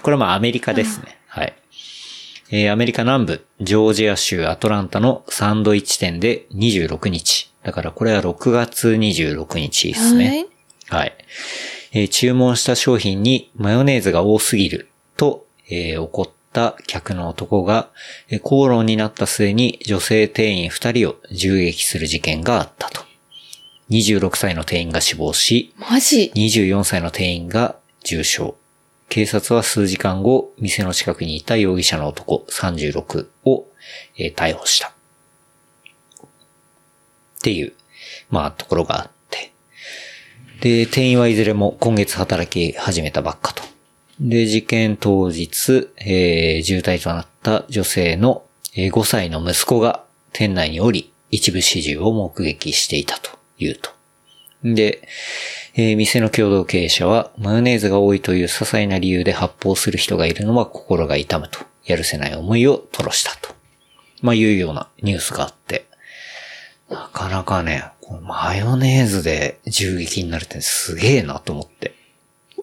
B: これはまあアメリカですね。はい。えーアメリカ南部、ジョージア州アトランタのサンドイッチ店で26日。だからこれは6月26日ですね。
C: は
B: は
C: い。
B: い。えー注文した商品にマヨネーズが多すぎると、えー怒った客の男が、えー口論になった末に女性店員2人を銃撃する事件があったと。26歳の店員が死亡し、
C: マジ
B: 24歳の店員が重傷。警察は数時間後、店の近くにいた容疑者の男36を、えー逮捕した。っていう、まあ、ところがあって。で、店員はいずれも今月働き始めたばっかと。で、事件当日、えー重体となった女性のえー5歳の息子が店内におり、一部始終を目撃していたというと。で、えー店の共同経営者は、マヨネーズが多いという些細な理由で発砲する人がいるのは心が痛むと、やるせない思いを吐露したと。まあいうようなニュースがあって、なかなかね、こうマヨネーズで銃撃になるってすげえなと思って。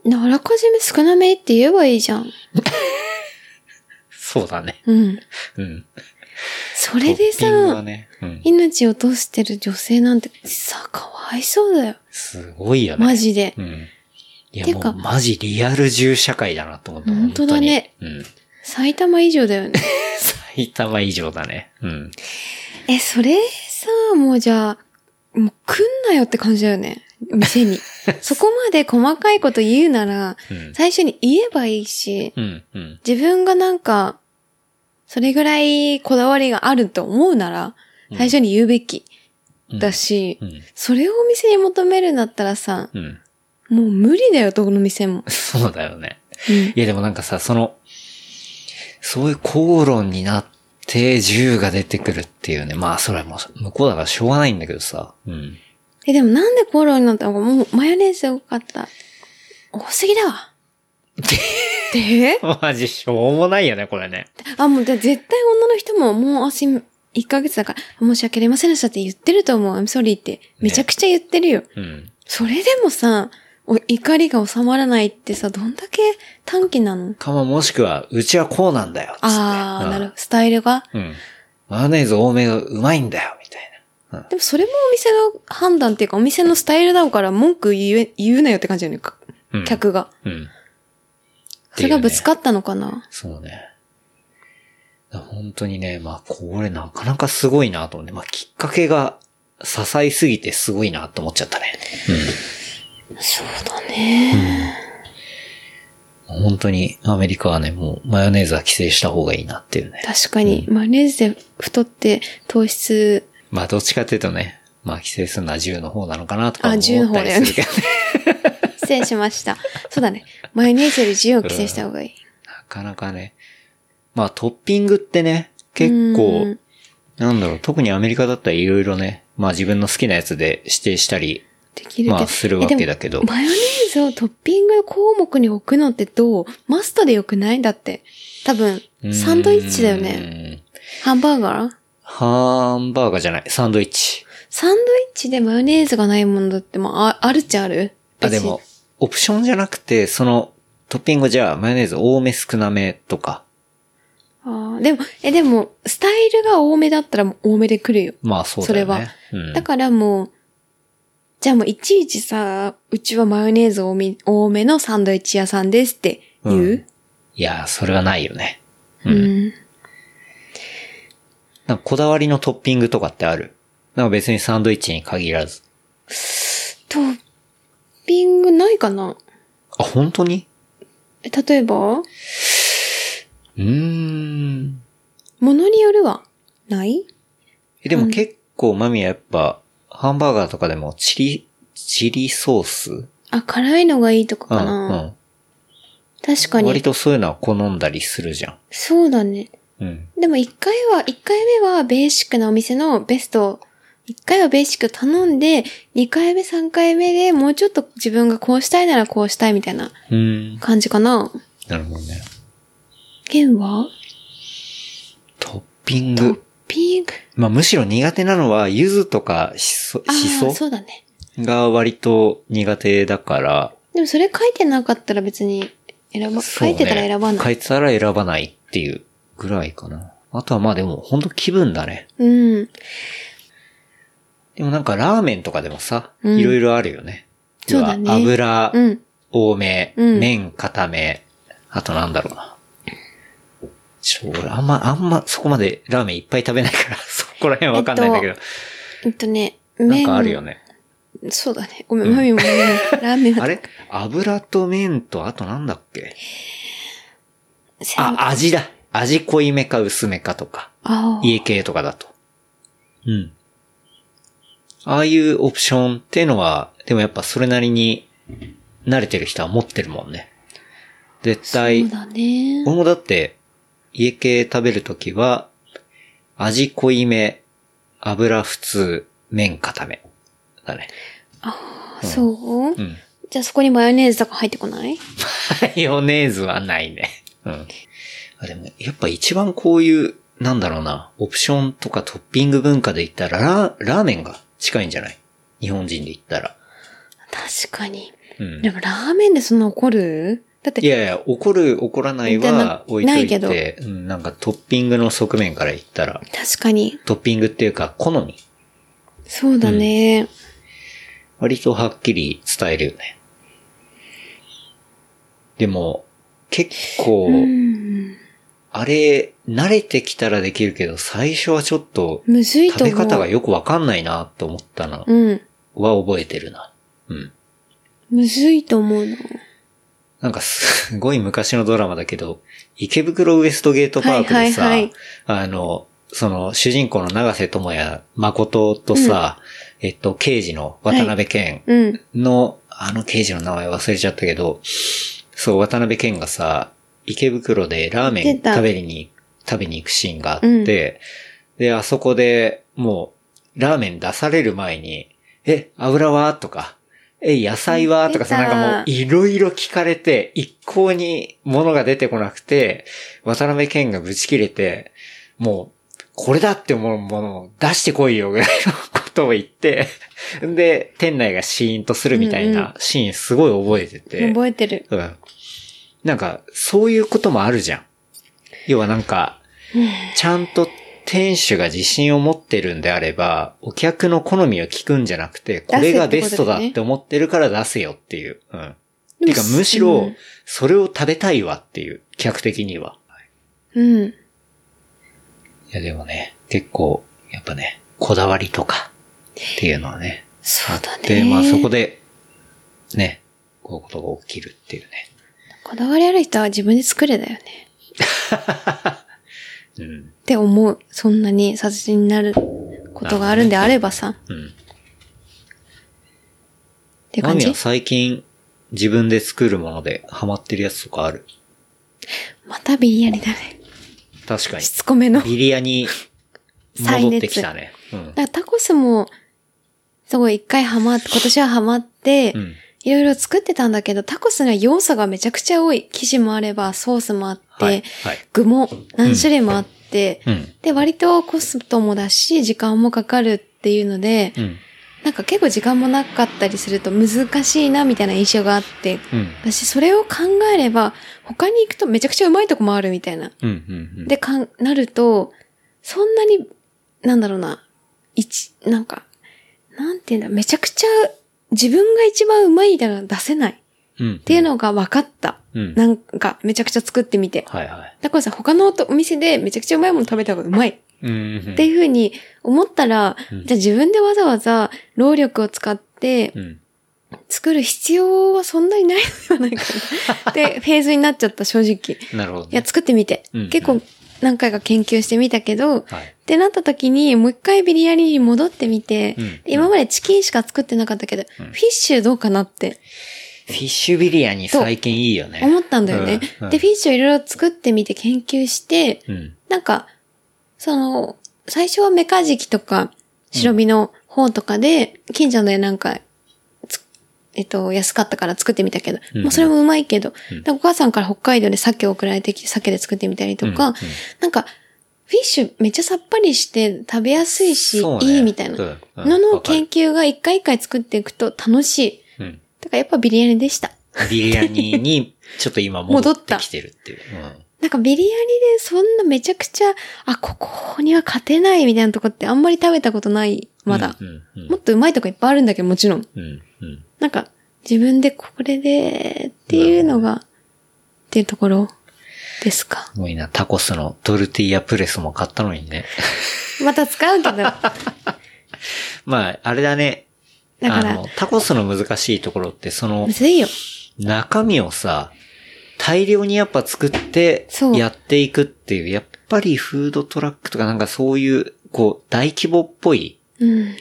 C: あらかじめ少なめって言えばいいじゃん。
B: そうだね。
C: うん。
B: うん。
C: それで
B: トッピングが
C: さ、
B: ね、うん。
C: 命を落としてる女性なんてさ、かわいそうだよ。
B: すごいよね。
C: マジで。
B: うん。い
C: て
B: や、も
C: か
B: うマジリアル銃社会だなと思った。
C: 本当だね
B: 本当に。うん。
C: 埼玉以上だ
B: [laughs]
C: よね。
B: 埼玉以上だね。うん。
C: え、それさ、もうじゃあ、もう来んなよって感じだよね。店
B: [laughs]
C: に。そこまで細かいこと言うなら、
B: うん。
C: 最初に言えばいいし、
B: うん。うん。
C: 自分がなんか、それぐらいこだわりがあると思うなら、最初に言うべき
B: うん
C: だ。し、
B: うん。
C: それをお店に求めるんだったらさ、
B: うん。
C: もう無理だよ、どこの店も。
B: [laughs] そうだよね。
C: うん
B: いや、でもなんかさ、その、そういう口論になって銃が出てくるっていうね。まあ、それはもう、向こうだからしょうがないんだけどさ。うん。
C: え、でもなんでコーラになったのか、もうマヨネーズ多かった。多すぎだ
B: [laughs]
C: わ。で
B: [laughs] マジしょうもないよね、これね。
C: あ、もうで絶対女の人ももう足1ヶ月だから、申し訳ありませんでしたって言ってると思う。I'm sorry って。めちゃくちゃ言ってるよ。
B: うん。
C: それでもさ、お怒りが収まらないってさ、どんだけ短期なの
B: かも、もしくは、うちはこうなんだよ。つって
C: あ
B: う
C: ー、
B: ん
C: なるほど。スタイルが。
B: うん。マヨネーズ多めがうまいんだよ、みたいな。うん。
C: でもそれもお店の判断っていうか、お店のスタイルだから文句言え、言うなよって感じだよね。か
B: うん
C: 客が。
B: うん。
C: それがぶつ
B: っ
C: かったのかな
B: ていうねそうね。だから本当にね、まあ、これなかなかすごいなと思って、まあ、きっかけが支えすぎてすごいなと思っちゃったね。
C: そうだね。
B: うん。本当にアメリカはね、もうマヨネーズは規制した方がいいなっていうね。
C: 確かに。マヨネーズで太って糖質、
B: まあ、どっちかっていうとね、まあ、規制するのは銃の方なのかなとか
C: あ
B: 思っ
C: 銃の方
B: たり
C: だよね
B: するけどね。 [laughs]
C: 失礼しました。そうだね。マヨネーズより自由を規制した方がいい。
B: なかなかね。まあ、トッピングってね、結
C: う
B: 構
C: ん、
B: なんだろう、特にアメリカだったらいろいろね、まあ自分の好きなやつで指定したり、
C: できるけど。
B: まあするわけだけ
C: え
B: ど
C: でも。マヨネーズをトッピング項目に置くのってどうマストでよくないだって。多分、サンドイッチだよね。
B: ね。
C: ハンバーガー
B: ハンバーガーじゃない、サンドイッチ。
C: サンドイッチでマヨネーズがないものだって、まあ、ああるっちゃある
B: あ、でも。、オプションじゃなくて、その、トッピングじゃあ、マヨネーズ多め少なめとか、
C: 別にあーでも、え、でも、スタイルが多めだったらもう多めで来るよ。
B: まあそうだよね。
C: そ
B: うん、
C: だからもう、じゃあもういちいちさ、うちはマヨネーズ多め多めのサンドイッチ屋さんですって言う、
B: うんいやー、それはないよね。
C: うん。
B: なんかこだわりのトッピングとかってあるなんか別にサンドイッチに限らず。
C: トッピングないかな
B: あ、本当に
C: え例えば
B: うーん。
C: 物によるはない
B: えでも結構、マミはやっぱ、ハンバーガーとかでも、チリ、チリソース
C: あ、辛いのがいいとか
B: うん、
C: かな、
B: うん。
C: 確か
B: 割
C: に。
B: とそういうのは好んだりするじゃ
C: そうだね。
B: ん。うん。
C: でも一回は、一回目はベーシックなお店のベストを、一回はベーシック頼んで、二回目、三回目でもうちょっと自分がこうしたいならこうしたいみたいな
B: うん。
C: 感じかな。
B: なるほどね。
C: 弦は
B: トッピン
C: トッ
B: グ。
C: ピング。
B: まあむしろ苦手なのは、柚子とかしそ、
C: あ
B: し
C: あ、
B: そ
C: そうだね。
B: が割と苦手だから。
C: でもそれ書いてなかったら別に選ば、書いてたら選ば
B: そうね書
C: ない。
B: いてたら選ばないっていうぐらいかな。あとはまあでも、ほんと気分だね。
C: うん。
B: でもなんかラーメンとかでもさ、
C: うん
B: いろいろあるよね。
C: そうだね
B: 要は油、
C: うん。
B: 多め、
C: うん
B: 麺固め、あとなんだろうな。ちょ、俺あんま、あんまそこまでラーメンいっぱい食べないから、 [laughs] そこら辺わかんないんだけど、
C: えっとね、
B: なん
C: 麺。
B: かあるよね。
C: そうだね。ごめん、マミもね、ラーメンは
B: あれ油と麺と、あとなんだっけ
C: せんあ
B: あ、味だ。味濃いめか薄めかとか、
C: あ
B: 家系とかだと。うん。ああいうオプションっていうのは、でもやっぱそれなりに慣れてる人は持ってるもんね。絶対
C: そう、だね。
B: 俺もだって、家系食べるときは、味濃いめ、油普通、麺固め。だね。
C: そう
B: うん。
C: じゃあそこにマヨネーズとか入ってこない
B: [laughs] マヨネーズはないね。うん。あでも、やっぱ一番こういうなんだろうな、オプションとかトッピング文化で言ったら、ララーメンが近いんじゃない日本人で言ったら。
C: 確かに。
B: うん。
C: でもラーメンでそんな怒るだって、
B: いやいや、怒る、怒らない
C: じゃな
B: は置いとい
C: な
B: て、うん、なんかトッピングの側面から言ったら、
C: 確かに。
B: トッピングっていうか、好み。
C: そうだね。
B: 割とはっきり伝えるよね。でも、結構、
C: うん。
B: あれ、慣れてきたらできるけど、最初はちょっと、
C: むずい
B: 食
C: と
B: べ
C: 思う。
B: 方がよくわかんないなと思ったの
C: うん。
B: は覚えてるな。うん。
C: むずいと思うな。
B: なんかすごい昔のドラマだけど、池袋ウエストゲートパークでさ、
C: はいはい
B: あの、その主人公の長瀬智也誠とさ、えっと、刑事の渡辺健
C: うん。
B: の、あの刑事の名前忘れちゃったけど、そう、渡辺健がさ、池袋でラーメ
C: 出
B: ン
C: た
B: 食べに、食べに行くシーンがあって、で、あそこでもう、ラーメン出される前に、え、油はとか、え、野菜はとかさ、
C: 出
B: なん
C: た
B: かもう、いろいろ聞かれて、一向に物が出てこなくて、渡辺健がブチ切れて、もう、これだって思うものを出してこいよぐらいのことを言って、で、店内がシーンとするみたい
C: うんうん
B: なシーンすごい覚えてて。
C: 覚えてる。
B: うん。なんか、そういうこともあるじゃん。要はなんか、ちゃんと店主が自信を持ってるんであれば、お客の好みを聞くんじゃなくて、これがベストだって思ってるから出せよっていう。うん。
C: で
B: てか、
C: も
B: むし
C: う
B: ろ
C: ん、
B: それを食べたいわっていう、客的には。
C: うん。
B: いや、でもね、結構、やっぱね、こだわりとか、っていうのはね。
C: そうだね。
B: で、まあそこで、ね、こういうことが起きるっていうね。
C: こだわりある人は自分で作れだよね。
B: うん。
C: って思う。そんなに殺人になることがあるんであればさ。っ
B: うん。
C: て
B: マ
C: 感
B: ミ
C: じ
B: は。最近自分で作るものでハマってるやつとかある
C: またビリヤニだね。
B: 確かに
C: し。つこめの。
B: ビリヤに戻ってきたね。うん
C: だからタコスも、すごい一回ハマって、今年はハマって、
B: うん。
C: いろいろ作ってたんだけど、タコスには要素がめちゃくちゃ多い。生地もあれば、ソースもあって、
B: はい。はい。
C: 具も何種類もあって、
B: うん。
C: で、割とコストもだし、時間もかかるっていうので、
B: うん。
C: なんか結構時間もなかったりすると難しいなみたいな印象があって、
B: うん。
C: 私それを考えれば、他に行くとめちゃくちゃうまいとこもあるみたいな。
B: うん。うん。
C: で、かん、なると、そんなに、なんだろうな、一、なんか、なんていうんだ、めちゃくちゃ自分が一番うまいだら出せないっ
B: うん。って
C: いうのが分かった。
B: うん。
C: なんか、めちゃくちゃ作ってみて。
B: はいはい。
C: だからさ、他のお店でめちゃくちゃうまいもの食べた方がうまい。
B: うんうん。
C: っていうふうに思ったら、
B: うん
C: じゃあ自分でわざわざ労力を使って
B: うん。
C: 作る必要はそんなにないのではないか
B: [laughs]
C: な。で、フェーズになっちゃった、正直。
B: なるほど
C: いや、
B: ね。
C: 作ってみて
B: うん。
C: 結構何回か研究してみたけど、っ
B: はい。
C: てなった時に、もう一回ビリヤニに戻ってみて
B: うん、
C: 今までチキンしか作ってなかったけど、フィッシュどうかなって
B: フィッシュビリヤに最近いいよね。
C: 思ったんだよね
B: うんうん。
C: で、フィッシュをいろいろ作ってみて研究して、
B: うん。
C: なんか、その、最初はメカジキとか、白身の方とかで、近所でなんか、つえっと、安かったから作ってみたけど、
B: うん
C: もうそれもうまいけど、
B: うん
C: でお母さんから北海道で鮭を送られてきて、鮭で作ってみたりとか、
B: うんうん
C: なんか、フィッシュめっちゃさっぱりして食べやすいし、
B: そうね
C: いいみたいな
B: うんうん
C: のの
B: わかる
C: 研究が一回一回作っていくと楽しい。
B: うん。
C: だからやっぱビリヤニでした。
B: ビリヤニに
C: [laughs]
B: ちょっと今戻ってきてるっていう。うん。
C: なんかビリヤニでそんなめちゃくちゃ、あ、ここには勝てないみたいなとこってあんまり食べたことない、まだ。
B: うんうんうん
C: もっとうまいとこいっぱいあるんだけど、もちろん。
B: うん。うん。
C: なんか、自分でこれで、っていうのが、っていうところですか。
B: すごいな、タコスのトルティーヤプレスも買ったのにね。 [laughs]
C: また使うけど、だか
B: まあ、あれだね。あ
C: ら
B: の、、タコスの難しいところって、その
C: む、ずいよ。
B: 中身をさ、大量にやっぱ作って
C: そ、う
B: やっていくっていう、やっぱりフードトラックとかなんかそういう、こう、大規模っぽい、
C: うん。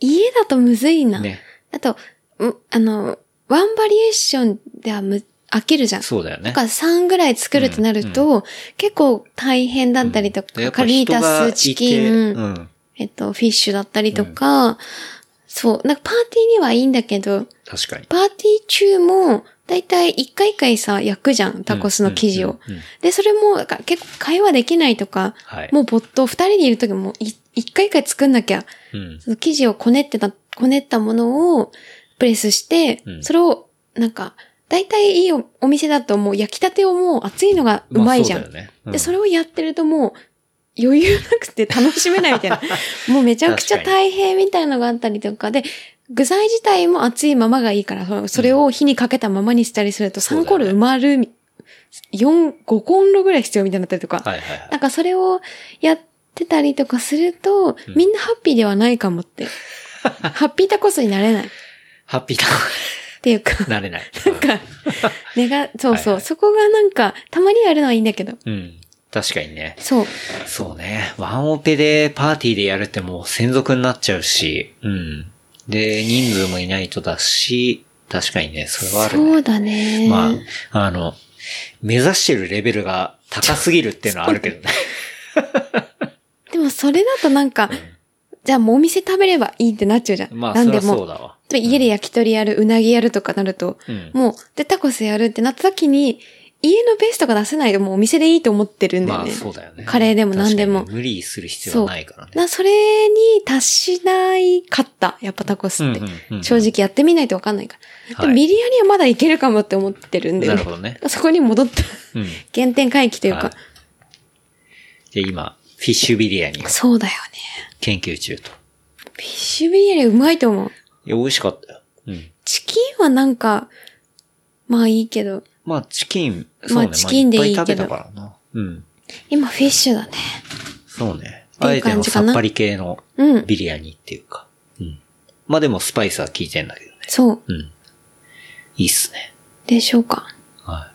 C: 家だとむずいな。
B: ね。
C: あと、うあの、ワンバリエーションではむ、飽きるじゃん。
B: そうだよね
C: なんか。3ぐらい作るってなると、結構大変だったりとか、
B: うんやっぱ
C: カリー
B: 人
C: タ
B: がい
C: ス、
B: て
C: チキ
B: う
C: ン、
B: ん。
C: えっと、フィッシュだったりとか、そう。なんかパーティーにはいいんだけど、
B: 確かに。
C: パーティー中も、だいたい一回一回さ、焼くじゃん、タコスの生地
B: う
C: を。
B: んうんうんうん
C: で、それも、なんか結構会話できないとか、
B: はい。
C: もう没頭、二人でいる時もい一回一回作んなきゃ、
B: うん。
C: その生地をこねってた、こねったものをプレスして、
B: うん
C: それを、なんか、だいたいいいおお店だともう焼きたてをもう熱いのがうまいじゃん。
B: あそうだよねうん。
C: で、それをやってるともう、余裕なくて楽しめない
B: [laughs]
C: みたいな。もうめちゃくちゃ
B: 確か
C: 大変みたいのがあったりとかで、具材自体も熱いままがいいから、そそれを火にかけたままにしたりすると
B: そうだよ
C: 3
B: ね
C: コール埋まるみ、4、5コンロぐらい必要みたいになったりとか。
B: はいはいはい。
C: なんかそれをやってたりとかすると、
B: ん
C: みんなハッピーではないかも
B: [laughs]
C: って。ハッピータコスになれないっ
B: ハッピー [laughs]
C: ていうか、
B: だ。なれない。
C: なんか、ねが、そう
B: はい
C: そ
B: は
C: う、
B: い
C: そこがなんか、たまにやるのはいいんだけど。
B: うん。確かにね。
C: そう。
B: そうね。ワンオペでパーティーでやるってもう専属になっちゃうし、うん。で、人数もいないとだし、確かにね、それはあるね。
C: そうだね。
B: まあ、あの、目指してるレベルが高すぎるっていうのはあるけどね。
C: でもそれだとなんか、じゃあもうお店食べればいいってなっちゃうじゃん。
B: [laughs] まあ、
C: な
B: そり
C: んで
B: ゃそう
C: も。
B: だわ。
C: 例えば家で焼き鳥やる、うなぎやるとかなると、
B: うん
C: もう、で、タコスやるってなった時に、家のベースとか出せないともうお店でいいと思ってるんだよ
B: ま
C: ね。
B: あ、そうだよね。
C: カレーでも何でも
B: 確かに無理する必要はないからね。
C: な、それに達しないかった。やっぱタコスって。
B: うんうんうんうん
C: 正直やってみないとわかんないから。
B: はい
C: でもミリアにはまだいけるかもって思ってるんで、
B: なるほどね。
C: そこに戻った。
B: うん。
C: 原点回帰というか。
B: はいで、今、フィッシュビリヤニを
C: そうだよね。
B: 研究中と。
C: フィッシュビリアリうまいと思う。
B: いや、美味しかったよ。うん。
C: チキンはなんか、まあいいけど、
B: まあ、チキン、
C: あ
B: そうね。
C: チキンでいいけど
B: っぱ食べたからな。うん。
C: 今フィッシュだね。
B: そうね。
C: って
B: あ
C: い
B: え
C: う
B: て
C: 感
B: の
C: じか
B: さ
C: な
B: っぱり系の
C: うん。
B: ビリヤニっていうか。うん。まあでもスパイスは効いてんだけどね。
C: そう。
B: うん。いいっすね。
C: でしょうか。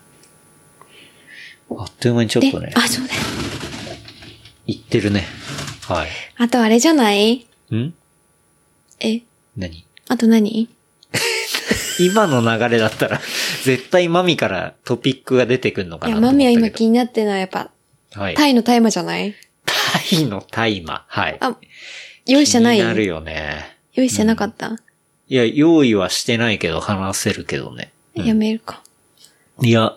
B: はい。あっという間にちょっ
C: で、
B: とね、
C: あ、そうだよ。
B: いってるね。は
C: あとあれじゃない
B: い。ん
C: え、
B: 何
C: あと何
B: 今の流れだったら、 [laughs] 絶対マミからトピックが出てくんのか
C: い
B: な
C: や、
B: と思
C: マ
B: ったけ
C: ミ
B: ど。
C: は今気になってるのはやっぱ、
B: はい。
C: タイの大麻じゃない
B: タイの大麻。はい。
C: あ、用意してない
B: 気になるよね。
C: 用意してなかった、
B: いや、用意はしてないけど、話せるけどね。うん
C: やめるか。
B: いや、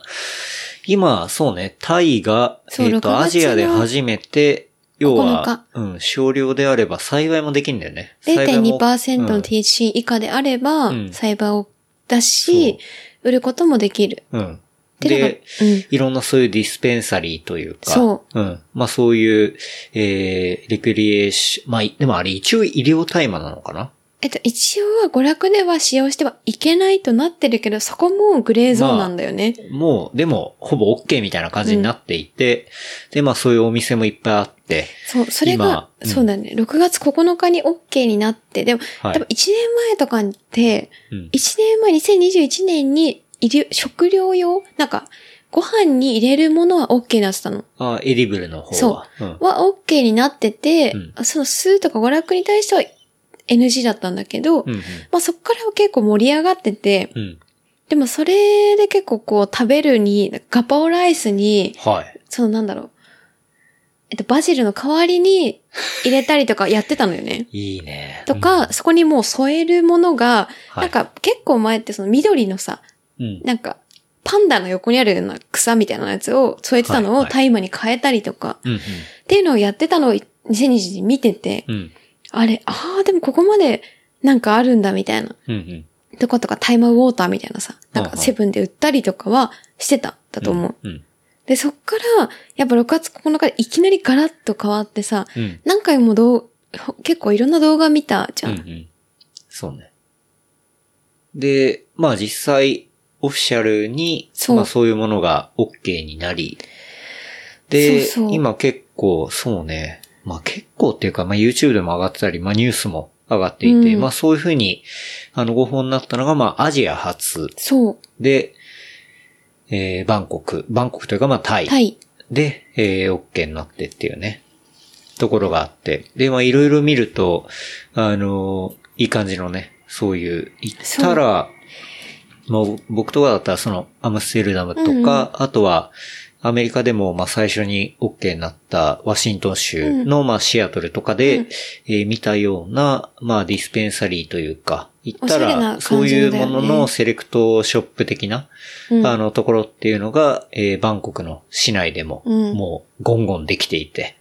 B: 今、そうね、タイが、
C: そう
B: えっ
C: 6
B: と、
C: 月の
B: アジアで初めて、要は
C: 9、
B: うん、少量であれば栽培もできんだよね。栽培も
C: 0.2%
B: う
C: の
B: ん
C: THC 以下であれば、
B: うん
C: 栽培を出し、売ることもできる。
B: うん。
C: てのが
B: で、
C: うん
B: いろんなそういうディスペンサリーというか、。
C: そう
B: ん。まあそういう、えー、レクリエーション、まあ、いでもあれ一応医療大麻なのかな
C: えっと、一応は娯楽では使用してはいけないとなってるけど、そこもグレーゾーンなんだよね。
B: もう、でも、ほぼ OK みたいな感じになっていて、で、まあそういうお店もいっぱいあって、
C: そう、それが
B: 今、うん
C: そうだね。6月9日に OK になって、でも、
B: はい
C: 多分1年前とかって、
B: うん。
C: 1年前、2021年に、医療、食料用なんか、ご飯に入れるものは OK になってたの。
B: あ、エディブルの方は。うん。
C: は OK になってて、
B: うん
C: あその数とか娯楽に対しては NG だったんだけど、
B: うんうん。
C: まあそこからは結構盛り上がってて、
B: うん。
C: でもそれで結構こう食べるに、ガパオライスに、
B: はい。
C: そのなんだろう、えっと、バジルの代わ
B: [laughs]
C: りに入れたりとかやってたのよね。
B: いいね。
C: とか、そこにもう添えるものが、
B: はい
C: なんか結構前ってその緑のさ、
B: うん、うん。
C: なんか、パンダの横にあるような草みたいなやつを添えてたの
B: はい
C: を
B: はい
C: 大麻に変えたりとか、
B: うん、
C: っていうのをやってたのを2020に見てて、
B: うん。うん。
C: あれ、ああ、でもここまでなんかあるんだみたいな。
B: うん、うん。
C: とことかタイマーウォーターみたいなさ、なん
B: は
C: か
B: いはい
C: セブンで売ったりとかはしてた、だと思う。
B: うん。
C: で、そっから、やっぱ6月9日でいきなりガラッと変わってさ、
B: うん。
C: 何回もどう、結構いろんな動画見たじゃ。
B: うんんうん。そうね。で、まあ実際、オフィシャルに、
C: そう
B: まあそういうものが OK になり、で、
C: そうそう
B: 今結構、そうね、まあ結構っていうか、まあ YouTube でも上がってたり、まあニュースも上がっていて、
C: うん
B: まあそういうふうに、あの、ご本になったのが、まあアジア初
C: そ
B: で、えーバンコク、バンコクというか、まあタイ
C: う。。タイ。
B: で、えー、OK になってっていうね、ところがあって。で、まあいろいろ見ると、あのーいい感じのね、そういう、行ったら、もう僕とかだったらその、アムステルダムとか、
C: うんうん
B: あとは、アメリカでも、まあ、最初に OK になったワシントン州の、まあ、シアトルとかで、えー見たような、まあ、ディスペンサリーというか、行った
C: おしゃれな
B: ら、
C: 感じ
B: そういう
C: だよ
B: も
C: ね
B: ののセレクトショップ的な、
C: うん
B: あの、ところっていうのが、えーバンコクの市内でも、
C: うん
B: もう、ゴンゴンできていて、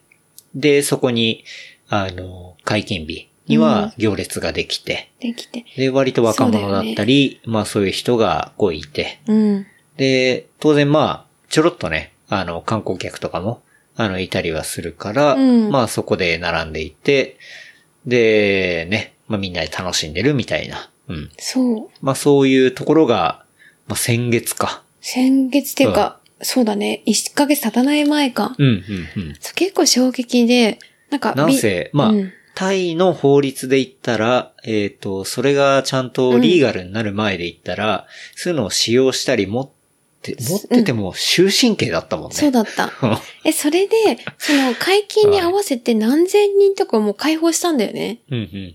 B: で、そこに、あの、解禁日には行列ができて、
C: できて。
B: で、割と若者だったり、まあそういう人がこういて、
C: うん。
B: で、当然まあ、ちょろっとね、あの、観光客とかも、あの、いたりはするから、
C: うん
B: まあそこで並んでいて、で、ね、まあみんなで楽しんでるみたいな。うん。
C: そう。
B: まあそういうところが、まあ先月か。
C: 先月っていうか、そうだね。1ヶ月経たない前か。
B: うん、うん、うん。
C: そう結構衝撃で、なんか、
B: なん
C: び
B: せ、まあ、
C: うん
B: タイの法律で言ったら、えっ、と、それがちゃんとリーガルになる前で言ったら、そういうのを使用したり持って、持ってても終身刑だったもんね。
C: そうだった。
B: う
C: え、それで、その解禁に合わせて何千人とかもう解放したんだよね。
B: んうん。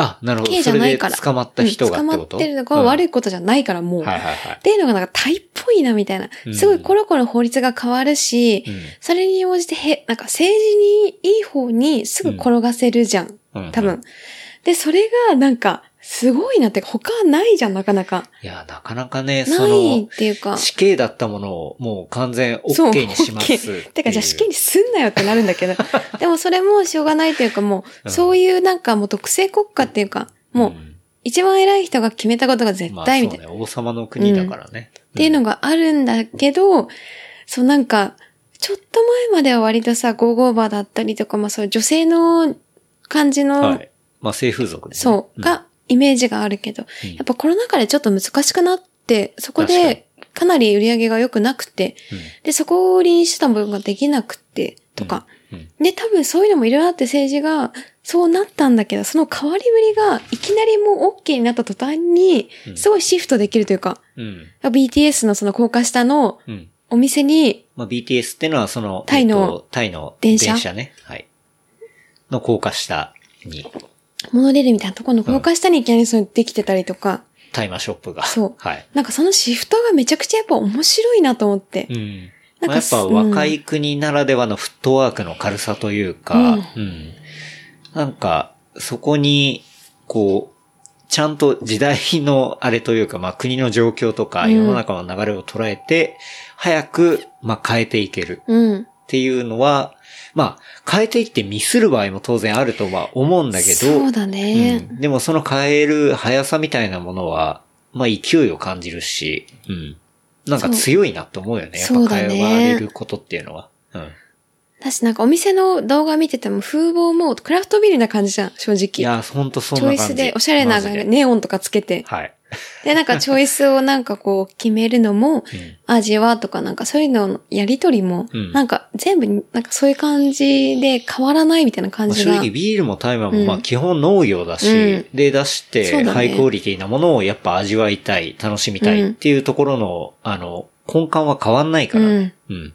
B: あ、なるほど。
C: 刑じ
B: そ
C: ゃな
B: れで
C: いから。
B: 捕まった人がっ
C: う
B: て
C: ん捕
B: こ
C: ま
B: と、
C: ってるのが悪
B: い、
C: いことじゃないから、もう。
B: はいはいはい
C: っ。ていうのがなんかタイっぽいなみたいな
B: う。ん
C: すごいコロコロ法律が変わるし、それに応じてへ、なんか政治にいい方にすぐ転がせるじゃん。
B: うんうん
C: 多分。で、それがなんか、すごいなって、他ないじゃん、なかなか。
B: いや、なかなかね、そ
C: ないっ
B: の、
C: ていうか。
B: 死刑だったものをもう完全
C: そう
B: OK にしますっていう。
C: OK てか、じゃあ死刑にすんなよってなるんだ
B: [laughs]
C: けど。でもそれもしょうがないというか、も
B: う
C: う、
B: ん
C: そういうなんかもう独制国家っていうか、もう、一番偉い人が決めたことが絶
B: まあ
C: 対
B: そ
C: み
B: う
C: たいな。
B: ね、王様の国だからね。っ
C: っていうのがあるんだけど、そうなんか、ちょっと前までは割とさ、ゴーゴーバーだったりとか、まあそういう女性の感じの、
B: はい。まあ、性風俗ですね。
C: そう、
B: ん
C: が、イメージがあるけど、
B: うん
C: やっぱコロナ禍でちょっと難しくなって、そこ
B: 確かに
C: でかなり売り上げが良くなくて、
B: うん
C: で、そこを売りにしてた部分ができなくて、とか、
B: うん
C: で、多分そういうのもいろいろあって政治がそうなったんだけど、その変わりぶりがいきなりもう OK になった途端に
B: う、ん
C: すごいシフトできるというか、
B: うん。
C: BTS のその高架下の
B: うん。
C: お店に、
B: まあ、BTS ってのはその、
C: タイの
B: えっとタイの
C: 電車
B: ね。はい。の高架下に、
C: モノレールみたいなところの高架下にいきなりそういうのできてたりとか、
B: タイマーショップが。
C: そう
B: はい。
C: なんかそのシフトがめちゃくちゃやっぱ面白いなと思って。
B: うん。
C: なんか
B: まあ、やっぱ若い国ならではのフットワークの軽さというか、うん。なんか、そこに、こう、ちゃんと時代のあれというか、まあ国の状況とか
C: うん
B: 世の中の流れを捉えて、早く、まあ変えていける。
C: うん。
B: っていうのは、まあ、変えていってミスる場合も当然あるとは思うんだけど、
C: そうだね。
B: うんでもその変える速さみたいなものは、まあ勢いを感じるし、うん。なんか強いなと思うよね。や
C: そう
B: っぱ
C: そうだ
B: 変
C: ね
B: えられることっていうのは。うん。
C: だしなんかお店の動画見てても風貌もクラフトビールな感じじゃん、正直。
B: いや、ほんとそん
C: チ
B: な
C: ョ
B: 感
C: イ
B: じ。
C: スでおしゃれな
B: マジで
C: ネオンとかつけて。
B: はい。
C: で、なんかチョイスをなんかこう決めるのも、味はとかなんかそういうののやりとりも、
B: うん
C: なんか全部なんかそういう感じで変わらないみたいな感
B: まあ
C: じ
B: 正
C: が。
B: 直ビールもタイマー
C: う
B: も
C: ん
B: まあ基本農業だし、
C: うん
B: で出し
C: そ
B: て
C: うだね
B: ハイクオリティなものをやっぱ味わいたい、楽しみたいっていうところの、あの、根幹は変わんないからね。うん。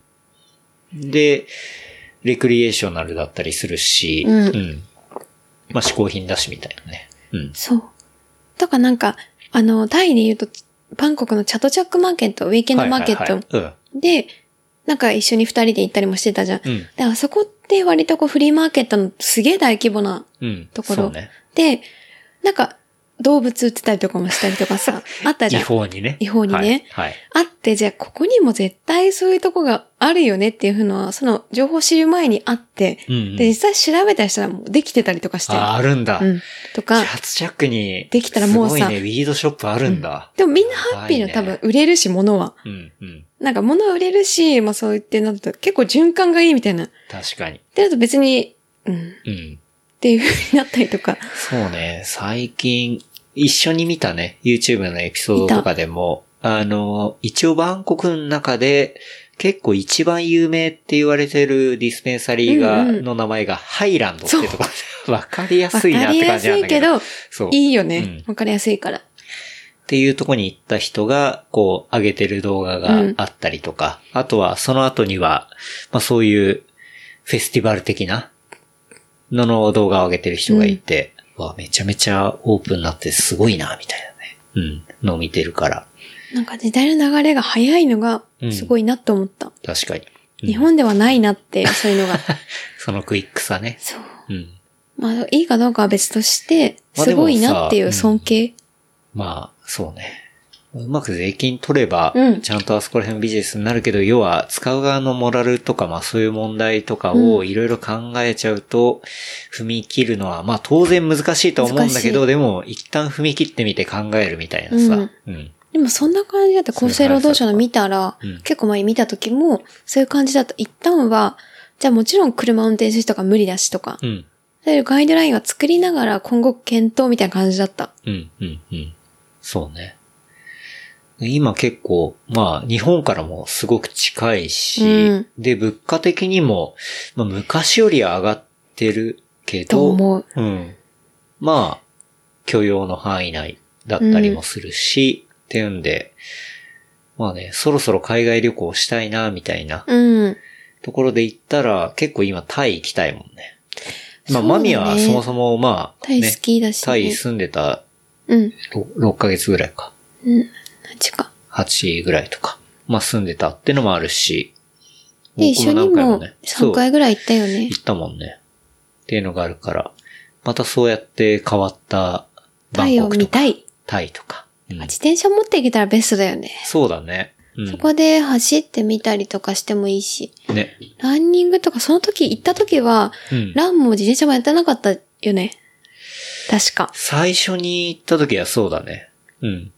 B: で、レクリエーショナルだったりするし、
C: うん
B: まあ嗜好品だしみたいなね。うん。
C: そう。とかなんか、あの、タイで言うと、バンコクのチャトチャックマーケット、ウィーケンドマーケット、
B: はいはいはい
C: で、なんか一緒に二人で行ったりもしてたじゃん。
B: うん。
C: で、あそこって割とこうフリーマーケットのすげえ大規模な。
B: うん。うん。
C: ところ
B: そうね。
C: で、なんか動物売ってたりとかもしたりと
B: [laughs]
C: かさ、あったじ
B: 違
C: ゃん。
B: 法にね。
C: [laughs] 違法にね
B: はい。はい
C: あって、じゃあここにも絶対そういうとこがあるよねっていうのは、その情報を知る前にあって、
B: うんうん
C: で、実際調べたりしたらもうできてたりとかして。
B: あ、あるんだ。
C: うん。と
B: キ
C: か
B: ャ、ッツジャックに、
C: できたらもうさ
B: すごいね、ウィードショップあるんだ。
C: でもみんなハッピーな、
B: やば
C: 多
B: いね
C: 分売れるし、物は。
B: うん、うん。
C: なんか物は売れるし、まあそう言ってなると結構循環がいいみたいな。
B: 確かに。
C: で、あと別に、うん、っ
B: うん。
C: ていう風になったりとか。
B: そうね、最近、一緒に見たね、YouTube のエピソードとかでも、あの、一応バンコクの中で、結構一番有名って言われてるディスペンサリーが、
C: うんうん
B: の名前がハイランドってとこわかりや
C: わ
B: す
C: か
B: いなっ
C: り
B: て感
C: や
B: じ
C: す
B: なん
C: い
B: だ
C: け
B: けど。
C: ど、
B: そう。
C: いいよね
B: う。ん
C: わかりやすいから。
B: っていうとこに行った人が、こう、上げてる動画があったりとか、あとはその後には、まあそういうフェスティバル的なのの動画を上げてる人がいて、わ、めちゃめちゃオープンになってすごいな、みたいなね。うん。のを見てるから、
C: なんか時代の流れが早いのが
B: うん
C: すごいなと思った。
B: 確かに。
C: 日本ではないなって、そういう
B: [laughs]
C: のが。
B: そのクイックさね。
C: そう。
B: うん。
C: まあ、いいかどうかは別として、
B: まあ
C: すごいなってい
B: でも
C: う
B: さ
C: 尊敬。
B: まあ、そうね。うまく税金取れば
C: うん、
B: ちゃんとあそこら辺ビジネスになるけど、要は使う側のモラルとか、まあそういう問題とかをいろいろ考えちゃうと、踏み切るのは、まあ当然難しいとは思うんだけど、でも一旦踏み切ってみて考えるみたいなさ。うん。
C: でもそんな感じだった。厚生労働省の見たら、
B: うん
C: 結構前に見た時も、そういう感じだった。一旦は、じゃあもちろん車運転する人が無理だしとか、
B: うん。
C: そういうガイドラインは作りながら今後検討みたいな感じだった。
B: うん、うん、うん。そうね。今結構、まあ、日本からもすごく近いし、
C: うん
B: で、物価的にも、まあ、昔よりは上がってるけど、
C: と思う。
B: うん。まあ、許容の範囲内だったりもするし、っていうんで、まあね、そろそろ海外旅行したいな、みたいな
C: うん。
B: ところで行ったら、結構今タイ行きたいもんね。まあ、
C: そうだね
B: マミはそもそも、まあ、
C: タイ
B: ね
C: 好きだし、ね。
B: タイ住んでた
C: うん。
B: ろ 6, ヶ月ぐらいか。
C: うん。何か。
B: 8ぐらいとか。まあ、住んでたってのもあるし。
C: で、一緒にも
B: そう
C: 3回ぐらい行ったよね。
B: 行ったもんね。っていうのがあるから。またそうやって変わったバ
C: タ
B: ン
C: イ
B: コ
C: を
B: クと
C: 見
B: か。
C: たい。
B: タイとか。うん
C: 自転車持っていけたらベストだよね。
B: そうだね。うん、
C: そこで走ってみたりとかしてもいいし。
B: ね。
C: ランニングとか、その時行った時は、
B: うん。
C: ランも自転車もやってなかったよね。確か。
B: 最初に行った時はそうだね。うん。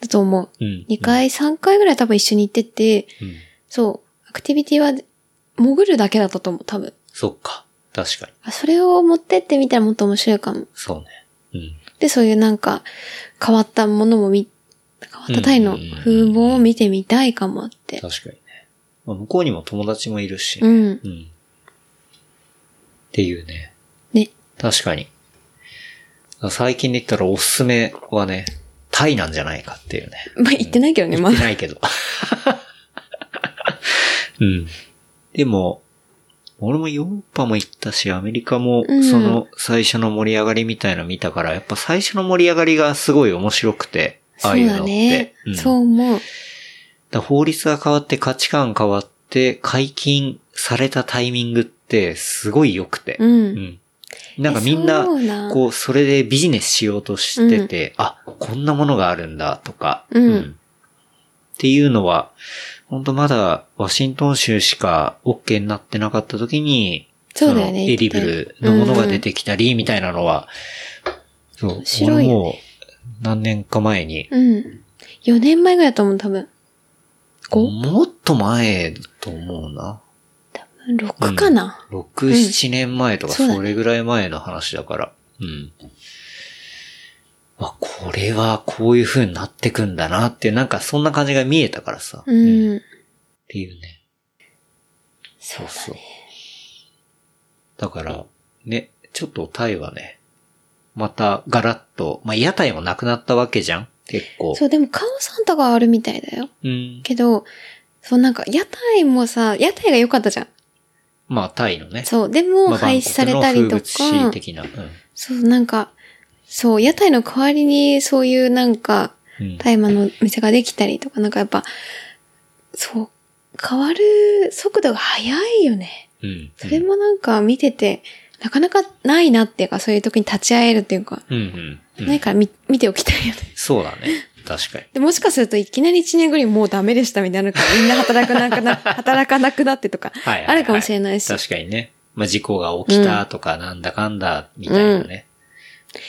C: だと思う。
B: うん。
C: 2回、3回ぐらい多分一緒に行ってて、
B: うん。
C: そう、アクティビティは潜るだけだったと思う、多分。
B: そっか。確かに。
C: あそれを持ってってみたらもっと面白いかも。
B: そうね。うん。
C: で、そういうなんか、変わったものも見、変わったタイの風貌を見てみたいかもって。
B: 確かにね。まあ向こうにも友達もいるし
C: う
B: ね、
C: ん。
B: うん。っていうね。
C: ね。
B: 確かに。最近で言ったらおすすめはね、タイなんじゃないかっていうね。
C: まあ、行ってないけどね、
B: 言
C: ま
B: って
C: だ。
B: ないけど。うん。でも、俺もヨーロッパも行ったし、アメリカも
C: うん
B: その最初の盛り上がりみたいの見たから、やっぱ最初の盛り上がりがすごい面白くて、あ
C: そ
B: あ
C: う
B: いうの
C: だ
B: って。
C: ね。
B: ん
C: そう思う。
B: だから法律が変わって価値観変わって解禁されたタイミングってすごい良くて。
C: う。
B: うんんなんかみんな
C: えそうな、ん
B: こう、それでビジネスしようとしてて、あ、こんなものがあるんだとか、
C: うん
B: っていうのは、本当まだワシントン州しか OK になってなかった時に、
C: そうだよね
B: のエリブルのものが出てきたり、みたいなのは、そう、
C: 白
B: 俺
C: いよね
B: も何年か前に、
C: うん。4年前ぐらいだと思う、多分。5?
B: もっと前だと思うな。
C: 6かな、
B: 6、7年前とか、
C: そうだね
B: それぐらい前の話だから。うん。まあ、これはこういう風になってくんだなっていう、なんかそんな感じが見えたからさ。
C: うん、
B: っ、ていうね。そうそう。だから、ね、ちょっとタイはね、またガラッと、まあ、屋台もなくなったわけじゃん結構。
C: そう、でもカオさんとかはあるみたいだよ。
B: うん。
C: けど、そうなんか屋台もさ、屋台が良かったじゃん。
B: まあ、タイのね。
C: そう、で
B: ま
C: も
B: あ
C: 廃止された
B: バンコ、ク
C: りとか
B: の風物詩的な。う
C: そう、なんか、そう、屋台の代わりにそういうなんか、
B: ん。うん
C: 大麻の店ができたりとか、なんかやっぱ、そう、変わる速度が速いよね。
B: うん。
C: それもなんか見てて、なかなかないなっていうか、そういう時に立ち会えるっていうか、
B: うんうんうん。
C: ないから見見ておきたいよね。
B: そうだね。確かに。
C: で、もしかするといきなり1年後にもうダメでしたみたいなのがみんな働かな
B: [laughs]
C: くな、働かなくなってとか、
B: はいはいはい
C: あるかもしれないし。
B: 確かにね。まあ、事故が起きたとか、なんだかんだ、みたいなね。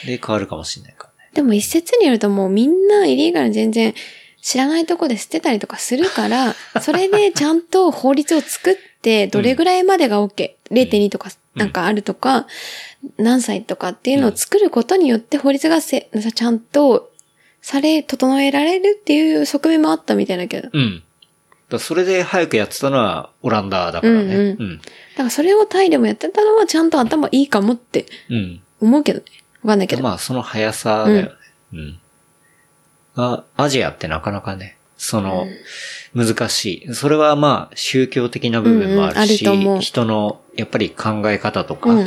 B: で、変わるかもしれないからね。
C: でも一説によるともうみんなイリーガル全然知らないとこで捨てたりとかす
B: [laughs]
C: るから、それでちゃんと法律を作って、どれぐらいまでが OK、0.2とかなんかあるとか、何歳とかっていうのを作ることによって法律がせ、ちゃんとされ、整えられるっていう側面もあったみたいだけど。
B: うん。だからそれで早くやってたのは、オランダだからね。
C: う
B: うんん、
C: う
B: うんん。
C: だからそれをタイでもやってたのはちゃんと頭いいかもって思うけどね。わかんないけど。
B: まあ、その速さだよね。うん。あアジアってなかなかね、その、難しい。それはまあ、宗教的な部分もあるし、
C: うんうんあると思う
B: 人の、やっぱり考え方とか、
C: うん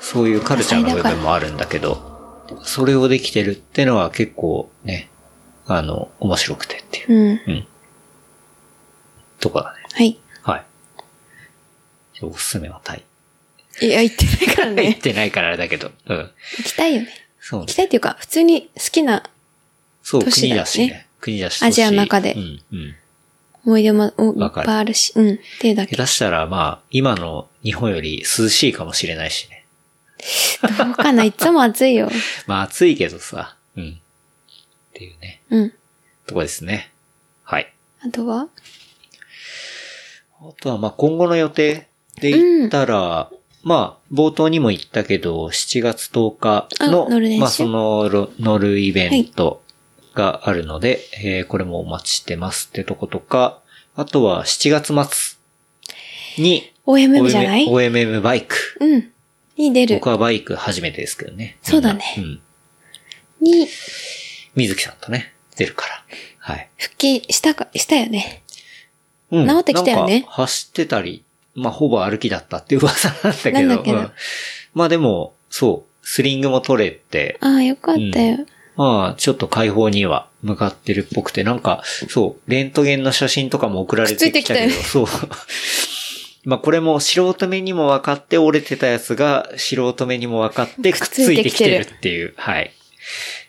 B: そういうカルチャーの部分もあるんだけど、それをできてるってのは結構ね、あの、面白くてっていう、
C: うん。
B: とこだね。
C: はい。
B: はい。おすすめはタイ。
C: い [laughs] や、行ってないから
B: 行っ
C: ね。
B: てないからあれだけど。うん。
C: 行きたいよね。
B: そう
C: 行きたいっていうか、普通に好きな
B: そう、
C: 都市
B: 国
C: だよね
B: だしね。国だし。
C: アジアの
B: 都市
C: 中で
B: うん、うん。
C: 思い出もおい
B: わ
C: っ
B: か
C: ぱ
B: る
C: いあるし、うん。っていうだけ
B: 下。手したら、まあ、今の日本より涼しいかもしれないしね。
C: どうかな、いつも暑いよ。
B: まあ、暑いけどさ。うん。っていうね、
C: うん。
B: とこですね。はい。
C: あとは
B: あとは、まあ、今後の予定で言ったら、まあ、冒頭にも言ったけど、7月10日の、
C: あ乗る練習
B: まあ、その、ろ乗るイベントがあるので、えーこれもお待ちしてますってとことか、あとは7月末に、
C: ?OMM じゃない
B: OMM バイク。
C: うん。に出る
B: 僕。はバイク初めてですけどね。
C: そうだね
B: みんなうん。
C: に
B: 水木さんとね、出るから。はい。
C: 復帰したか、したよね。
B: うん
C: 治ってきたよ
B: な
C: ね
B: んか走ってたり、まあ、ほぼ歩きだったっていう噂なんだけど。
C: なんだけど
B: うんまあでも、そう、スリングも取れて、
C: ああ、よかったよ。
B: まあ、ちょっと解放には向かってるっぽくて、なんか、そう、レントゲンの写真とかも送られてきたけ
C: くっつい
B: ど、
C: て
B: そう。 [laughs] まあこれも素人目にも分かって折れてたやつが素人目にも分かってくっついてきてるっていう、はい。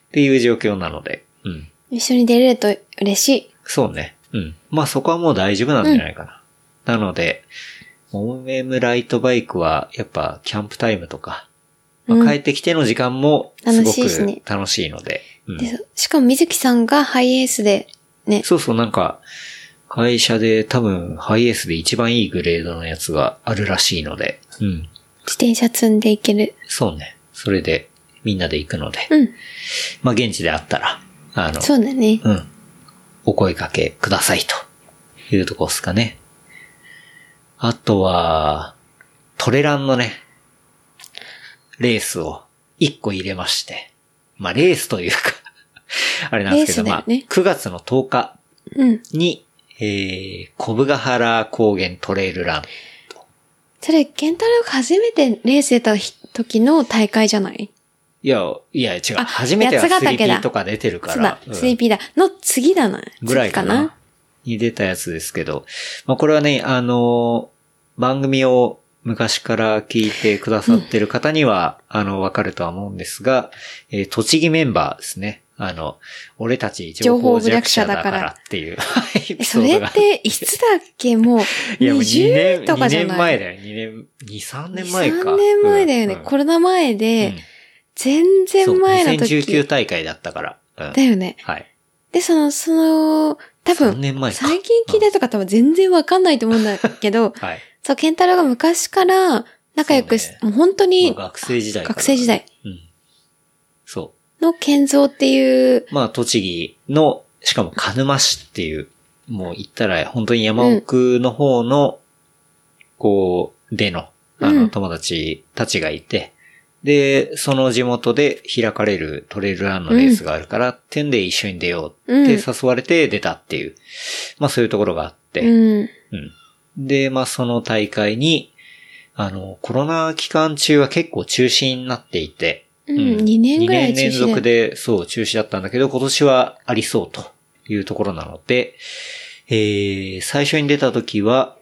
B: っていう状況なので、うん。
C: 一緒に出れると嬉しい。
B: そうね。うん。まあそこはもう大丈夫なんじゃないかな。なので、OMM ライトバイクはやっぱキャンプタイムとか、まあ
C: うん
B: 帰ってきての時間もすご
C: 楽しいし
B: く
C: ね
B: 楽しいので。うん
C: でそしかも水木さんがハイエースで、ね。
B: そうそう、なんか、会社で多分ハイエースで一番いいグレードのやつがあるらしいので、うん。
C: 自転車積んでいける。
B: そうね。それでみんなで行くので、
C: うん。
B: まあ現地で会ったら、あの、
C: そうだね。
B: うん。お声掛けくださいというとこですかね。あとは、トレランのね、レースを1個入れまして。まあ、レースというか、あれなんですけど、
C: レー
B: まあ、
C: スだよね
B: 9月の10日
C: うん。
B: に、えー、コブガハラ高原トレイルラン。
C: それ、ケンタロウが初めてレース出た日時の大会じゃない
B: いや、いや、違う。
C: あ
B: 初めては
C: 八ヶ岳だ
B: 3P とか出てるから。
C: そうだ、
B: うん
C: 3P だ。の次だな。
B: ぐらいかな。
C: 次
B: に出たやつですけど。まあ、これはね、あのー番組を昔から聞いてくださってる方には、あの、わかるとは思うんですが、えー栃木メンバーですね。あの、俺たち情報弱者だからっていう、はいエ [laughs]
C: [laughs] え
B: ピソ
C: そ
B: ード
C: れ
B: が
C: っ。て、いつだっけもう、
B: [laughs] いや、もう
C: 20
B: 2年、
C: と
B: 2
C: かじゃ
B: 年
C: ない
B: 前だよ。2年、2、3年前か。
C: 3年前だよね。
B: うんうん
C: コロナ前
B: う
C: で
B: ん、
C: 全然前の時。
B: そう2019大会だったから。うん
C: だよね。
B: はい。
C: で、その、その、多
B: 3
C: 分、
B: 年前か。
C: 最近聞いたとか多分全然わかんないと思うんだ
B: [laughs]
C: けど、
B: うんはい。
C: そう、ケンタロウが昔から仲良くし
B: そうね
C: もう本当に、
B: まあ学生時代から
C: 学生時代
B: うん。そう。
C: の健三っていう、
B: まあ、栃木の、しかも鹿沼市っていう、もう言ったら本当に山奥の方の、こう、での、あ
C: う
B: の、
C: ん
B: 友達たちがいて、で、その地元で開かれるトレイルランのレースがあるから、ってんで一緒に出ようって
C: うん
B: 誘われて出たっていう、まあそういうところがあって、
C: うん、
B: うん。で、まあ、その大会に、あの、コロナ期間中は結構中止になっていて、
C: うん二年ぐらい
B: 二年連続で、そう、中止だったんだけど、今年はありそうというところなので、えー、最初に出た時は、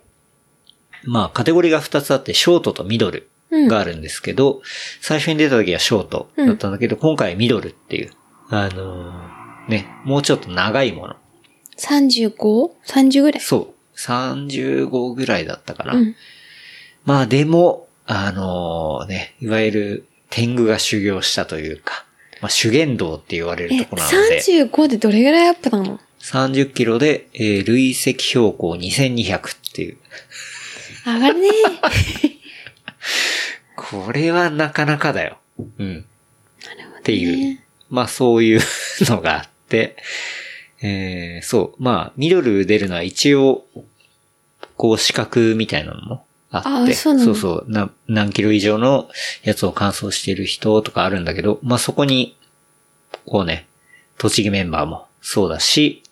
B: まあ、カテゴリーが2つあって、ショートとミドル
C: うん
B: があるんですけど、最初に出た時はショートだったんだけど、今回はミドルっていう、あのーね、もうちょっと長いもの。
C: 35?30 ぐらい。
B: そう。35ぐらいだったかな。
C: うん。
B: まあでも、あのね、いわゆる天狗が修行したというか、まあ修験道って言われ
C: え、
B: るところなので、
C: 35でどれぐらいアップなの
B: 30キロで、えー累積標高2200っていう。
C: 上がる
B: [laughs]
C: ね。
B: これはなかなかだよ。うん。っていう。まあそういうのがあって、えー、そう。まあ、ミドル出るのは一応、こう資格みたいなのもあって、
C: あそうなの
B: そうそうな何キロ以上のやつを完走してる人とかあるんだけど、まあそこに、こうね、栃木メンバーもそうだし、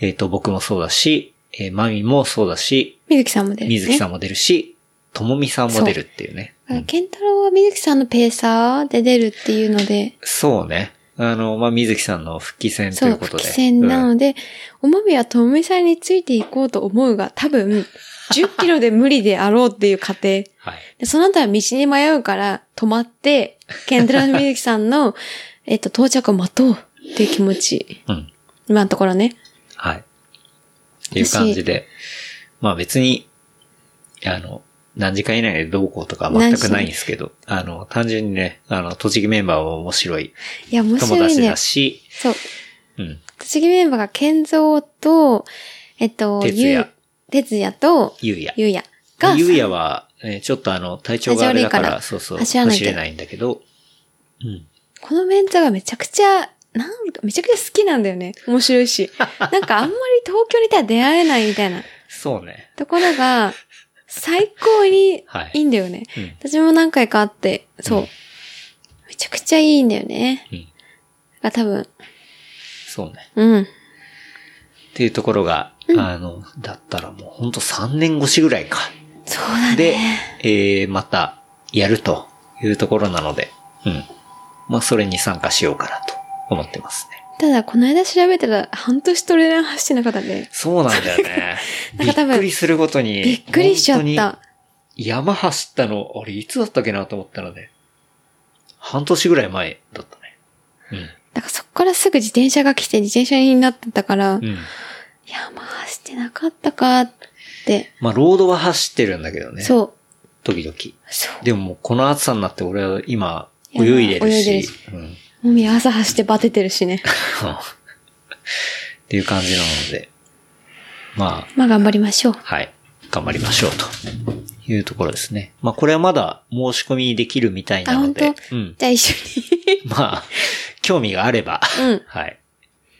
B: えっ、と、僕もそうだし、えーマミもそうだし、
C: 水木さんも出る、ね。
B: 水木さ
C: ん。
B: んも出るし、ともみさんも出るっていうね。うん
C: ケンタロウは水木さんのペーサーで出るっていうので、
B: そうね。あの、まあ、水木さんの復帰戦と
C: そ、
B: いううこと
C: 復
B: で。
C: 帰戦
B: う
C: な
B: ん
C: ので、おまみはともみさんについていこうと思うが、多分、10キロで無理であろうっていう過程。
B: はい。
C: で、その後は道に迷うから、止まって、ケンドラ・ミズキさんの、えっと、到着を待とうっていう気持ち。
B: うん。
C: 今のところね。
B: はい。っていう感じで。まあ別に、あの、何時間以内でどうこうとか全くないんですけど、あの、単純にね、あの、栃木メンバーも面白い
C: いや、
B: 友
C: 面白い
B: 達
C: ね
B: だ。し、
C: そう。
B: うん。
C: 栃木メンバーが健三と、えっと、
B: 哲也
C: ゆう、哲也と、
B: ゆうや。
C: ゆうやが、
B: ゆうやは、ね、ちょっとあの、体調があれだから、
C: 体調悪いから
B: そうそう、
C: 走らない
B: 走
C: けど
B: れないんだけど、うん。
C: このメンツがめちゃくちゃ、なんか、めちゃくちゃ好きなんだよね。面白
B: [laughs]
C: いし。なんかあんまり東京にいたら出会えないみたいな
B: そうね。
C: ところが、最高に
B: はい
C: いいんだよね。
B: うん。
C: 私も何回かあって、そう。
B: うん
C: めちゃくちゃいいんだよね。
B: うん
C: が多分、
B: そうね。
C: うん。
B: っていうところが、あの、だったらもうほんと3年越しぐらいか。
C: そうだね。
B: で、えー、またやるというところなので、うん。まあ、それに参加しようかなと思ってますね。
C: ただ、この間調べたら、半年トレーナー走ってなかったね。
B: そうなんだよね。
C: [laughs] なん
B: びっ
C: か多分
B: くりすることに。
C: びっくりしちゃっ
B: 本当
C: た
B: に。山走ったの、あれ、いつだったっけなと思ったので、半年ぐらい前だったね。
C: だからそこからすぐ自転車が来て自転車になってたから、
B: うん。うん。
C: いや、まあ走ってなかったかって、
B: まあ、ロードは走ってるんだけどね。
C: そう。
B: 時々。
C: そう。
B: でももうこの暑さになって俺は今、泳いでる
C: いや泳いで
B: し。
C: るし
B: うん。
C: もみ朝走ってバテてる
B: [laughs]
C: しね。
B: っていう感じなので。まあ、
C: まあ頑張りましょう。
B: はい。頑張りましょうというところですね。まあこれはまだ申し込みできるみたいな
C: あ、
B: の
C: 本当
B: で。うん。
C: じゃあ一緒に
B: まあ、興味があれば。
C: うん
B: はい。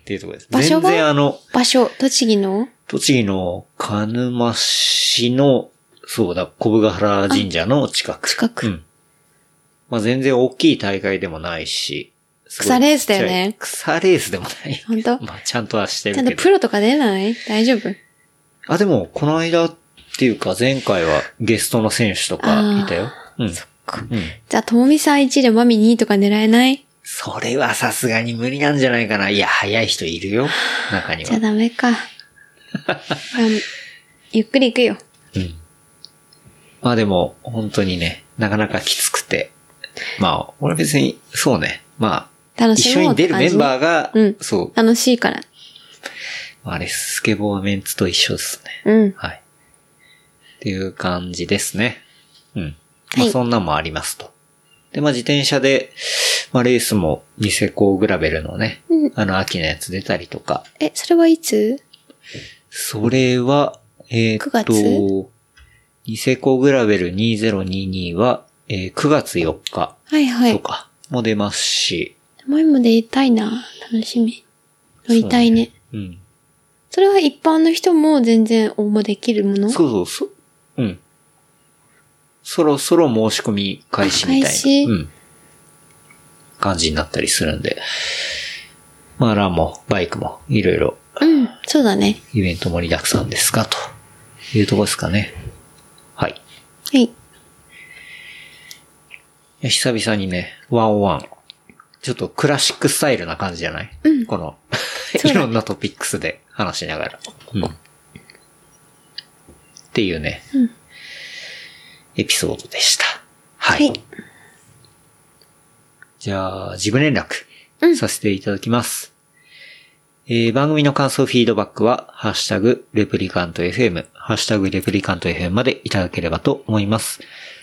B: っていうところです。
C: 場所
B: 全
C: は
B: 然あの、
C: 場所、栃木の
B: 栃木の鹿沼市の、そうだ、小部ヶ原神社の近く。
C: 近く
B: うん。まあ全然大きい大会でもないし。すごい
C: 草レースだよね
B: 草レースでもない。 [laughs]
C: 本当
B: まあちゃんとはしてる
C: ちゃ
B: け
C: ん
B: ど。
C: とプロとか出ない大丈夫
B: あ、でも、この間っていうか、前回はゲストの選手とかいたよ。うん。
C: そっか。
B: うん。
C: じゃあ、ともみさん1でマミ2とか狙えない
B: それはさすがに無理なんじゃないかな。いや、早い人いるよ。中に
C: じゃ
B: は
C: あ。ダ
B: [laughs]
C: メか。うんゆっくり行くよ。
B: うん。まあでも、本当にね、なかなかきつくて。まあ、俺別に、そうね。まあ、
C: 楽
B: 一
C: し
B: 緒
C: もう
B: に
C: っ
B: 出
C: て
B: る
C: 感じ
B: メンバーが、
C: うん
B: そう。
C: 楽しいから。
B: あれ、スケボーメンツと一緒ですね。
C: うん。
B: はい。っていう感じですね。うん。まあ、
C: はい
B: そんなんもありますと。で、まあ、自転車で、まあ、レースも、ニセコグラベルのね、
C: うん
B: あの、秋のやつ出たりとか。
C: え、それはいつ
B: それは、えーっ
C: 9
B: と、ニセコグラベル2022は、えー9月4日
C: はいは
B: と
C: い。
B: かも出ますし、
C: もうも出たいな。楽しみ。乗りたいね。
B: うん。
C: それは一般の人も全然応募できるもの
B: そうそうそう。うん。そろそろ申し込み開始みた
C: 開始
B: いな、うん、感じになったりするんで、まあ、ランもバイクもいろいろ
C: うん。そうだね。
B: イベント盛りだくさんですが、というところですかね。はい。
C: はい。
B: いや久々にね、ワンワン。ちょっとクラシックスタイルな感じじゃない
C: うん
B: この、
C: そうだ
B: いろんなトピックスで話しながら。うん。っていうね、
C: うん
B: エピソードでした。はい。
C: はい
B: じゃあ、自分連絡
C: うん
B: させていただきます。えー番組の感想フィードバックは、ハッシュタグ、レプリカント FM、ハッシュタグ、レプリカント FM までいただければと思います。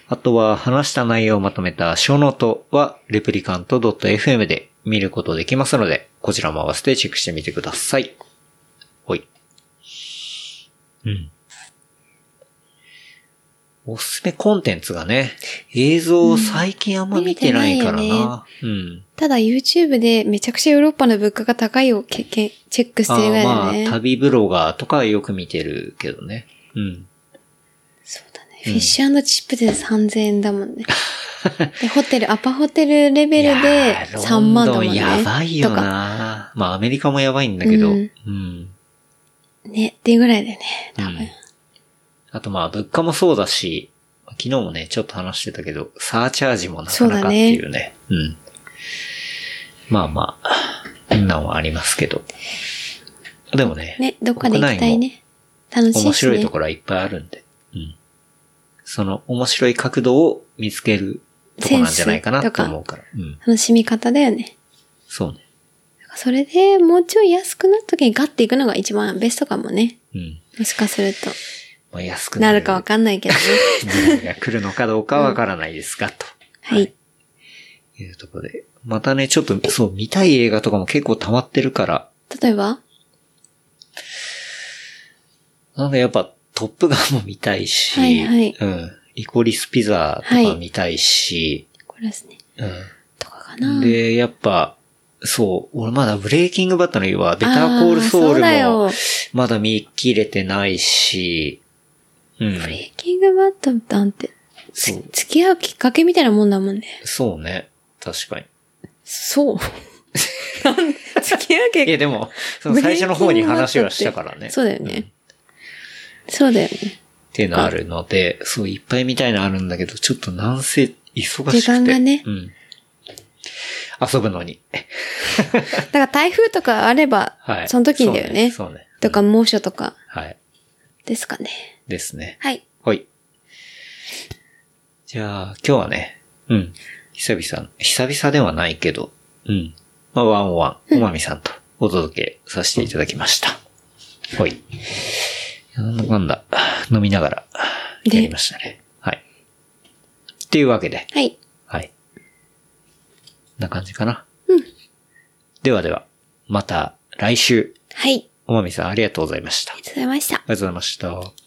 B: あとは、話した内容をまとめた小ノートは、レプリカント .fm で見ることできますので、こちらも合わせてチェックしてみてください。ほい。うん。おすすめコンテンツがね、映像を最近あんま見てないから
C: 見てないよ
B: な。うん。
C: ただ YouTube でめちゃくちゃヨーロッパの物価が高いをけけチェックしてるぐらいだね。
B: あーまあ、旅ブロガーとかよく見てるけどね。うん。
C: そうだね。
B: う
C: フ
B: ん
C: ィッシュチップで3000円だも
B: [laughs]
C: んね。で、ホテル、アパホテルレベルで3万だもんね。
B: いやーロンドンやばいよ
C: とか。
B: な。まあ、アメリカもやばいんだけど。う
C: うんん。ね、っていうぐらいだよね。多分。
B: うんあとまあ、物価もそうだし、昨日もね、ちょっと話してたけど、サーチャージもなかなかっていうね。うん。まあまあ、こんなんはありますけど。でもね、
C: ね、どっかで行きたいね。楽しい
B: 面
C: です
B: 白い
C: ね
B: と。ころはいっぱいあるんで。うん。その面白い角度を見つけるとこなんじゃないかなと思うから。うん。
C: 楽しみ方だよね。
B: そうね。
C: それでもうちょい安くなった時にガッていくのが一番ベストかもね。
B: うん。
C: もしかすると。
B: まあ、安く
C: なるかわ
B: ん
C: かんないけど [laughs]
B: な
C: ね。
B: い。が来るのかどうかわからないですが、と。
C: [laughs] はい。
B: いうところで。またね、ちょっと、そう、見たい映画とかも結構溜まってるから、
C: 例えば
B: なんかやっぱ、トップガンも見たいし、
C: はいはい
B: うん。リコリスピザとか見たいし、
C: これですね。
B: うん。
C: とかかな。
B: で、やっぱ、そう、俺まだブレイキングバットの要は、ベタ
C: あ
B: ーコールソウ
C: そう
B: ル
C: だ
B: も
C: よ、。
B: まだ見切れてないし、うん。
C: ブレイキングバットなんて、つ
B: そう
C: 付き合うきっかけみたいなもんだもんね。
B: そうね。確かに。
C: そう。 [laughs] なん付き合うきっ
B: いや、でも、その最初の方に話はしたからね。
C: そうだよ
B: んっ
C: ね。 [laughs] そうだよね。
B: ていうのあるので、そう、いっぱい見たいのあるんだけど、ちょっとなんせ、忙しくて。
C: 時間がね
B: うん。遊ぶのに。
C: だから台風とかあれば、
B: はい。
C: その時にだよね。
B: そうね。
C: とか猛暑とか
B: はい。
C: ですかね。
B: ですね。
C: はい。
B: はい。じゃあ、今日はね、うん。久々、久々ではないけど、うん。まあ、ワンオンワン、おまみさんとお届けさせていただきました。はい。なんだかんだ、飲みながら、
C: で
B: やりましたね。はい。っていうわけで、
C: はい。
B: はい。こんな感じかな。ではでは、また来週、
C: はい。
B: おまみさんありがとうございました。あり
C: ありがとうございました。
B: がとうございました。